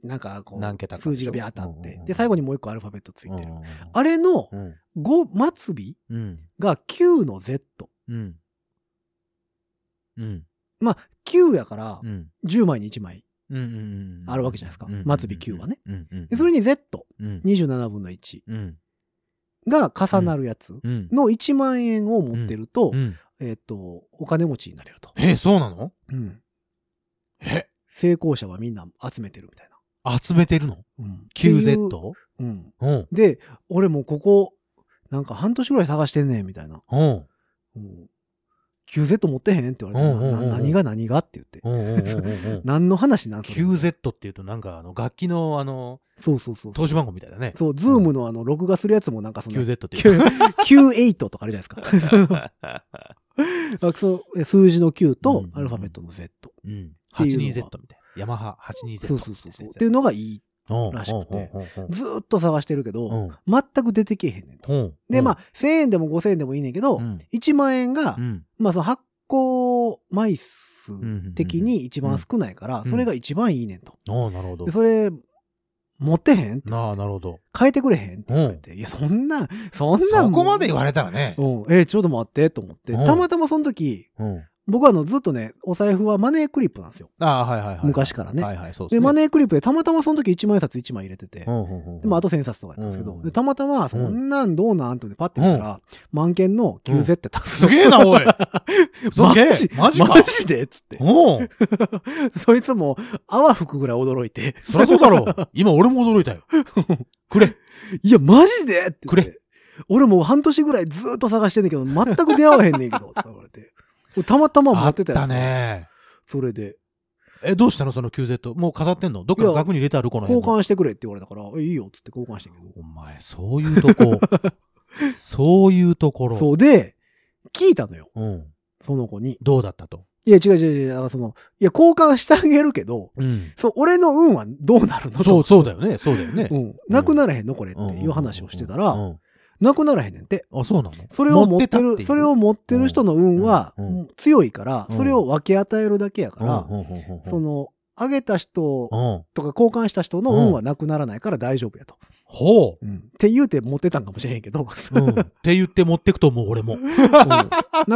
Speaker 2: なんかこ
Speaker 3: 何桁
Speaker 2: う、
Speaker 3: かでしょ
Speaker 2: 数字がビャーってあっ
Speaker 3: うんうん
Speaker 2: て
Speaker 3: うん、
Speaker 2: で、最後にもう一個アルファベットついてる。
Speaker 3: う
Speaker 2: あれの
Speaker 3: んうん。
Speaker 2: 5末尾
Speaker 3: うん。
Speaker 2: が9の Z。
Speaker 3: うん。うん。
Speaker 2: まあ、9やから
Speaker 3: う、ん。
Speaker 2: 10枚に1枚。
Speaker 3: うんうん。
Speaker 2: あるわけじゃないですか
Speaker 3: うん
Speaker 2: 末尾九はね。
Speaker 3: うんうん。
Speaker 2: でそれに Z、
Speaker 3: うん、
Speaker 2: 27分の1
Speaker 3: うん。
Speaker 2: が重なるやつ
Speaker 3: うん。
Speaker 2: の1万円を持ってると
Speaker 3: う、ん。
Speaker 2: えっと、お金持ちになれると。
Speaker 3: え、そうなの
Speaker 2: うん。
Speaker 3: え
Speaker 2: 成功者はみんな集めてるみたいな。
Speaker 3: 集めてるの
Speaker 2: うん。っていう
Speaker 3: ?9Z?
Speaker 2: うん。
Speaker 3: うん。
Speaker 2: で、俺もうここ、なんか半年ぐらい探してんねん、みたいな。
Speaker 3: うん。
Speaker 2: うん。9Z 持ってへんって言われて、
Speaker 3: うんうんうんうん
Speaker 2: な何が何がって言って。
Speaker 3: うん うんうんうんうん。
Speaker 2: 何の話なんそれ
Speaker 3: 9Z っていうとなんかあの楽器のあの
Speaker 2: そうそうそうそう。
Speaker 3: 投資番号みたいだね。
Speaker 2: そう、ズームのあの、録画するやつもなんかその、
Speaker 3: 9Z っていう。
Speaker 2: 98とかあるじゃないです かあ。そう数字の9
Speaker 3: う
Speaker 2: と
Speaker 3: ん
Speaker 2: アルファベットの Z。
Speaker 3: うん。
Speaker 2: ていうのが
Speaker 3: 82Z みたいな。ヤマハ 82Z。
Speaker 2: そうそうそうそう。っていうのがいい。
Speaker 3: の
Speaker 2: らしくて。
Speaker 3: う
Speaker 2: ずーっと探してるけ
Speaker 3: んう
Speaker 2: ど、
Speaker 3: んうん
Speaker 2: 全く出てけえへんねんと。
Speaker 3: うん。
Speaker 2: で、まあ、1000円でも5000円でもいいねんけど、
Speaker 3: うん
Speaker 2: 1万円が
Speaker 3: あう、ん。
Speaker 2: まあ、その発行枚数的に一番少ないから、
Speaker 3: うん
Speaker 2: それが一番いいねんと。
Speaker 3: ああ、なるほど
Speaker 2: で、。それ、持ってへんって
Speaker 3: なあ、なるほど。
Speaker 2: 変えてくれへんって言われて、いや、そんな、そんな
Speaker 3: そ
Speaker 2: ん
Speaker 3: こまで言われたらね。
Speaker 2: うん、えーちょっと待って、と思って。
Speaker 3: うん
Speaker 2: たまたまその時、
Speaker 3: うん。
Speaker 2: 僕はあの、ずっとね、お財布はマネークリップなんですよ。
Speaker 3: ああ、はいはいはい。
Speaker 2: 昔からね
Speaker 3: はいはい、そう
Speaker 2: で、
Speaker 3: ね
Speaker 2: マネークリップでたまたまその時1万円札1枚入れてて
Speaker 3: う、んうんうん。
Speaker 2: で、まあ、あと1000円札とかやったんですけ
Speaker 3: う
Speaker 2: ど
Speaker 3: ん、
Speaker 2: でたまたま、そんなんどうなんってパッて見たら、満件の 9Z ってたんです
Speaker 3: す
Speaker 2: よ
Speaker 3: げえな、おいす げえ
Speaker 2: マジ
Speaker 3: マジか
Speaker 2: マジでっつって。
Speaker 3: おう
Speaker 2: そいつも、あわ吹くぐらい驚いて、
Speaker 3: そりゃそうだろう。今俺も驚い たよ。くれ。
Speaker 2: いや、マジでって言って
Speaker 3: く
Speaker 2: 俺もう半年ぐらいずーっと探してんねんけど、全く出会わへんねんけ ど、とか言われて。俺たまたま持
Speaker 3: あ
Speaker 2: っ
Speaker 3: って
Speaker 2: たやつ。
Speaker 3: た。ね。
Speaker 2: それで、
Speaker 3: え、どうしたのその 9Z。もう飾ってんのどっか
Speaker 2: い
Speaker 3: の
Speaker 2: や
Speaker 3: 額に入れてあるこの
Speaker 2: 交
Speaker 3: 辺の。
Speaker 2: 換してくれって言われたから、えいいよっつって交換してんけど。
Speaker 3: お前、そういう とこ。そういうところ。
Speaker 2: そうで、聞いたのよ、
Speaker 3: うん。
Speaker 2: その子に。
Speaker 3: どうだったと。
Speaker 2: いや、違う違う違う、だからその、いや、交換してあげるけど、
Speaker 3: うん。
Speaker 2: そう、俺の運はどうなるのと。
Speaker 3: そう、そうだよね。そうだよね
Speaker 2: う。ん。なくならへんのこれって
Speaker 3: ん
Speaker 2: いう話をしてた
Speaker 3: う
Speaker 2: ら、
Speaker 3: ん
Speaker 2: なくならへんねんって。
Speaker 3: あ、そうなの
Speaker 2: それを持って
Speaker 3: た
Speaker 2: る
Speaker 3: ていう
Speaker 2: それを持ってる人の運は
Speaker 3: うんうん
Speaker 2: 強いから、
Speaker 3: うん
Speaker 2: それを分け与えるだけやか
Speaker 3: うん
Speaker 2: ら、
Speaker 3: うんうんうんうん
Speaker 2: その、あげた人
Speaker 3: うん。
Speaker 2: とか交換した人の運はなくならないから大丈夫やと。
Speaker 3: ほう。
Speaker 2: って言うて持ってたんかもしれへんけど、
Speaker 3: うん。 って言って持ってくと思う、俺
Speaker 2: う
Speaker 3: も。
Speaker 2: ん な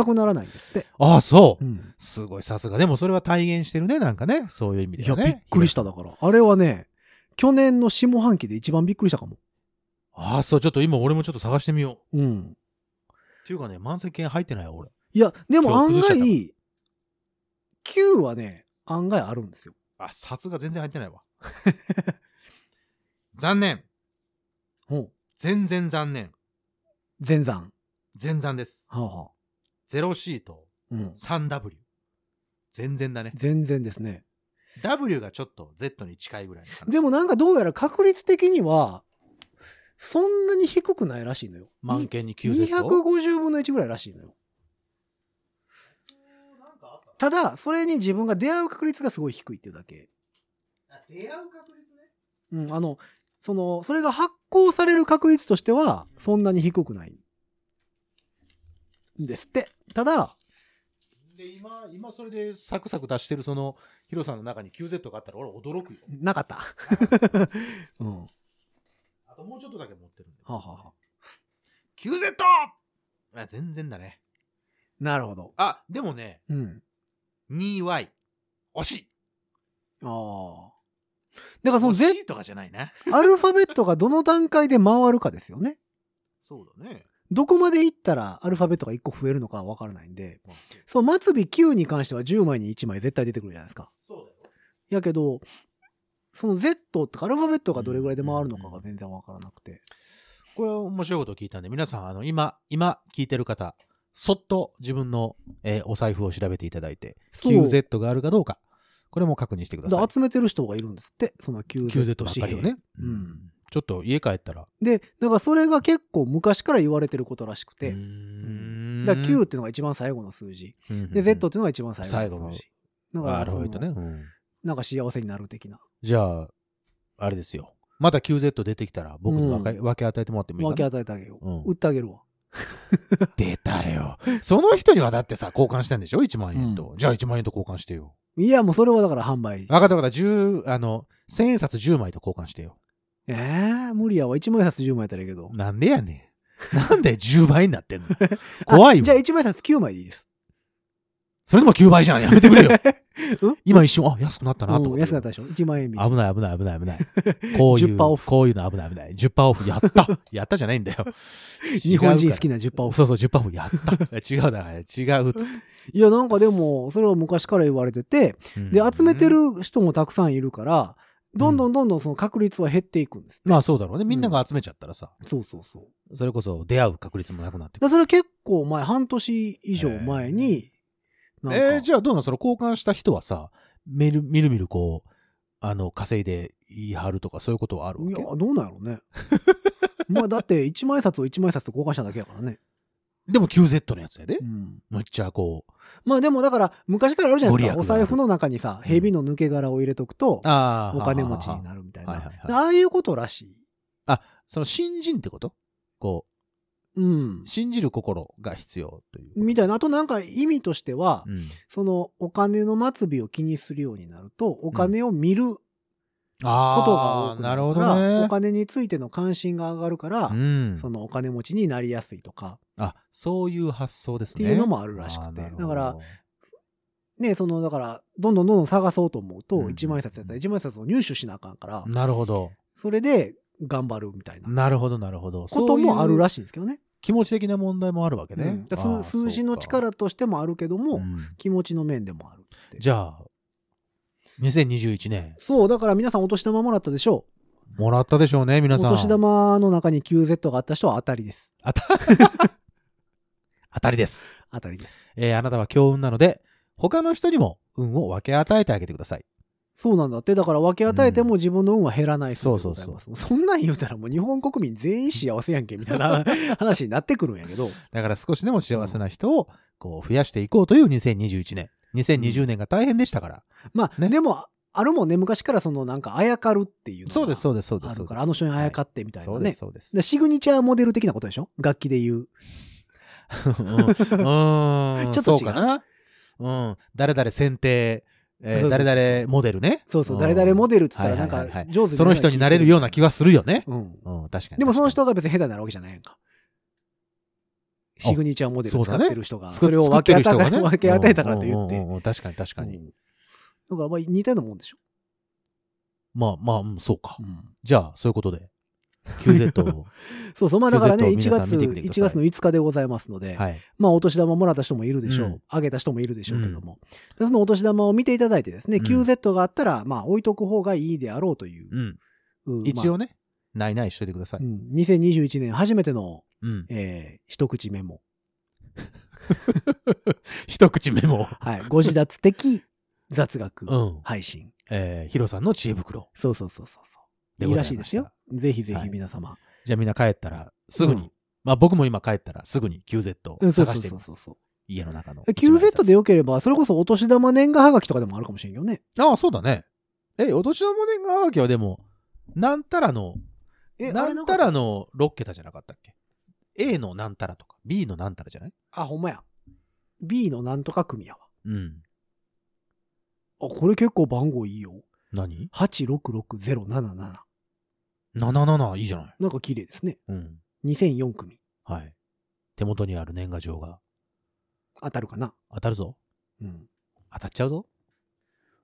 Speaker 2: くならないんですって。
Speaker 3: ああ、そうう。
Speaker 2: ん
Speaker 3: すごい、さすが。でもそれは体現してるね、なんかね。そういう意味
Speaker 2: い
Speaker 3: で
Speaker 2: や、
Speaker 3: は
Speaker 2: び
Speaker 3: ね。
Speaker 2: っくりしただから。あれはね、去年の下半期で一番びっくりしたかも。
Speaker 3: ああ、そう、ちょっと今俺もちょっと探してみよう。
Speaker 2: うん。
Speaker 3: っていうかね、満席券入ってないよ、俺。
Speaker 2: いや、でも案
Speaker 3: 今日崩しちゃったか
Speaker 2: 外、9はね、案外あるんですよ。
Speaker 3: あ、札が全然入ってないわ。 残念。
Speaker 2: うん。
Speaker 3: 全然残念。
Speaker 2: 全山。
Speaker 3: 全然です。
Speaker 2: はあはあ
Speaker 3: ゼロシート
Speaker 2: うん。
Speaker 3: 3W。全然だね。
Speaker 2: 全然ですね。
Speaker 3: W がちょっと Z に近いぐらいの感じ。
Speaker 2: でもなんかどうやら確率的には、そんなに低くないらしいのよ。
Speaker 3: 満件に 9Z。
Speaker 2: 250分の1ぐらいらしいのよ。ただ、それに自分が出会う確率がすごい低いっていうだけ。
Speaker 3: 出会う確率ね。
Speaker 2: うん、あの、その、それが発行される確率としては、そんなに低くない。んですって。ただ、
Speaker 3: で、今、今それでサクサク出してるその、ヒロさんの中に 9Z があったら俺驚くよ。
Speaker 2: なかった。 うん。は
Speaker 3: あともうちょっとだけ持ってるんで。
Speaker 2: あはあはあ
Speaker 3: 9Z! あ、全然だね。
Speaker 2: なるほど。
Speaker 3: あ、でもね、
Speaker 2: うん。
Speaker 3: 2Y。惜しい
Speaker 2: ああ。だからその
Speaker 3: 惜
Speaker 2: Z、
Speaker 3: しいとかじゃないな。
Speaker 2: アルファベットがどの段階で回るかですよね。
Speaker 3: そうだね。
Speaker 2: どこまでいったらアルファベットが1個増えるのかはわからないんで、そう、末尾9に関しては10枚に1枚絶対出てくるじゃないですか。
Speaker 3: そう
Speaker 2: やけど、その Z とかアルファベットがどれぐらいで回るのかが全然わからなくて。
Speaker 3: これは面白いことを聞いたんで、皆さん、あの、今、今聞いてる方、そっと自分の、えーお財布を調べていただいて、
Speaker 2: そう
Speaker 3: QZ があるかどうか、これも確認してくだ
Speaker 2: だ
Speaker 3: さ
Speaker 2: か
Speaker 3: い
Speaker 2: ら。集めてる人がいるんですって、その
Speaker 3: QZ
Speaker 2: QZ
Speaker 3: ばっ
Speaker 2: 紙
Speaker 3: かり
Speaker 2: 幣
Speaker 3: を。ね。
Speaker 2: うん
Speaker 3: ちょっと家帰ったら。
Speaker 2: で、だからそれが結構昔から言われてることらしくて、
Speaker 3: うーん
Speaker 2: だから Q っていうのが一番最後の数字。
Speaker 3: うんうんうん
Speaker 2: で、Z っていうのが一番最後の数字。だから
Speaker 3: アルファベットね。
Speaker 2: その
Speaker 3: うん
Speaker 2: なんか幸せになる的な。
Speaker 3: じゃあ、あれですよ。また QZ 出てきたら、僕に分け,、
Speaker 2: う
Speaker 3: 分け与えてもらってもいい
Speaker 2: 分け
Speaker 3: かな
Speaker 2: 与えてあげよう。
Speaker 3: うん
Speaker 2: 売ってあげるわ。
Speaker 3: 出たよ。その人にはだってさ、交換したんでしょ ?1 万円と、じゃあ1万円と交換してよ。
Speaker 2: いや、もうそれはだから販売。
Speaker 3: 分かった分かった。10、あの、1000円札10枚と交換してよ。
Speaker 2: えー、無理やわ。1枚札10枚やったらいいけど。
Speaker 3: なんでやねん。なんで10倍に なってんの怖い
Speaker 2: あ
Speaker 3: わ。
Speaker 2: じゃあ1枚札9枚でいいです。
Speaker 3: それでも9倍じゃん。やめてくれよ。
Speaker 2: うん
Speaker 3: 今一瞬、あ、安くなったなと思っ
Speaker 2: う
Speaker 3: て。
Speaker 2: ん安かったでしょ ?1 万円引き。
Speaker 3: 危ない危ない危ない危ない。こ ういう、
Speaker 2: 10%オフ
Speaker 3: こういうの危ない危ない。10%オフ、やった。やったじゃないんだよ。
Speaker 2: 日本人好き
Speaker 3: な。
Speaker 2: な10%オフ。
Speaker 3: そうそう、10%オフ、やった。 違うだから、違うっつっ
Speaker 2: いや、なんかでも、それは昔から言われてて、
Speaker 3: て。
Speaker 2: で、集めて
Speaker 3: うん。
Speaker 2: る人もたくさんいるから、どんどんどんどんその確率は減っていくんですって。
Speaker 3: まあそうだろうね。みんなが集めちゃったらさ、
Speaker 2: そうそうそう。
Speaker 3: それこそ出会う確率もなくなってく
Speaker 2: だからそれ結構前、半年以上前に、なん
Speaker 3: る。
Speaker 2: か、
Speaker 3: えー、じゃあどうなのその交換した人はさ、みるみるみるこう、あの、稼いで言い張るとかそういうことはあるわ
Speaker 2: い
Speaker 3: け
Speaker 2: や、どうなんやろう ね。まあ、だって、1枚札を1枚札と交換しただけやからね。
Speaker 3: でも QZ のやつやで
Speaker 2: う。ん。
Speaker 3: むっちゃこう。
Speaker 2: まあ、でもだから、昔からあるじゃないですか。
Speaker 3: ご
Speaker 2: お
Speaker 3: 利益があ
Speaker 2: 財
Speaker 3: る
Speaker 2: 布の中にさ、蛇の抜け殻を入れとくと、
Speaker 3: あ
Speaker 2: お金持ちになるみたい
Speaker 3: はいは
Speaker 2: ない
Speaker 3: はい。
Speaker 2: でああいうことらしい。
Speaker 3: その信心ってことこ
Speaker 2: うん
Speaker 3: う、。信じる心が必要という。
Speaker 2: みたいな。あとなんか意味としては
Speaker 3: う、ん。
Speaker 2: そのお金の末尾を気にするようになると、お金を見るこ
Speaker 3: あ
Speaker 2: とが多
Speaker 3: あ、
Speaker 2: くな
Speaker 3: なる
Speaker 2: る
Speaker 3: ほ
Speaker 2: から、
Speaker 3: どね
Speaker 2: お。金についての関心が上がるから、
Speaker 3: うん
Speaker 2: そ。のお金持ちになりやすいとか、
Speaker 3: あ、そういう発想ですね。
Speaker 2: っていうのもあるらしくて
Speaker 3: あーなるほど
Speaker 2: だからね、その、だから、どんどんどんどん探そうと思う
Speaker 3: うん
Speaker 2: と、一万円札やったら一万円札を入手しなあかんから、
Speaker 3: なるほど。
Speaker 2: それで頑張るみたいな
Speaker 3: なるほど、なるほど。
Speaker 2: こともあるら
Speaker 3: しい
Speaker 2: しいんですけどね。
Speaker 3: う。気持ち的な問題もあるわけ
Speaker 2: う
Speaker 3: ね
Speaker 2: ん。だから
Speaker 3: あー
Speaker 2: 数数字の力としてもあるけど
Speaker 3: そう
Speaker 2: も
Speaker 3: か、うん
Speaker 2: 気持ちの面でもある。
Speaker 3: じゃあ、2021年、
Speaker 2: そう、だから皆さんお年玉もらったでしょう。
Speaker 3: もらったでしょうね、
Speaker 2: お
Speaker 3: 皆さん。
Speaker 2: 年玉の中に QZ があった人は当たりです。
Speaker 3: あた当たりです。
Speaker 2: 当たりです。
Speaker 3: えーあなたは強運なので、他の人にも運を分け与えてあげてください。
Speaker 2: そうなんだって。だから分け与えても自分の運は減らない
Speaker 3: そう
Speaker 2: そう
Speaker 3: そ
Speaker 2: で
Speaker 3: う
Speaker 2: ござ
Speaker 3: そう
Speaker 2: います。そんなん言うたらもう日本国民全員幸せやんけみたい な話になってくるんやけど。
Speaker 3: だから少しでも幸せな人をこう増やしていこうという2021年。2020年が大変でしたから。
Speaker 2: まあ、
Speaker 3: ね
Speaker 2: でも、あるもんね、昔からそのなんかあやかるっていうのが
Speaker 3: そうです、そうです、そうです。
Speaker 2: あ
Speaker 3: そ
Speaker 2: る
Speaker 3: うです
Speaker 2: から、あの人にあやか
Speaker 3: っ
Speaker 2: ってみたい
Speaker 3: そ
Speaker 2: な
Speaker 3: うで
Speaker 2: ね
Speaker 3: す、。そうです。
Speaker 2: でシグニチャーモデル的なことでしょ楽器で言う。
Speaker 3: うんうー ん
Speaker 2: ちょっと違う
Speaker 3: そうかな。うん。誰々選定、えー
Speaker 2: そうそうそう
Speaker 3: 誰々モデルね。
Speaker 2: そうそう、
Speaker 3: ん
Speaker 2: 誰々モデルっつったら
Speaker 3: は
Speaker 2: ないん
Speaker 3: はいはい
Speaker 2: か
Speaker 3: はい
Speaker 2: 上手
Speaker 3: その人になれるような気
Speaker 2: が。
Speaker 3: はするよね。
Speaker 2: うん。
Speaker 3: うん、確かに。
Speaker 2: でもその
Speaker 3: 確か
Speaker 2: 人が別に下手になるわけじゃないやんか。シグニチャーモデル使ってる人が、
Speaker 3: に、
Speaker 2: それを
Speaker 3: 作
Speaker 2: 分
Speaker 3: って
Speaker 2: け
Speaker 3: る人
Speaker 2: 与
Speaker 3: が
Speaker 2: え,、
Speaker 3: ね
Speaker 2: 分け与えたからと言って。
Speaker 3: うんうんうんうん確かに、確か
Speaker 2: う
Speaker 3: に。
Speaker 2: んだからまあ似たようなもんでしょ。
Speaker 3: まあまあ、うんそうか。じゃあ、そういうことで。QZ を。
Speaker 2: そうそう。まあだからね、
Speaker 3: ぜひ
Speaker 2: 1
Speaker 3: とも皆さん
Speaker 2: 月、
Speaker 3: 見てみて
Speaker 2: 1
Speaker 3: ください
Speaker 2: 月の5日でございますので、
Speaker 3: はい。
Speaker 2: まあお年玉もらった人もいるでしょう。
Speaker 3: うん
Speaker 2: あげた人もいるでしょうけども。でそのお年玉を見ていただいてですね、
Speaker 3: うん
Speaker 2: QZ があったら、まあ置いとく方がいいであろうという
Speaker 3: う。ん。
Speaker 2: うん
Speaker 3: 一
Speaker 2: ま
Speaker 3: 応ね、ないないしといてくださ
Speaker 2: あ
Speaker 3: い。
Speaker 2: うん2021年初めての、
Speaker 3: うん。
Speaker 2: えー一口メモ。
Speaker 3: 一口メモ。
Speaker 2: はい。ご自立的雑学
Speaker 3: うん。
Speaker 2: 配信。
Speaker 3: えー、ヒロさんの知恵袋
Speaker 2: そうそうそうそうそう。
Speaker 3: で
Speaker 2: いい
Speaker 3: ござ
Speaker 2: ら
Speaker 3: いました。
Speaker 2: しいですよ。。ぜひぜ
Speaker 3: はい
Speaker 2: ひ皆様。
Speaker 3: じゃあみんな帰ったら、すぐに、
Speaker 2: うん
Speaker 3: まあ僕も今帰ったら、すぐに QZ
Speaker 2: う
Speaker 3: を
Speaker 2: ん、そうそ
Speaker 3: 探
Speaker 2: う
Speaker 3: して
Speaker 2: そ
Speaker 3: み
Speaker 2: う
Speaker 3: ます。
Speaker 2: そうそう。
Speaker 3: 家の中の。
Speaker 2: QZ でよければ、それこそお年玉年賀はがきとかでもあるかもしれんよね。
Speaker 3: ああ、そうだね。え、お年玉年賀はがきはでも、なんたらの、なんたらの6桁じゃなかったっけ ?A のなんたらとか、B のなんたらじゃない
Speaker 2: あ、ほんまや。B のなんとか組やわ。
Speaker 3: うん。
Speaker 2: あ、これ結構番号いいよ。
Speaker 3: 何
Speaker 2: 866077。
Speaker 3: ?77 いいじゃない。
Speaker 2: なんか綺麗ですね。
Speaker 3: うん。
Speaker 2: 2004組。
Speaker 3: はい。手元にある年賀状が
Speaker 2: 当たるかな。
Speaker 3: 当たるぞ。
Speaker 2: うん。
Speaker 3: 当たっちゃうぞ。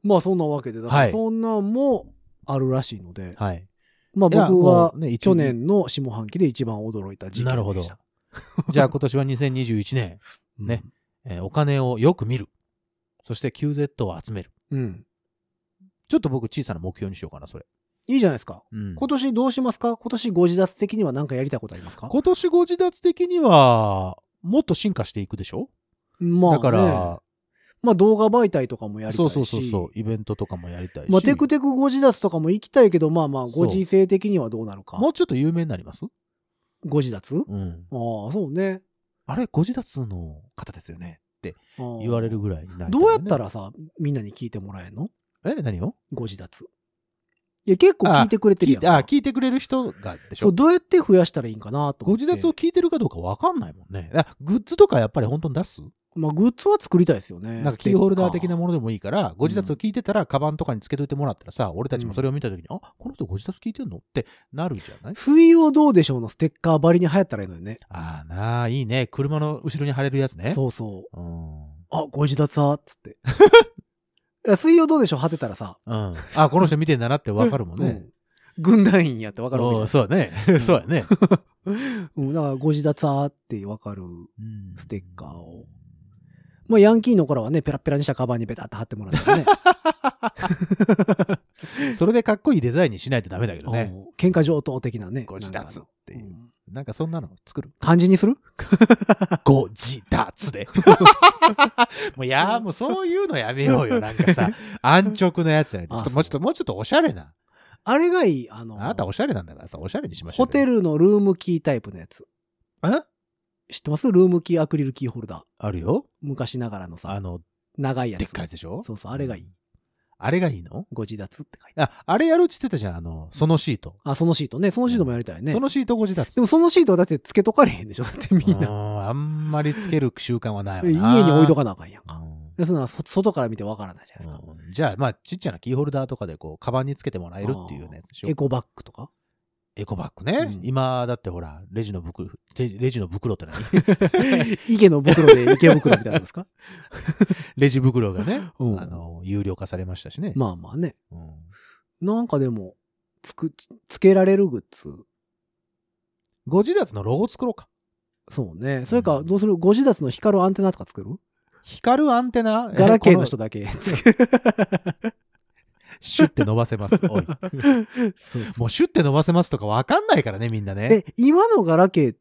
Speaker 2: まあそんなわけで、だか
Speaker 3: は
Speaker 2: ら
Speaker 3: い
Speaker 2: そんなんもあるらしいので、
Speaker 3: はい。
Speaker 2: まあ
Speaker 3: いや
Speaker 2: 僕は
Speaker 3: もうね一
Speaker 2: 去年の下半期で一番驚いた時期でした。
Speaker 3: なるほどじゃあ今年は2021年、
Speaker 2: うん
Speaker 3: ね。えーお金をよく見る。そして QZ を集める。
Speaker 2: うん。
Speaker 3: ちょっと僕小さな目標にしようかな、それ。
Speaker 2: いいじゃないですか。
Speaker 3: うん
Speaker 2: 今年どうしますか今年ご自脱的には何かやりたいことありますか
Speaker 3: 今年ご自立的には、もっと進化していくでしょ
Speaker 2: まあ、
Speaker 3: だから、
Speaker 2: まあ動画媒体とかもやりたいし。
Speaker 3: そうそうそうそう、イベントとかもやりたいし、
Speaker 2: まあテクテクご自脱とかも行きたいけど、まあまあご時世的にはどうなるか。
Speaker 3: もうちょっと有名になります
Speaker 2: ご自脱あ
Speaker 3: うん。
Speaker 2: あ、そうね。
Speaker 3: あれ、ご自立の方ですよねって
Speaker 2: ああ
Speaker 3: 言われるぐらいになりたい
Speaker 2: ど
Speaker 3: よね、
Speaker 2: うやったらさ、みんなに聞いてもらえんの
Speaker 3: え、何を
Speaker 2: ご自脱。いや、結構聞いてくれてる
Speaker 3: 聞い
Speaker 2: やん
Speaker 3: て、
Speaker 2: か。
Speaker 3: あ、聞いてくれる人がでし
Speaker 2: そう、
Speaker 3: ょ
Speaker 2: どうやって増やしたらいいんかなと
Speaker 3: ご
Speaker 2: 思って。
Speaker 3: 自立を聞いてるかどうかわかんないもんね。あグッズとかやっぱり本当に出す
Speaker 2: まあ、グッズは作りたいですよね。
Speaker 3: なんかキーホルダー的な
Speaker 2: も
Speaker 3: ものでもいいから、ご自立を聞いてたら、カバンとかにつけといてもらったらさ、俺たちもそれを見たときに、あ、この人ご自立聞いてんのってなるじゃない
Speaker 2: 水曜どうでしょうのステッカーばりに流行ったらいいのよね。
Speaker 3: ああなあ、いいね。車の後ろに貼れるやつね。
Speaker 2: そうそう。
Speaker 3: う。ん。うん。
Speaker 2: あ、ご自立はっつっ て。いや水曜どうでしょう貼ってたらさ。
Speaker 3: あー、この人見てんだなってわかるもんね。
Speaker 2: うん。軍団員やってわかるわけ
Speaker 3: おー
Speaker 2: です。
Speaker 3: そうだね。そうやね。
Speaker 2: うん、だからご自立はってわかる。
Speaker 3: うん
Speaker 2: ステッカーを。まあ、ヤンキーの頃はね、ペラペラにしたカバンにペタッと貼ってもら ってね。
Speaker 3: それでかっこいいデザインにしないとダメだけどね。
Speaker 2: うん喧嘩上等的なね。
Speaker 3: ご自立って
Speaker 2: なんかあ
Speaker 3: いう
Speaker 2: の。うん
Speaker 3: なんかそんなの作る。
Speaker 2: 漢字にする
Speaker 3: ご自立 で。もうやー、もうそういうのやめようよ。なんか さ、安直なやつじゃないと。ちょっと
Speaker 2: あ
Speaker 3: もうちょっと、もうちょっとおしゃれな。
Speaker 2: あれがいい。あの、
Speaker 3: あなたおしゃれなんだからさ、おしゃれにしましょう
Speaker 2: ホテ
Speaker 3: よ。
Speaker 2: ルのルームキータイプのやつ。
Speaker 3: え
Speaker 2: 知ってますルームキーアクリルキーホルダー。
Speaker 3: あるよ。
Speaker 2: 昔ながらのさ
Speaker 3: あ、の、
Speaker 2: 長いやつ。
Speaker 3: でっかいやつでしょ
Speaker 2: そうそう、あれがいい。。
Speaker 3: あれがいいの
Speaker 2: ご自立って書いてある。
Speaker 3: あ、あれやるって言ってたじゃん。あの、そのシート。
Speaker 2: あ、そのシートね。そのシートもやりたいね。
Speaker 3: そのシートご自立。
Speaker 2: でもそのシートはだってつけとかれへんでしょ だってみん
Speaker 3: う
Speaker 2: な。
Speaker 3: んあんまりつける習慣はない
Speaker 2: 家
Speaker 3: わな。
Speaker 2: に置いとかなあかんやん
Speaker 3: う
Speaker 2: か。
Speaker 3: ん
Speaker 2: でそんなのそ外から見てわからないじゃないですか。
Speaker 3: うんじゃあ、まあ、ちっちゃなキーホルダーとかで、こう、カバンにつけてもらえるっていうようなやつでしょ
Speaker 2: エコバッグとか
Speaker 3: エコバッグね。
Speaker 2: うん
Speaker 3: 今、だってほら、レジの袋、レレジの袋 って何
Speaker 2: 池の袋で池袋みたいなんです か
Speaker 3: レジ袋がね、
Speaker 2: うん
Speaker 3: あの、有料化されましたしね。
Speaker 2: まあまあね。
Speaker 3: うん
Speaker 2: なんかでも、つく、つけられるグッズ。
Speaker 3: ご自立のロゴ作ろうか。
Speaker 2: そうね。それか、どうするご自立の光るアンテナとか作る
Speaker 3: 光るアンテナ、
Speaker 2: ガラケーの人
Speaker 3: だ。
Speaker 2: だけ。
Speaker 3: このシュッて伸ばせます。 おい。もうシュッて伸ばせますとかわかんないからね、みんなね。
Speaker 2: え、今のガラケー、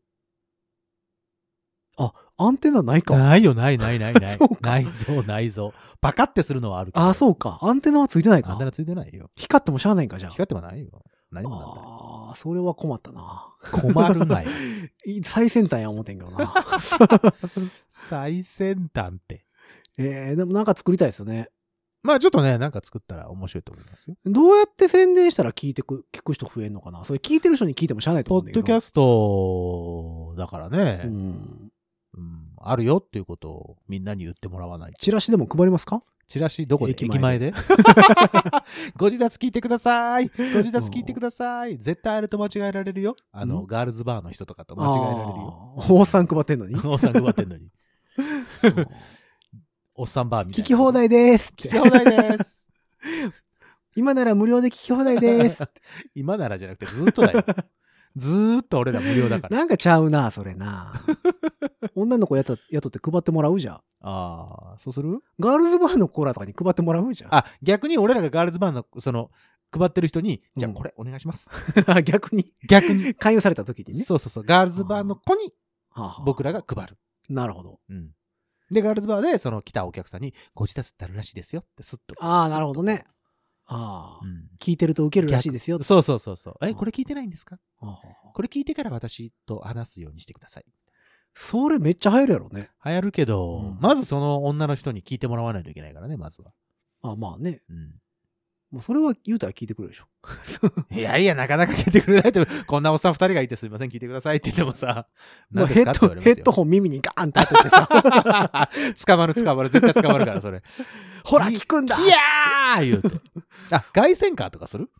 Speaker 2: あ、アンテナないか。
Speaker 3: ないよ、ないないない ない
Speaker 2: そうか。
Speaker 3: ないぞ、ないぞ。パカってするのはあるけど
Speaker 2: あ、そうか。アンテナはついてない
Speaker 3: アン
Speaker 2: か
Speaker 3: テ。ナついてないよ。
Speaker 2: 光ってもしゃあないんか、じゃあ。
Speaker 3: 光ってはないよ。何もなんない。
Speaker 2: ああ、それは困ったな。
Speaker 3: 困るなよ。
Speaker 2: い最先端や思ってんけどな。
Speaker 3: 最先端って。
Speaker 2: えー、でもなんか作りたいですよね。
Speaker 3: まあちょっとね、なんか作ったら面白いと思いますよ。
Speaker 2: どうやって宣伝したら聞いてく、聞く人増えんのかなそれ聞いてる人に聞いてもしゃあないと
Speaker 3: ポ
Speaker 2: 思うんだ
Speaker 3: ッ
Speaker 2: け
Speaker 3: ド
Speaker 2: ど。
Speaker 3: キャ
Speaker 2: ス
Speaker 3: ストだからね、うん
Speaker 2: うん。
Speaker 3: あるよっていうことをみんなに言ってもらわないと。
Speaker 2: チラシでも配りますか
Speaker 3: チラシどこで
Speaker 2: 駅
Speaker 3: 駅
Speaker 2: 前
Speaker 3: 前でご自立聞いてくださいご自立聞いてください絶対あれと間違えられるよ。あの、
Speaker 2: ん
Speaker 3: ガールズバーの人とかと間違えられるよ。
Speaker 2: あーおっさん配ってんのに。
Speaker 3: おっさん配ってんのに。おっさんバーみた
Speaker 2: 聞
Speaker 3: いな。
Speaker 2: き放。題ですって
Speaker 3: 聞き放題です。
Speaker 2: 今なら無料で聞き放題 です。
Speaker 3: 今ならじゃなくてずっと だよ。ずーっと俺ら無料だから。
Speaker 2: なんかちゃうな、それな。女の子やた雇って配ってもらうじゃん。
Speaker 3: ああ、そうする
Speaker 2: ガールズバーのコーラとかに配ってもらうじゃん。
Speaker 3: あ、逆に俺らがガールズバーの、その、配ってる人に、じゃあこれお願いします。
Speaker 2: 逆に、
Speaker 3: 逆に。
Speaker 2: 勧誘された時にね。
Speaker 3: そうそうそう。ガールズバーの子に
Speaker 2: はあはあ
Speaker 3: 僕らが配る。
Speaker 2: なるほど。
Speaker 3: うん。で、ガールズバーで、その来たお客さんに、ご自立ってあるらしいですよって、すっと。
Speaker 2: ああ、なるほどね。ああ、
Speaker 3: うん。
Speaker 2: 聞いてると受けるらしいですよ。は
Speaker 3: そうそうそうそう。え、これ聞いてないんですか
Speaker 2: あはあ
Speaker 3: これ聞いてから私と話すようにしてください。
Speaker 2: それめっちゃ流行るやろね。
Speaker 3: 流行るけど、
Speaker 2: うん
Speaker 3: まずその女の人に聞いてもらわないといけないからね、まずは。
Speaker 2: あまあね。
Speaker 3: うん。
Speaker 2: もうそれは言うたら聞いてくれるでしょ。
Speaker 3: いやいや、なかなか聞いて くれないと、こんなおっさん二人がいてすいません、聞いてくださいって言ってもさ、
Speaker 2: もう
Speaker 3: 何で
Speaker 2: ヘ
Speaker 3: すか
Speaker 2: ッ
Speaker 3: って
Speaker 2: ド
Speaker 3: 言われま
Speaker 2: ヘ
Speaker 3: す
Speaker 2: ッド
Speaker 3: よ。
Speaker 2: ホン耳にガーンって当ててさ、
Speaker 3: 捕まる捕まる、絶対捕まるから、そ れ。
Speaker 2: ほら聞くんだ
Speaker 3: いやー言うて。あ、外線カーとかする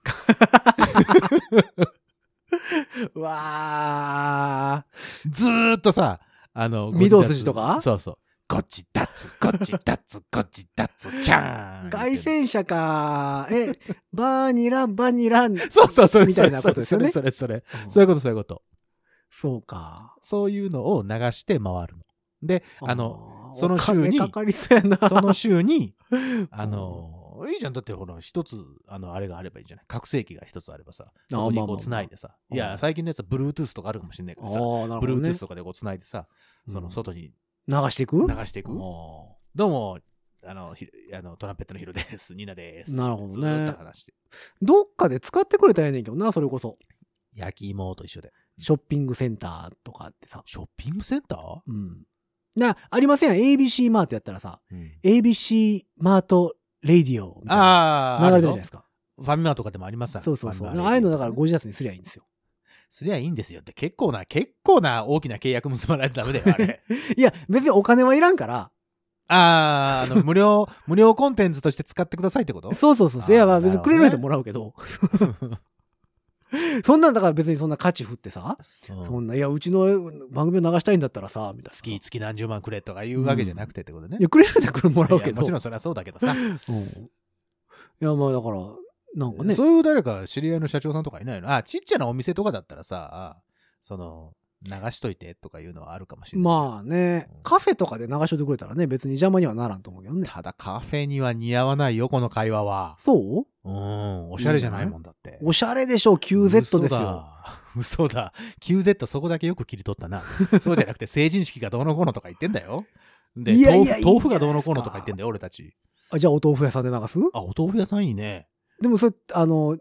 Speaker 2: うわ
Speaker 3: ずーっとさ、あの、
Speaker 2: 御堂筋とか
Speaker 3: そうそう。こっち立つ、こっち立つ、こっち立つ、ちゃー
Speaker 2: ー
Speaker 3: ん。
Speaker 2: 外旋車かえ、バニラバニラ。
Speaker 3: そうそう、それ、
Speaker 2: みたいなことですよね
Speaker 3: それ、それ、それそれそう
Speaker 2: そ
Speaker 3: いうこと、そういうこと。
Speaker 2: そうか。
Speaker 3: そういうのを流して回るの。で、あの、
Speaker 2: の
Speaker 3: その週 に
Speaker 2: かかりそうやな。
Speaker 3: その週に、あの、いいじゃん。だってほら、一つ、あの、あれがあればいいじゃない。拡声器が一つあればさ、そこに
Speaker 2: まあま
Speaker 3: こ
Speaker 2: あま
Speaker 3: う
Speaker 2: あ
Speaker 3: 繋いでさ。
Speaker 2: うん
Speaker 3: いや、最近のやつは Bluetooth とかあるかもしれないけ
Speaker 2: あ
Speaker 3: ど
Speaker 2: あ
Speaker 3: さ、
Speaker 2: ー、なるほど、ね。
Speaker 3: Bluetooth とかでこう繋いでさ、その外に
Speaker 2: 流していく
Speaker 3: 流していく。
Speaker 2: あー
Speaker 3: どうも、あの、ひあのトランペットのヒロです。ニナです。
Speaker 2: なるほどね
Speaker 3: ずーっと話して。
Speaker 2: どっかで使ってくれたらええねんけどな、それこそ。
Speaker 3: 焼き芋と一緒で。
Speaker 2: ショッピングセンターとかってさ。
Speaker 3: ショッピングセンター
Speaker 2: うん。な、ありませんやん ABC マートやったらさ、
Speaker 3: うん。
Speaker 2: ABC マートレディオみたいな
Speaker 3: あ
Speaker 2: 流
Speaker 3: あ、
Speaker 2: れてるじゃない
Speaker 3: あ
Speaker 2: で
Speaker 3: る
Speaker 2: すか。
Speaker 3: よファミマとかでもあります
Speaker 2: そうそうそう。
Speaker 3: ファミマ
Speaker 2: ああいうのだから
Speaker 3: レディ
Speaker 2: ご自宅にすりゃいいんですよ。
Speaker 3: すりゃいいんですよって、結構な、結構な大きな契約結ばないとダメだよ、あれ。
Speaker 2: いや、別にお金はいらんから、
Speaker 3: あーあの、無料、無料コンテンツとして使ってくださいってこと
Speaker 2: そうそうそう
Speaker 3: あ
Speaker 2: そ
Speaker 3: ー
Speaker 2: う。いや、まあ別にくれる
Speaker 3: なる
Speaker 2: 人
Speaker 3: ほ
Speaker 2: もらうけど。 そんなんだから別にそんな価値振ってさ、
Speaker 3: うん
Speaker 2: そんな、いや、うちの番組を流したいんだったらさ、みたいな。
Speaker 3: 月、
Speaker 2: い
Speaker 3: 月何十万くれとかいうわけじゃなくてってことね。
Speaker 2: や、くれる人はくれもらう
Speaker 3: い
Speaker 2: け
Speaker 3: や
Speaker 2: ど。
Speaker 3: もちろんそれはそうだけどさ。
Speaker 2: うん。いや、まあだから、なんかね。
Speaker 3: そういう誰か知り合いの社長さんとかいないのあ、ちっちゃなお店とかだったらさ、その、流しといてとかいうのはあるかもしれない。
Speaker 2: まあね
Speaker 3: うん、
Speaker 2: カフェとかで流しといてくれたらね、別に邪魔にはならんと思うけどね。
Speaker 3: ただカフェには似合わないよ、この会話は。
Speaker 2: そう
Speaker 3: うん、おしゃれじゃないもんだって。
Speaker 2: おしゃれでしょ、QZ ですよ。
Speaker 3: 嘘だ。嘘だ。QZ そこだけよく切り取っ たな。そうじゃなくて成人式がどうのこうのとか言ってんだよ。で、
Speaker 2: いやいや
Speaker 3: 豆腐豆腐
Speaker 2: いいじゃないですか
Speaker 3: がどうのこうのとか言ってんだよ、俺たち。
Speaker 2: あじゃあお豆腐屋さんで流す
Speaker 3: あ、お豆腐屋さんいいね。
Speaker 2: でもそれ、あの、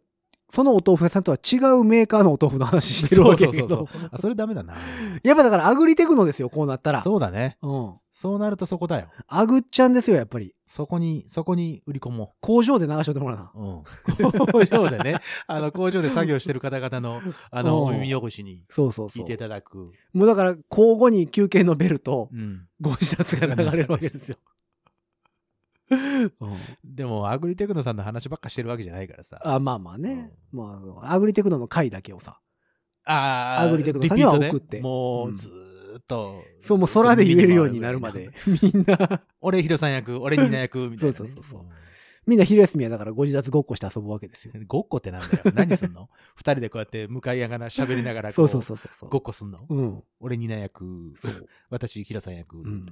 Speaker 2: そのお豆腐屋さんとは違うメーカーのお豆腐の話してるわけやけ
Speaker 3: そうそう
Speaker 2: ど
Speaker 3: そ。うそう。あ、それダメだな。
Speaker 2: やっぱだからアグリテクノですよ、こうなったら。
Speaker 3: そうだね。
Speaker 2: うん。
Speaker 3: そうなるとそこだよ。
Speaker 2: アグっちゃんですよ、やっぱり。
Speaker 3: そこに、そこに売り込も
Speaker 2: 工場で流しといてもらうな。
Speaker 3: う。うん。工場でね、あの、工場で作業してる方々の、あの、お
Speaker 2: うん
Speaker 3: 耳汚しに
Speaker 2: そうそうそう
Speaker 3: 聞いて。いただく。
Speaker 2: もうだから、交互に休憩のベル と、
Speaker 3: うん。
Speaker 2: ご自宅が流れるわけですよ。うん
Speaker 3: でも、アグリテクノさんの話ばっかしてるわけじゃないからさ。
Speaker 2: あまあまあね。まあ、アグリテクノの回だけをさ。
Speaker 3: あー
Speaker 2: アグリテクノさんには
Speaker 3: リピートね
Speaker 2: 送って
Speaker 3: も
Speaker 2: う
Speaker 3: う、
Speaker 2: ん
Speaker 3: ずーっと。
Speaker 2: そう、もう空で言えるようになるまで。。みんな、
Speaker 3: 俺、ヒロさん役、俺、ニナ役、みたいなね。
Speaker 2: そうそうそうそうみんな昼休みはだからご自宅ごっこして遊ぶわけですよ。
Speaker 3: うんごっこってなんだよ。何すんの二人でこうやって向かい合いながら喋りながら、
Speaker 2: そうそう
Speaker 3: う。
Speaker 2: そうそうそう。
Speaker 3: ごっこすんの
Speaker 2: うん。
Speaker 3: 俺、ニナ役、
Speaker 2: そう。
Speaker 3: 私、ヒロさん役。
Speaker 2: うん。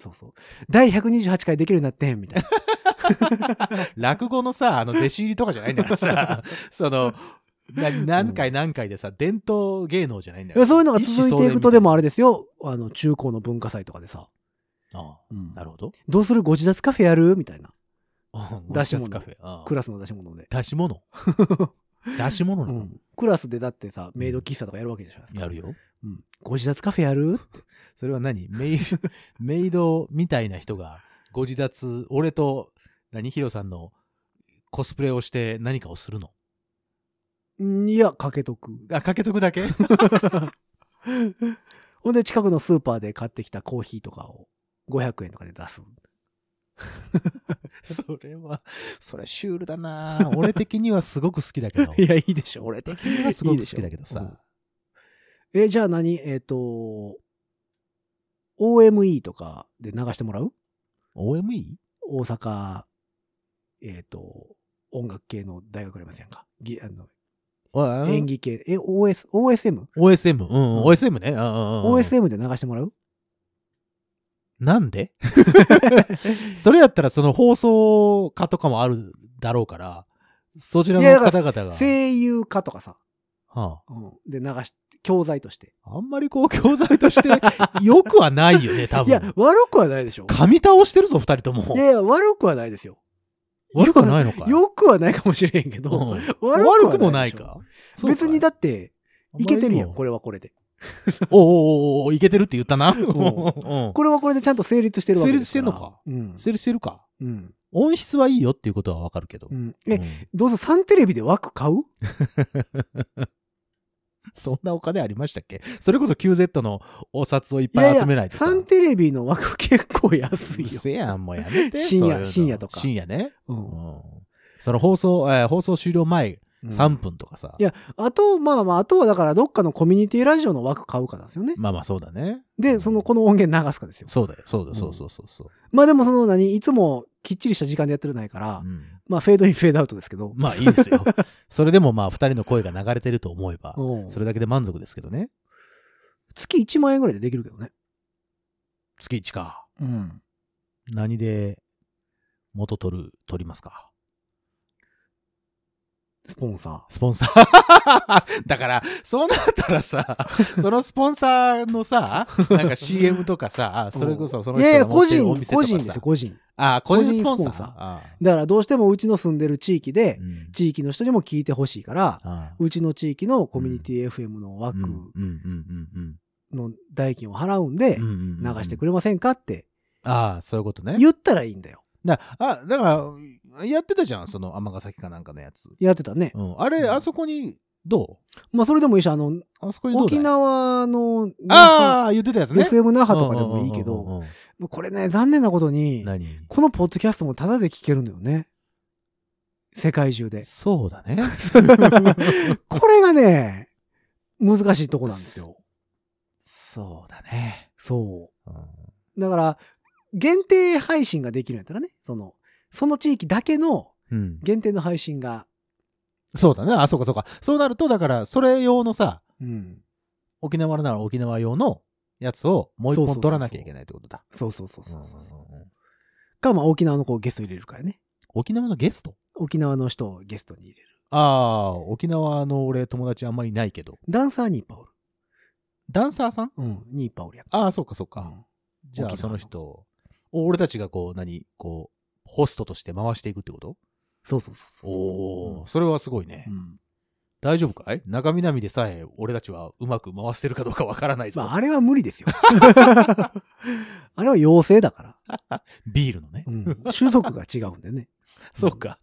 Speaker 2: そうそう。第128回できるようになってんみ たいな。
Speaker 3: 落語のさ、あの、弟子入りとかじゃないんだから さ、その、な何回何回でさ、伝統芸能じゃないんだ
Speaker 2: い
Speaker 3: から。
Speaker 2: やそういうのが続いていくとでもあ
Speaker 3: る。
Speaker 2: れですよ。あの、中高の文化祭とかでさ。
Speaker 3: あ
Speaker 2: うん
Speaker 3: あなるほど。
Speaker 2: どうするご自宅カフェやるみたいな。
Speaker 3: うん
Speaker 2: 出し物
Speaker 3: ゴリラスカフェあ
Speaker 2: クラスの出し物で。
Speaker 3: あ出し 物出し物
Speaker 2: う
Speaker 3: なの、
Speaker 2: ん。クラスでだってさ、メイド喫茶とかやるわけじゃないですか。
Speaker 3: やるよ。
Speaker 2: うん。ご自宅カフェやる
Speaker 3: それは何メイ メイドみたいな人がご自立俺と何ヒロさんのコスプレをして何かをするの
Speaker 2: うんいや、かけとく。
Speaker 3: あかけとくだけ
Speaker 2: ほんで、近くのスーパーで買ってきたコーヒーとかを500円とかで出す。
Speaker 3: それはそれシュールだな俺的にはすごく好きだけど
Speaker 2: や、 いいでしょ。
Speaker 3: 俺的にはすごく好きだけど
Speaker 2: いい
Speaker 3: さ
Speaker 2: でしえ、じゃあ何えっ、と、OME とかで流してもらう
Speaker 3: OME?
Speaker 2: 大阪、えっ、と、音楽系の大学ありませんかぎあの
Speaker 3: わ
Speaker 2: 演技系、え、OS、OSM?OSM
Speaker 3: OSM うん、うん、OSM ねうんうんうんうん
Speaker 2: で流してもらう
Speaker 3: なんでそれやったらその放送家とかもあるだろうからそちら
Speaker 2: いや
Speaker 3: の
Speaker 2: だか
Speaker 3: 方々が、
Speaker 2: 声優化とかさ、
Speaker 3: はあ
Speaker 2: うん、で流し、教材として。
Speaker 3: あんまりこう、教材として、良くはないよね、多
Speaker 2: いや
Speaker 3: 分。、
Speaker 2: 悪くはないでしょ。
Speaker 3: 噛み倒してるぞ、二人とも
Speaker 2: い。やいや、悪くはないですよ。
Speaker 3: 悪くはないのかい。
Speaker 2: よくはないかもしれんけ
Speaker 3: う
Speaker 2: ど、
Speaker 3: ん
Speaker 2: 悪
Speaker 3: 悪く
Speaker 2: は
Speaker 3: もない
Speaker 2: でしょ
Speaker 3: か。
Speaker 2: 別にだって、いけてるやん、
Speaker 3: よ
Speaker 2: これはこれで。
Speaker 3: おうおうおうおういけてるって言ったな。うん
Speaker 2: これはこれでちゃんと成立してるわけですから。
Speaker 3: 成立
Speaker 2: してんのか。
Speaker 3: 成立してるか。
Speaker 2: うん。うん。
Speaker 3: 音質はいいよっていうことはわかるけど
Speaker 2: う。ん、
Speaker 3: う
Speaker 2: え、
Speaker 3: ん
Speaker 2: どうせサンテレビで枠買う
Speaker 3: そんなお金ありましたっけそれこそ QZ のお札をいっ
Speaker 2: い
Speaker 3: ぱい
Speaker 2: や
Speaker 3: 集めない
Speaker 2: や、
Speaker 3: とさ。
Speaker 2: サンテレビの枠結構 安
Speaker 3: うる
Speaker 2: いよ。
Speaker 3: せえやん、もうやめて。
Speaker 2: 深夜
Speaker 3: そういうの
Speaker 2: 深夜とか
Speaker 3: 深夜ね。
Speaker 2: う
Speaker 3: うんんその放送、えー放送終了前
Speaker 2: うん
Speaker 3: 3分とかさ
Speaker 2: い。やあと、まあまあ、あとはだからどっかのコミュニティラジオの枠買うかなんですよね。
Speaker 3: まあまあそうだね。
Speaker 2: で、その、この音源流すかですよ。
Speaker 3: そうだよ、そうだ
Speaker 2: うん
Speaker 3: よ、そうそうそうそう。
Speaker 2: まあでもその何、いつもきっちりした時間でやってるないから
Speaker 3: う、ん
Speaker 2: まあフェードイン、フェードアウトですけど。
Speaker 3: まあいいですよ。 それでもまあ二人の声が流れてると思えば、
Speaker 2: うん
Speaker 3: それだけで満足ですけどね。
Speaker 2: 月1万円ぐらいでできるけどね。
Speaker 3: 月1か。
Speaker 2: うん。
Speaker 3: 何で元取る、取りますか。
Speaker 2: スポンサ
Speaker 3: スポンサー。 だから、そうなった らさ、そのスポンサーのさ、なんか CM とかさ、
Speaker 2: ー。
Speaker 3: それこそその
Speaker 2: いやい
Speaker 3: 人
Speaker 2: や、
Speaker 3: が持
Speaker 2: 個
Speaker 3: ってる
Speaker 2: 人
Speaker 3: お、店と
Speaker 2: 個
Speaker 3: かさ。
Speaker 2: 人ですよ、個人。
Speaker 3: ああ、個人スポン
Speaker 2: 個
Speaker 3: サ
Speaker 2: 人スポン
Speaker 3: ー
Speaker 2: サ。ー
Speaker 3: あ
Speaker 2: だからどうしてもうちの住んでる地域
Speaker 3: あ
Speaker 2: で
Speaker 3: う、ん
Speaker 2: 地域の人にも聞いてほしいから、
Speaker 3: ああ
Speaker 2: うちの地域のコミュニティ FM の
Speaker 3: う
Speaker 2: 枠
Speaker 3: んうんうんうん
Speaker 2: の代金を払うんで
Speaker 3: うんう、んうん。
Speaker 2: 流してく
Speaker 3: れ。
Speaker 2: れませんかって
Speaker 3: ああ、そういうことね。
Speaker 2: 言ったらいいんだよ。
Speaker 3: なあ、だから、やってたじゃん、その尼崎かなんかのやつ。
Speaker 2: やってたね。
Speaker 3: うん。あれ、
Speaker 2: うん
Speaker 3: あそこに、ど
Speaker 2: まあそれでもいいし、あの、
Speaker 3: うあそこにどうだい
Speaker 2: 沖縄の、
Speaker 3: ああ、言ってたやつね。
Speaker 2: FM 那覇とかでもいいけ
Speaker 3: うんうん
Speaker 2: ど、
Speaker 3: うんうん。
Speaker 2: もうこれね、残念なことに、
Speaker 3: 何
Speaker 2: このポッドキャストもタダで聞けるんだよね。世界中 で。
Speaker 3: そうだ ね。
Speaker 2: これがね、難しいとこなんですよ。
Speaker 3: そうだね。
Speaker 2: そ
Speaker 3: うん
Speaker 2: う。だから、限定配信ができるんやったらね、その、その地域だけの
Speaker 3: うん。
Speaker 2: 限定の配信が、
Speaker 3: そうだね。あ、そうかそうか。そうなると、だから、それ用のさ、
Speaker 2: うん。
Speaker 3: 沖縄なら沖縄用のやつをもう一
Speaker 2: そうそうそう
Speaker 3: 本
Speaker 2: そう
Speaker 3: 取らなきゃいけないってことだ。
Speaker 2: そうそうそうそう
Speaker 3: うんうんうんうん
Speaker 2: か、まあ沖縄の子をゲスト入れるからね。
Speaker 3: 沖縄のゲスト
Speaker 2: 沖縄の人をゲストに入れる。
Speaker 3: ああ、沖縄の俺友達あんまりいないけど。
Speaker 2: ダンサーにいっぱいおる。
Speaker 3: ダンサーさん
Speaker 2: うん、にいっぱいおるやんか。
Speaker 3: ああ、そうかそう
Speaker 2: う
Speaker 3: か。
Speaker 2: ん
Speaker 3: じゃ
Speaker 2: 沖
Speaker 3: あ、
Speaker 2: 縄
Speaker 3: その人を、お俺たちがこう、何、こう、ホストとして回していくってこと
Speaker 2: そうそうそうそう。
Speaker 3: お
Speaker 2: う
Speaker 3: お、
Speaker 2: ん
Speaker 3: それはすごいね。
Speaker 2: うん
Speaker 3: 大丈夫かい中南でさえ、俺たちはうまく回してるかどうかわからないぞ。
Speaker 2: まあ、あれは無理ですよ。 あれは妖精だから。
Speaker 3: ビールのね
Speaker 2: う。ん。種族が違うんでね。
Speaker 3: そうか。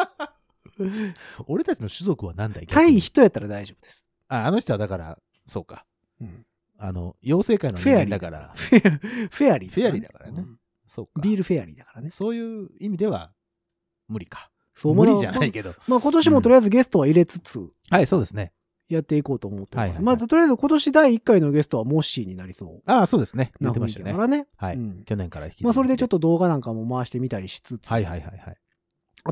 Speaker 3: 俺たちの種族は何だい
Speaker 2: 対人やったら大丈夫です。
Speaker 3: ああの人はだから、そうか。
Speaker 2: うん
Speaker 3: あの、妖精界の人
Speaker 2: フェア
Speaker 3: 間
Speaker 2: リー
Speaker 3: だから、
Speaker 2: フェフェアリー、
Speaker 3: フェアリーだからね
Speaker 2: うん
Speaker 3: そうか。
Speaker 2: ビールフェアリーだからね。
Speaker 3: そういう意味では、無理か。
Speaker 2: そう思
Speaker 3: 無
Speaker 2: う
Speaker 3: 理じゃない
Speaker 2: ま
Speaker 3: けど。
Speaker 2: あまあ今年もとりあえずゲストは入れつつ
Speaker 3: はい、そうですね。
Speaker 2: やっていこうと思ってます。
Speaker 3: はいはいはい
Speaker 2: まあとりあえず今年第1回のゲストはモッシーになりそう
Speaker 3: ああ、そうですね。言
Speaker 2: な
Speaker 3: って
Speaker 2: 雰
Speaker 3: ま
Speaker 2: 囲
Speaker 3: し
Speaker 2: 気
Speaker 3: た
Speaker 2: だ
Speaker 3: ね
Speaker 2: か。らね。
Speaker 3: はい、
Speaker 2: うん
Speaker 3: 去年から引き続き。
Speaker 2: まあそれでちょっ
Speaker 3: と。
Speaker 2: と動画なんかも回してみたりしつつ、
Speaker 3: はいはいはいはい。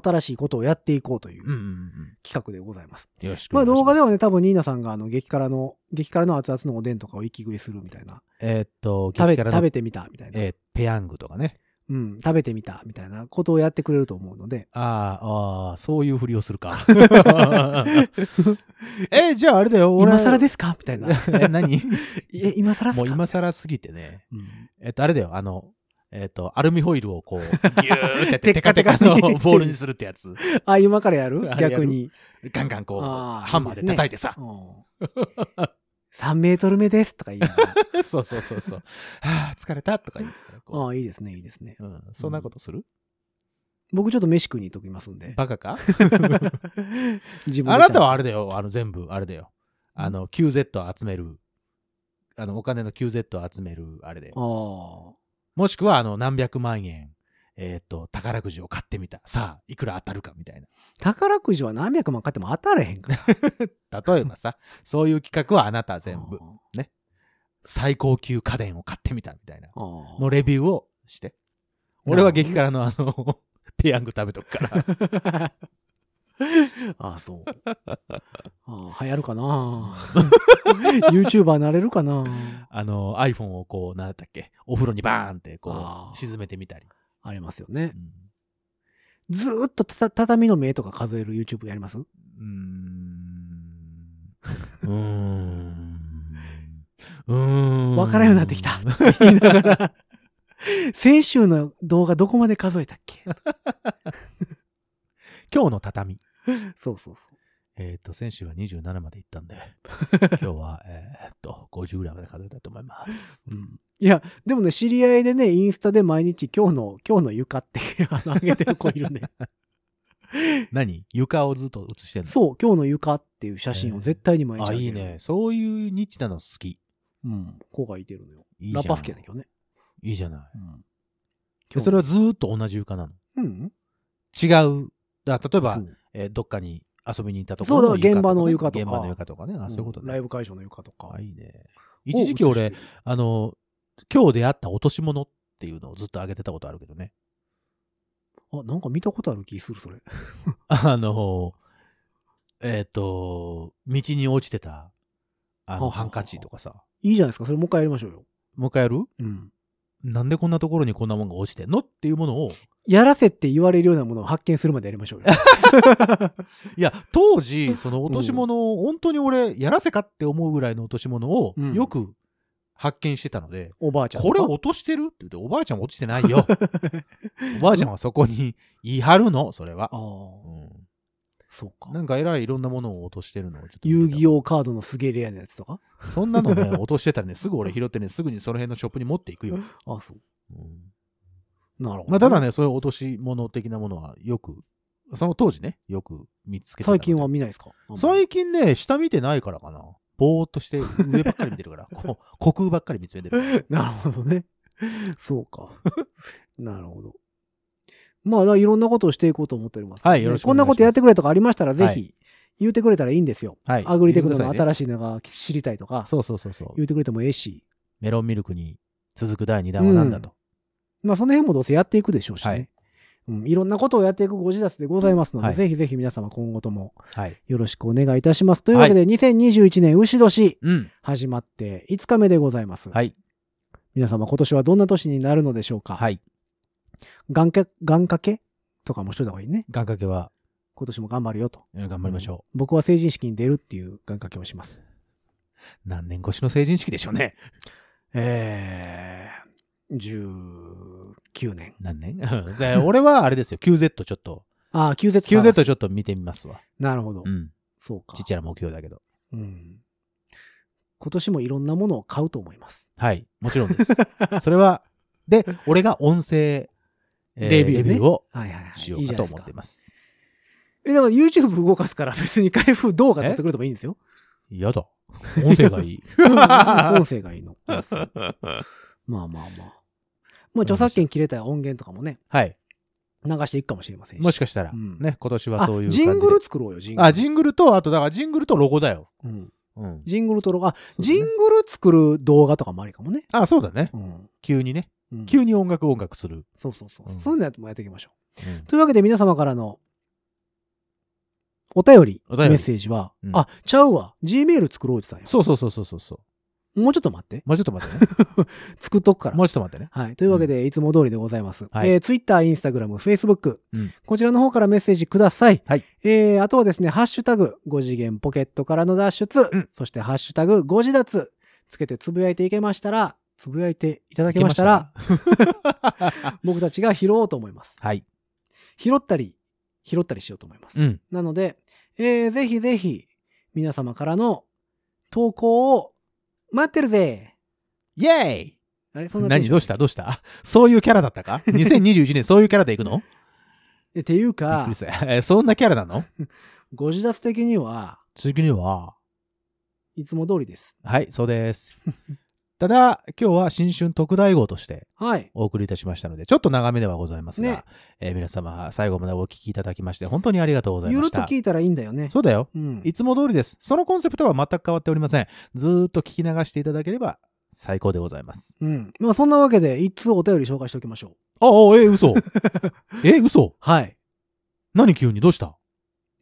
Speaker 2: 新しいことをやっていこうという
Speaker 3: うんうん
Speaker 2: 企画でござざいます
Speaker 3: うん。よろしくお
Speaker 2: ま
Speaker 3: 願
Speaker 2: あ
Speaker 3: いしま
Speaker 2: 動
Speaker 3: す。
Speaker 2: 画ではね、多分ニーナさんがあの激辛の、激辛の熱々のおでんとかを息食いするみたいな。
Speaker 3: えーっと、
Speaker 2: 食べ
Speaker 3: 激辛の
Speaker 2: 食べてみたみたいな、
Speaker 3: えーペヤングとかね。
Speaker 2: うん、食べてみたみたいなことをやってくれると思うので。
Speaker 3: ああ、ああ、そういうふりをす るか。 えー、じゃああれだよ、俺。
Speaker 2: 今更ですかみたいな。
Speaker 3: え、何
Speaker 2: え、今更っすか
Speaker 3: もう今更すぎてね。
Speaker 2: うん
Speaker 3: えっと、あれだよ、あの、えっと、アルミホイルを こう、ギューってやって、
Speaker 2: テ
Speaker 3: テ
Speaker 2: カ
Speaker 3: カ
Speaker 2: テ
Speaker 3: テ
Speaker 2: カ
Speaker 3: カ
Speaker 2: に
Speaker 3: のボールにするってやつ。
Speaker 2: あ、今からやる
Speaker 3: あれやる
Speaker 2: 逆に。
Speaker 3: ガンガンこう、
Speaker 2: あー
Speaker 3: ハンマーで叩いてさ。
Speaker 2: うん、3メートル目ですとか言いながら。
Speaker 3: そうそうそうそう。はあ、疲れたとか言うからこ
Speaker 2: ああ、いいですね、いいですね。
Speaker 3: う。うん、そんなことする
Speaker 2: 僕ちょっと飯食いに行っときますんで。
Speaker 3: バカ か
Speaker 2: 自分で
Speaker 3: あなたはあれだよ、あの、全部、あれだよ。あの、QZ を集める。あの、お金の QZ を集める、あれだよ
Speaker 2: ちゃ。んと
Speaker 3: もしくは、あの、何百万円、えーっと、宝くじを買ってみた。さあ、いくら当たるかみたいな。
Speaker 2: ああ。宝くじは何百万買っても当たれへんから。
Speaker 3: 例えばさ、そういう企画はあなた全部
Speaker 2: あ、
Speaker 3: 最高級家電を買ってみたみたいな。
Speaker 2: あ。ああ
Speaker 3: のレビューをして。俺は激辛のあの、 ペヤング食べとくから。
Speaker 2: ああ、そう。ああ、流行るかな ?YouTuber なれるかな
Speaker 3: あの、iPhone をこう、なんだったっけ、お風呂にバーンってこ
Speaker 2: あー
Speaker 3: う、沈めてみたり。
Speaker 2: ありますよね
Speaker 3: う。ん
Speaker 2: ずーっとたた畳の目とか数える YouTube やります
Speaker 3: うーん。うーん。うーん。
Speaker 2: わからんようになってきた。って言いながら、先週の動画どこまで数えたっけ
Speaker 3: 今日の畳。
Speaker 2: そうそうそう。
Speaker 3: えっ、と、先週は27まで行っ たんで、今日は、えっと、50ぐらいまで数えたいと思います。
Speaker 2: うんいや、でもね、知り合いでね、インスタで毎日今日の、今日の床って あの上げてる子い るね。
Speaker 3: 何床をずっと映してんの
Speaker 2: そう、今日の床っていう写真を絶対に毎日
Speaker 3: あ、
Speaker 2: 上げ
Speaker 3: い
Speaker 2: る。
Speaker 3: いね。。そういうニッチなの好き。
Speaker 2: うん、子がいてるのよ。
Speaker 3: いいじ
Speaker 2: ラ
Speaker 3: ゃん
Speaker 2: ッパ吹きやね、今日ね。
Speaker 3: いいじゃな
Speaker 2: う
Speaker 3: い。
Speaker 2: ん。
Speaker 3: でそれはずーっと同じ床なの。
Speaker 2: うん。
Speaker 3: 違う。だ例えば、
Speaker 2: うん
Speaker 3: えーどっかに遊びに行ったとこ
Speaker 2: そうだ
Speaker 3: ろの
Speaker 2: 現場の床と
Speaker 3: 床
Speaker 2: か
Speaker 3: ね現場の床とかね。あ、そういうこと
Speaker 2: ライ
Speaker 3: ね。
Speaker 2: ブ会場の床とか
Speaker 3: あ、。いいね。一時期俺、、あの、今日出会った落とし物っていうのをずっと上げてたことあるけどね。
Speaker 2: あ、なんか見たことある気する、それ。
Speaker 3: あの、えっ、と、道に落ちてた、あ
Speaker 2: はは
Speaker 3: の、
Speaker 2: は
Speaker 3: ハンカチとかさ。
Speaker 2: いいじゃないですか、それもう一回やりましょうよ。
Speaker 3: もう一回やる
Speaker 2: うん。
Speaker 3: なんでこんなところにこんなもんが落ちてんのっていうものを
Speaker 2: やらせって言われるようなものを発見するまでやりまし ょうよ。
Speaker 3: いや、当時、その落とし物を、本当に俺、やらせかって思うぐらいの落とし物を
Speaker 2: うん、
Speaker 3: よく発見してたので、
Speaker 2: おばあちゃんと
Speaker 3: こ
Speaker 2: か。
Speaker 3: れ落としてるって言って、おばあちゃんは落ちてな いよ。おばあちゃんはそこに言い張るの、それは。う
Speaker 2: ああ、
Speaker 3: ん
Speaker 2: そうか。
Speaker 3: なんかえらいいろんなものを落としてるのをちょっと
Speaker 2: 遊戯
Speaker 3: 王。
Speaker 2: 王カードのすげえレアなやつとか。
Speaker 3: そんなのね、落としてたらね、す ぐ俺拾ってね、すぐにその辺のショップに持っていくよ。
Speaker 2: ああ、そう。
Speaker 3: うん
Speaker 2: なるほど、
Speaker 3: まあ、ただ。ね、そういう落とし物的なものはよく、その当時ね、よく見つけてたの
Speaker 2: 最
Speaker 3: で
Speaker 2: 近は見ないですか
Speaker 3: 最 近ね、下見てないからかな。ぼーっとして上ばっかり見てる から、こう虚空ばっかり見つめてる。
Speaker 2: なるほどね。そうか。 なるほど。まあ、だからいろんなことをしていこうと思っております、
Speaker 3: はいよろしくお
Speaker 2: こん
Speaker 3: 願いします
Speaker 2: なことやってくれとかありましたら、ぜ
Speaker 3: は
Speaker 2: ひ、言ってくれたらいいんですよ。
Speaker 3: はい。
Speaker 2: アグリテクノ
Speaker 3: 見てくだ
Speaker 2: の
Speaker 3: さいね
Speaker 2: 新しいのが知りたいとか、
Speaker 3: そうそうそうそう。
Speaker 2: 言ってくれてもええし。
Speaker 3: メロンミルクに続く第2弾は何だと。
Speaker 2: まあ、その辺もどうせやっていくでしょうしね。
Speaker 3: はい
Speaker 2: いうん、いろんなことをやっていくご自達でございますので、
Speaker 3: はい
Speaker 2: ぜひぜひ皆様今後とも
Speaker 3: はい。
Speaker 2: よろしくお願いいたします。というわけで、2021年牛年
Speaker 3: うん。
Speaker 2: 始まって5日目でございます。
Speaker 3: はい。
Speaker 2: 皆様今年はどんな年になるのでしょうか。
Speaker 3: はい。
Speaker 2: 願掛け、願掛けとかもしといた方がいいね。
Speaker 3: 願掛けは、
Speaker 2: 今年も頑張るよと。
Speaker 3: うん頑張りましょ
Speaker 2: 僕は成人式に出るっていう願掛けをします。
Speaker 3: う。何年越しの成人式でしょうね。
Speaker 2: えー、19年。
Speaker 3: 何年 で俺はあれですよ、QZ ちょっ と。
Speaker 2: あー、QZ。
Speaker 3: QZ ちょっと見てみますわ。
Speaker 2: なるほど。
Speaker 3: うん。
Speaker 2: そうか。
Speaker 3: ちっちゃな目標だけど。
Speaker 2: うん。今年もいろんなものを買うと思います。
Speaker 3: はい。もちろん です。それは、で、俺が音声、え
Speaker 2: レビューね
Speaker 3: を
Speaker 2: はいはいはい。
Speaker 3: しようかと思って
Speaker 2: す。
Speaker 3: ます。
Speaker 2: え、でも YouTube 動かすから別に 開封動画撮ってくれてもいいんですよ。
Speaker 3: やだ。音声がいい。
Speaker 2: 音声がいいの。まあまあまあ。まあ著作権切れた音源とかもね、
Speaker 3: はい。
Speaker 2: 流していくかもしれませんし。
Speaker 3: もしかしたら、
Speaker 2: うん
Speaker 3: ね、今年はそういう感
Speaker 2: あ
Speaker 3: じで。
Speaker 2: ジングル作ろうよ、ジングル。
Speaker 3: あ、ジングルと、あと、だからジングルとロゴだよ。
Speaker 2: うん
Speaker 3: うん。
Speaker 2: ジングルとロゴ。あ、
Speaker 3: そうだね
Speaker 2: ジングル作る動画とかもありかもね。
Speaker 3: あ、そうだね。
Speaker 2: うん。
Speaker 3: 急にね。
Speaker 2: うん
Speaker 3: 急に音楽音楽する。
Speaker 2: そうそうそう。
Speaker 3: うん
Speaker 2: そういうのやってもやっていきましょ
Speaker 3: うん
Speaker 2: う。というわけで皆様からのお便り、
Speaker 3: お便り
Speaker 2: メッセージは、
Speaker 3: うん
Speaker 2: あ、ちゃうわ。Gmail 作ろうって言ってたん
Speaker 3: そうそうそうそうそうそう。
Speaker 2: よ。もうちょっと待って。
Speaker 3: もうちょっと待 ってね。
Speaker 2: 作っとくから
Speaker 3: も。うちょっと待ってね。
Speaker 2: はい。というわけで、いつも通りでございます。
Speaker 3: はい
Speaker 2: えー、Twitter、Instagram、Facebook、
Speaker 3: うん
Speaker 2: こちらの方からメッセージください。
Speaker 3: はい
Speaker 2: えー、あとはですね、ハッシュタグ、5次元ポケットからの脱出、
Speaker 3: うん
Speaker 2: そしてハッシュタグ、5次脱、つけてつぶやいていけましたら、つぶやいていただけましたら、
Speaker 3: いけました ら
Speaker 2: 僕たちが拾おうと思います。
Speaker 3: はい。
Speaker 2: 拾ったり、拾ったりしようと思います。
Speaker 3: うん。
Speaker 2: なので、えー、ぜひぜひ、皆様からの投稿を待ってるぜ
Speaker 3: イェーイ
Speaker 2: あれそんなテンシ
Speaker 3: 何
Speaker 2: ョン
Speaker 3: どうしたどうしたそういうキャラだった か ?2021 年そういうキャラでいくの
Speaker 2: えっていう
Speaker 3: びっ
Speaker 2: か
Speaker 3: くり、した。えそんなキャラなの
Speaker 2: ご自脱的には、
Speaker 3: 次には、
Speaker 2: いつも通りです。
Speaker 3: はい、そう です。ただ、今日は新春特大号として、
Speaker 2: はい。
Speaker 3: お送りいたしましたので、ちょっと長めではございますが、
Speaker 2: ね
Speaker 3: えー皆様、最後までお聞きいただきまして、本当にありがとうござい
Speaker 2: ゆ
Speaker 3: ま
Speaker 2: るっ
Speaker 3: し
Speaker 2: と
Speaker 3: た。
Speaker 2: 聞いたらいいんだよね。
Speaker 3: そうだよ。
Speaker 2: うん。
Speaker 3: いつも通りです。そのコンセプトは全く変わっておりません。ずーっと聞き流していただければ最高でございます。
Speaker 2: うん。まあそんなわけで、一通お便り紹介しておきましょう。
Speaker 3: ああ、え ー嘘。えー嘘。
Speaker 2: はい。
Speaker 3: 何急にどうした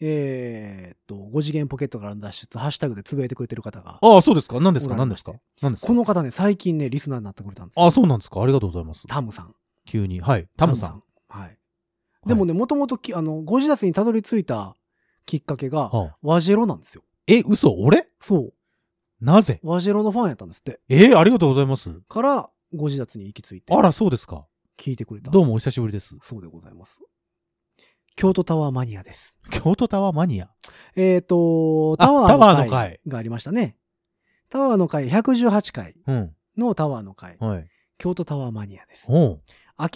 Speaker 2: えーっと、5次元ポケットからの脱出、ハッシュタグでつぶやいてくれてる方が。
Speaker 3: ああ、そうですか。何ですか
Speaker 2: ござい
Speaker 3: 何
Speaker 2: ま
Speaker 3: ですすか何ですか
Speaker 2: この方ね、最近ね、リスナーになってくれたんですよ
Speaker 3: ああ、そうなんですか。ありがとうございます。
Speaker 2: タムさん。
Speaker 3: 急に。はい。タムさん。
Speaker 2: タムさん。はい。でもね、もともとき、あの、ご自脱にたどり着いたきっかけが、
Speaker 3: はあ
Speaker 2: ワジェロなんですよ。
Speaker 3: え、嘘俺
Speaker 2: そう。
Speaker 3: なぜ
Speaker 2: ワジェロのファンやったんですって。
Speaker 3: えーありがとうございます。
Speaker 2: から、ご自脱に行き着いて、
Speaker 3: あら、そうですか。
Speaker 2: 聞いてくれた。
Speaker 3: どうもお久しぶりです。
Speaker 2: そうでございます。京都タワーマニアです。
Speaker 3: 京都タワーマニア。
Speaker 2: えっ、と、
Speaker 3: あ
Speaker 2: タワーの会
Speaker 3: タワーの会
Speaker 2: がありましたね。タワーの会、118回
Speaker 3: うん。
Speaker 2: のタワーの会、
Speaker 3: はい。
Speaker 2: 京都タワーマニアです。
Speaker 3: おう。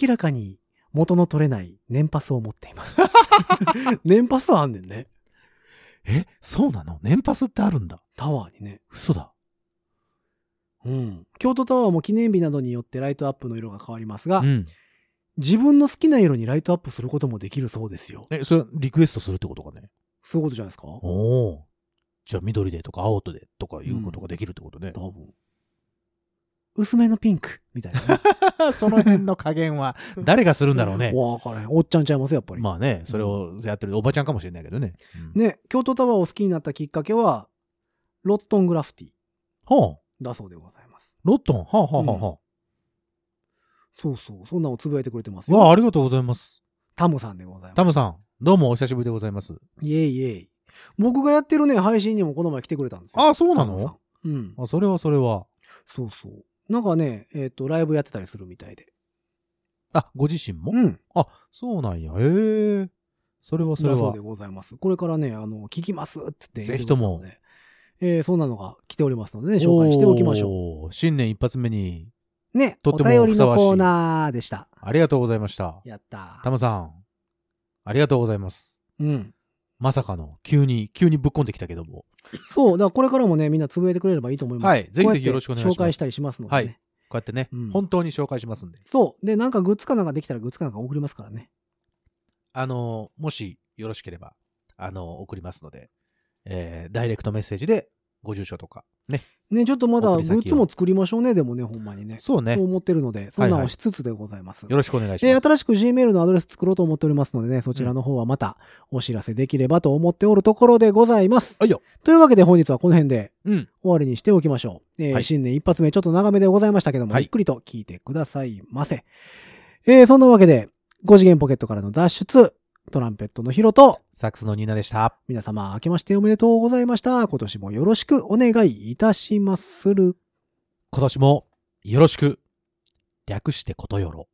Speaker 2: 明らかに元の取れない年パスを持ってい ます。年パスあんねんね。
Speaker 3: え、そうなの年パスってあるんだ。
Speaker 2: タワーにね。
Speaker 3: 嘘だ。
Speaker 2: うん。京都タワーも記念日などによってライトアップの色が変わりますが、
Speaker 3: うん。
Speaker 2: 自分の好きな色にライトアップすることもできるそうですよ。
Speaker 3: え、それ、リクエストするってことかね。
Speaker 2: そういうことじゃないですか
Speaker 3: おお。じゃあ、緑でとか青とでとかいうことができるってことね。
Speaker 2: 多分。薄めのピンクみたいな、
Speaker 3: その辺の加減は、誰がするんだろうね
Speaker 2: ね。。わからへん。おっちゃんちゃいますよ、やっぱり。
Speaker 3: まあね、それをやってるおばちゃんかもしれないけどね。うん、
Speaker 2: ね、京都タワーを好きになったきっかけは、ロットングラフィティ
Speaker 3: はあ、
Speaker 2: だそうでございます。
Speaker 3: ロットン、はあはあはあはあ
Speaker 2: そうそう。そんなのつぶやいてくれてます
Speaker 3: わあ、
Speaker 2: よ。
Speaker 3: ありがとうございます。
Speaker 2: タムさんでござい
Speaker 3: タ
Speaker 2: ま
Speaker 3: ムさん、どうもお久しぶりでございます。
Speaker 2: す。イエイイエイ。僕がやってるね、配信にもこの前来てくれたんですよ。
Speaker 3: あ、そう
Speaker 2: タ
Speaker 3: な
Speaker 2: ムさ
Speaker 3: の
Speaker 2: んうん。
Speaker 3: あ、それはそれは。
Speaker 2: そうそう。なんかね、えっ、と、ライブやってたりするみたいで。
Speaker 3: あ、ご自身も、
Speaker 2: うん。
Speaker 3: あ、そうなんや。へえ。それはそれ
Speaker 2: だそう
Speaker 3: は
Speaker 2: で。ございます。これからね、あの、聞きますって言って。
Speaker 3: ぜひと
Speaker 2: 言
Speaker 3: も
Speaker 2: ってくれたので。えーそんなのが来ておりますのでね、紹介しておきましょ
Speaker 3: ょう。新年一発目に、
Speaker 2: う。ね、
Speaker 3: と
Speaker 2: お
Speaker 3: ても
Speaker 2: 便りの
Speaker 3: ふさわしい
Speaker 2: コーナーでした。
Speaker 3: ありがとうございました。
Speaker 2: やった
Speaker 3: タムさん、ありがとうございます。
Speaker 2: うん。
Speaker 3: まさかの、急に、急にぶっこんできたけども。
Speaker 2: そう、だからこれからもね、みんなつぶやいてくれればいいと思います。
Speaker 3: はいぜひぜひよろしくお願いし
Speaker 2: こう
Speaker 3: ます
Speaker 2: やって紹介したりしますので、ね。
Speaker 3: はいこうやってね、
Speaker 2: うん
Speaker 3: 本当に紹介しますんで。
Speaker 2: そう。で、なんかグッズかなんかできたらグッズかなんか送りますからね。
Speaker 3: あの、もしよろしければ、あの、送りますので、えー、ダイレクトメッセージで、ご住所とか。ね。
Speaker 2: ね、ちょっとまだ
Speaker 3: 送
Speaker 2: グ
Speaker 3: り先を
Speaker 2: ッズも作りましょうね、でもね、ほんまにね。
Speaker 3: そうね。
Speaker 2: そう
Speaker 3: よ
Speaker 2: 思ってるので、そんな
Speaker 3: はい
Speaker 2: ん
Speaker 3: は
Speaker 2: を
Speaker 3: い
Speaker 2: しつつでございます。
Speaker 3: ろしくお願いし
Speaker 2: え
Speaker 3: ま
Speaker 2: ー
Speaker 3: す。
Speaker 2: 新しく Gmail のアドレス作ろうと思っておりますのでね、そちらの方はまたお知らせできればと思っておるところでございます。
Speaker 3: はいよ。
Speaker 2: というわけで本日はこの辺で
Speaker 3: うん。
Speaker 2: 終わりにしておきましょう。えー
Speaker 3: はい
Speaker 2: 新年一発目ちょっと長めでございましたけども、
Speaker 3: はい
Speaker 2: ゆっくりと聞いてくださいませ。えーそんなわけで、5次元ポケットからの脱出、トランペットのヒロと、
Speaker 3: サックスのニーナでした。
Speaker 2: 皆様明けましておめでとうございました。今年もよろしくお願いいたしまする。
Speaker 3: 今年も、よろしく。略してことよろ。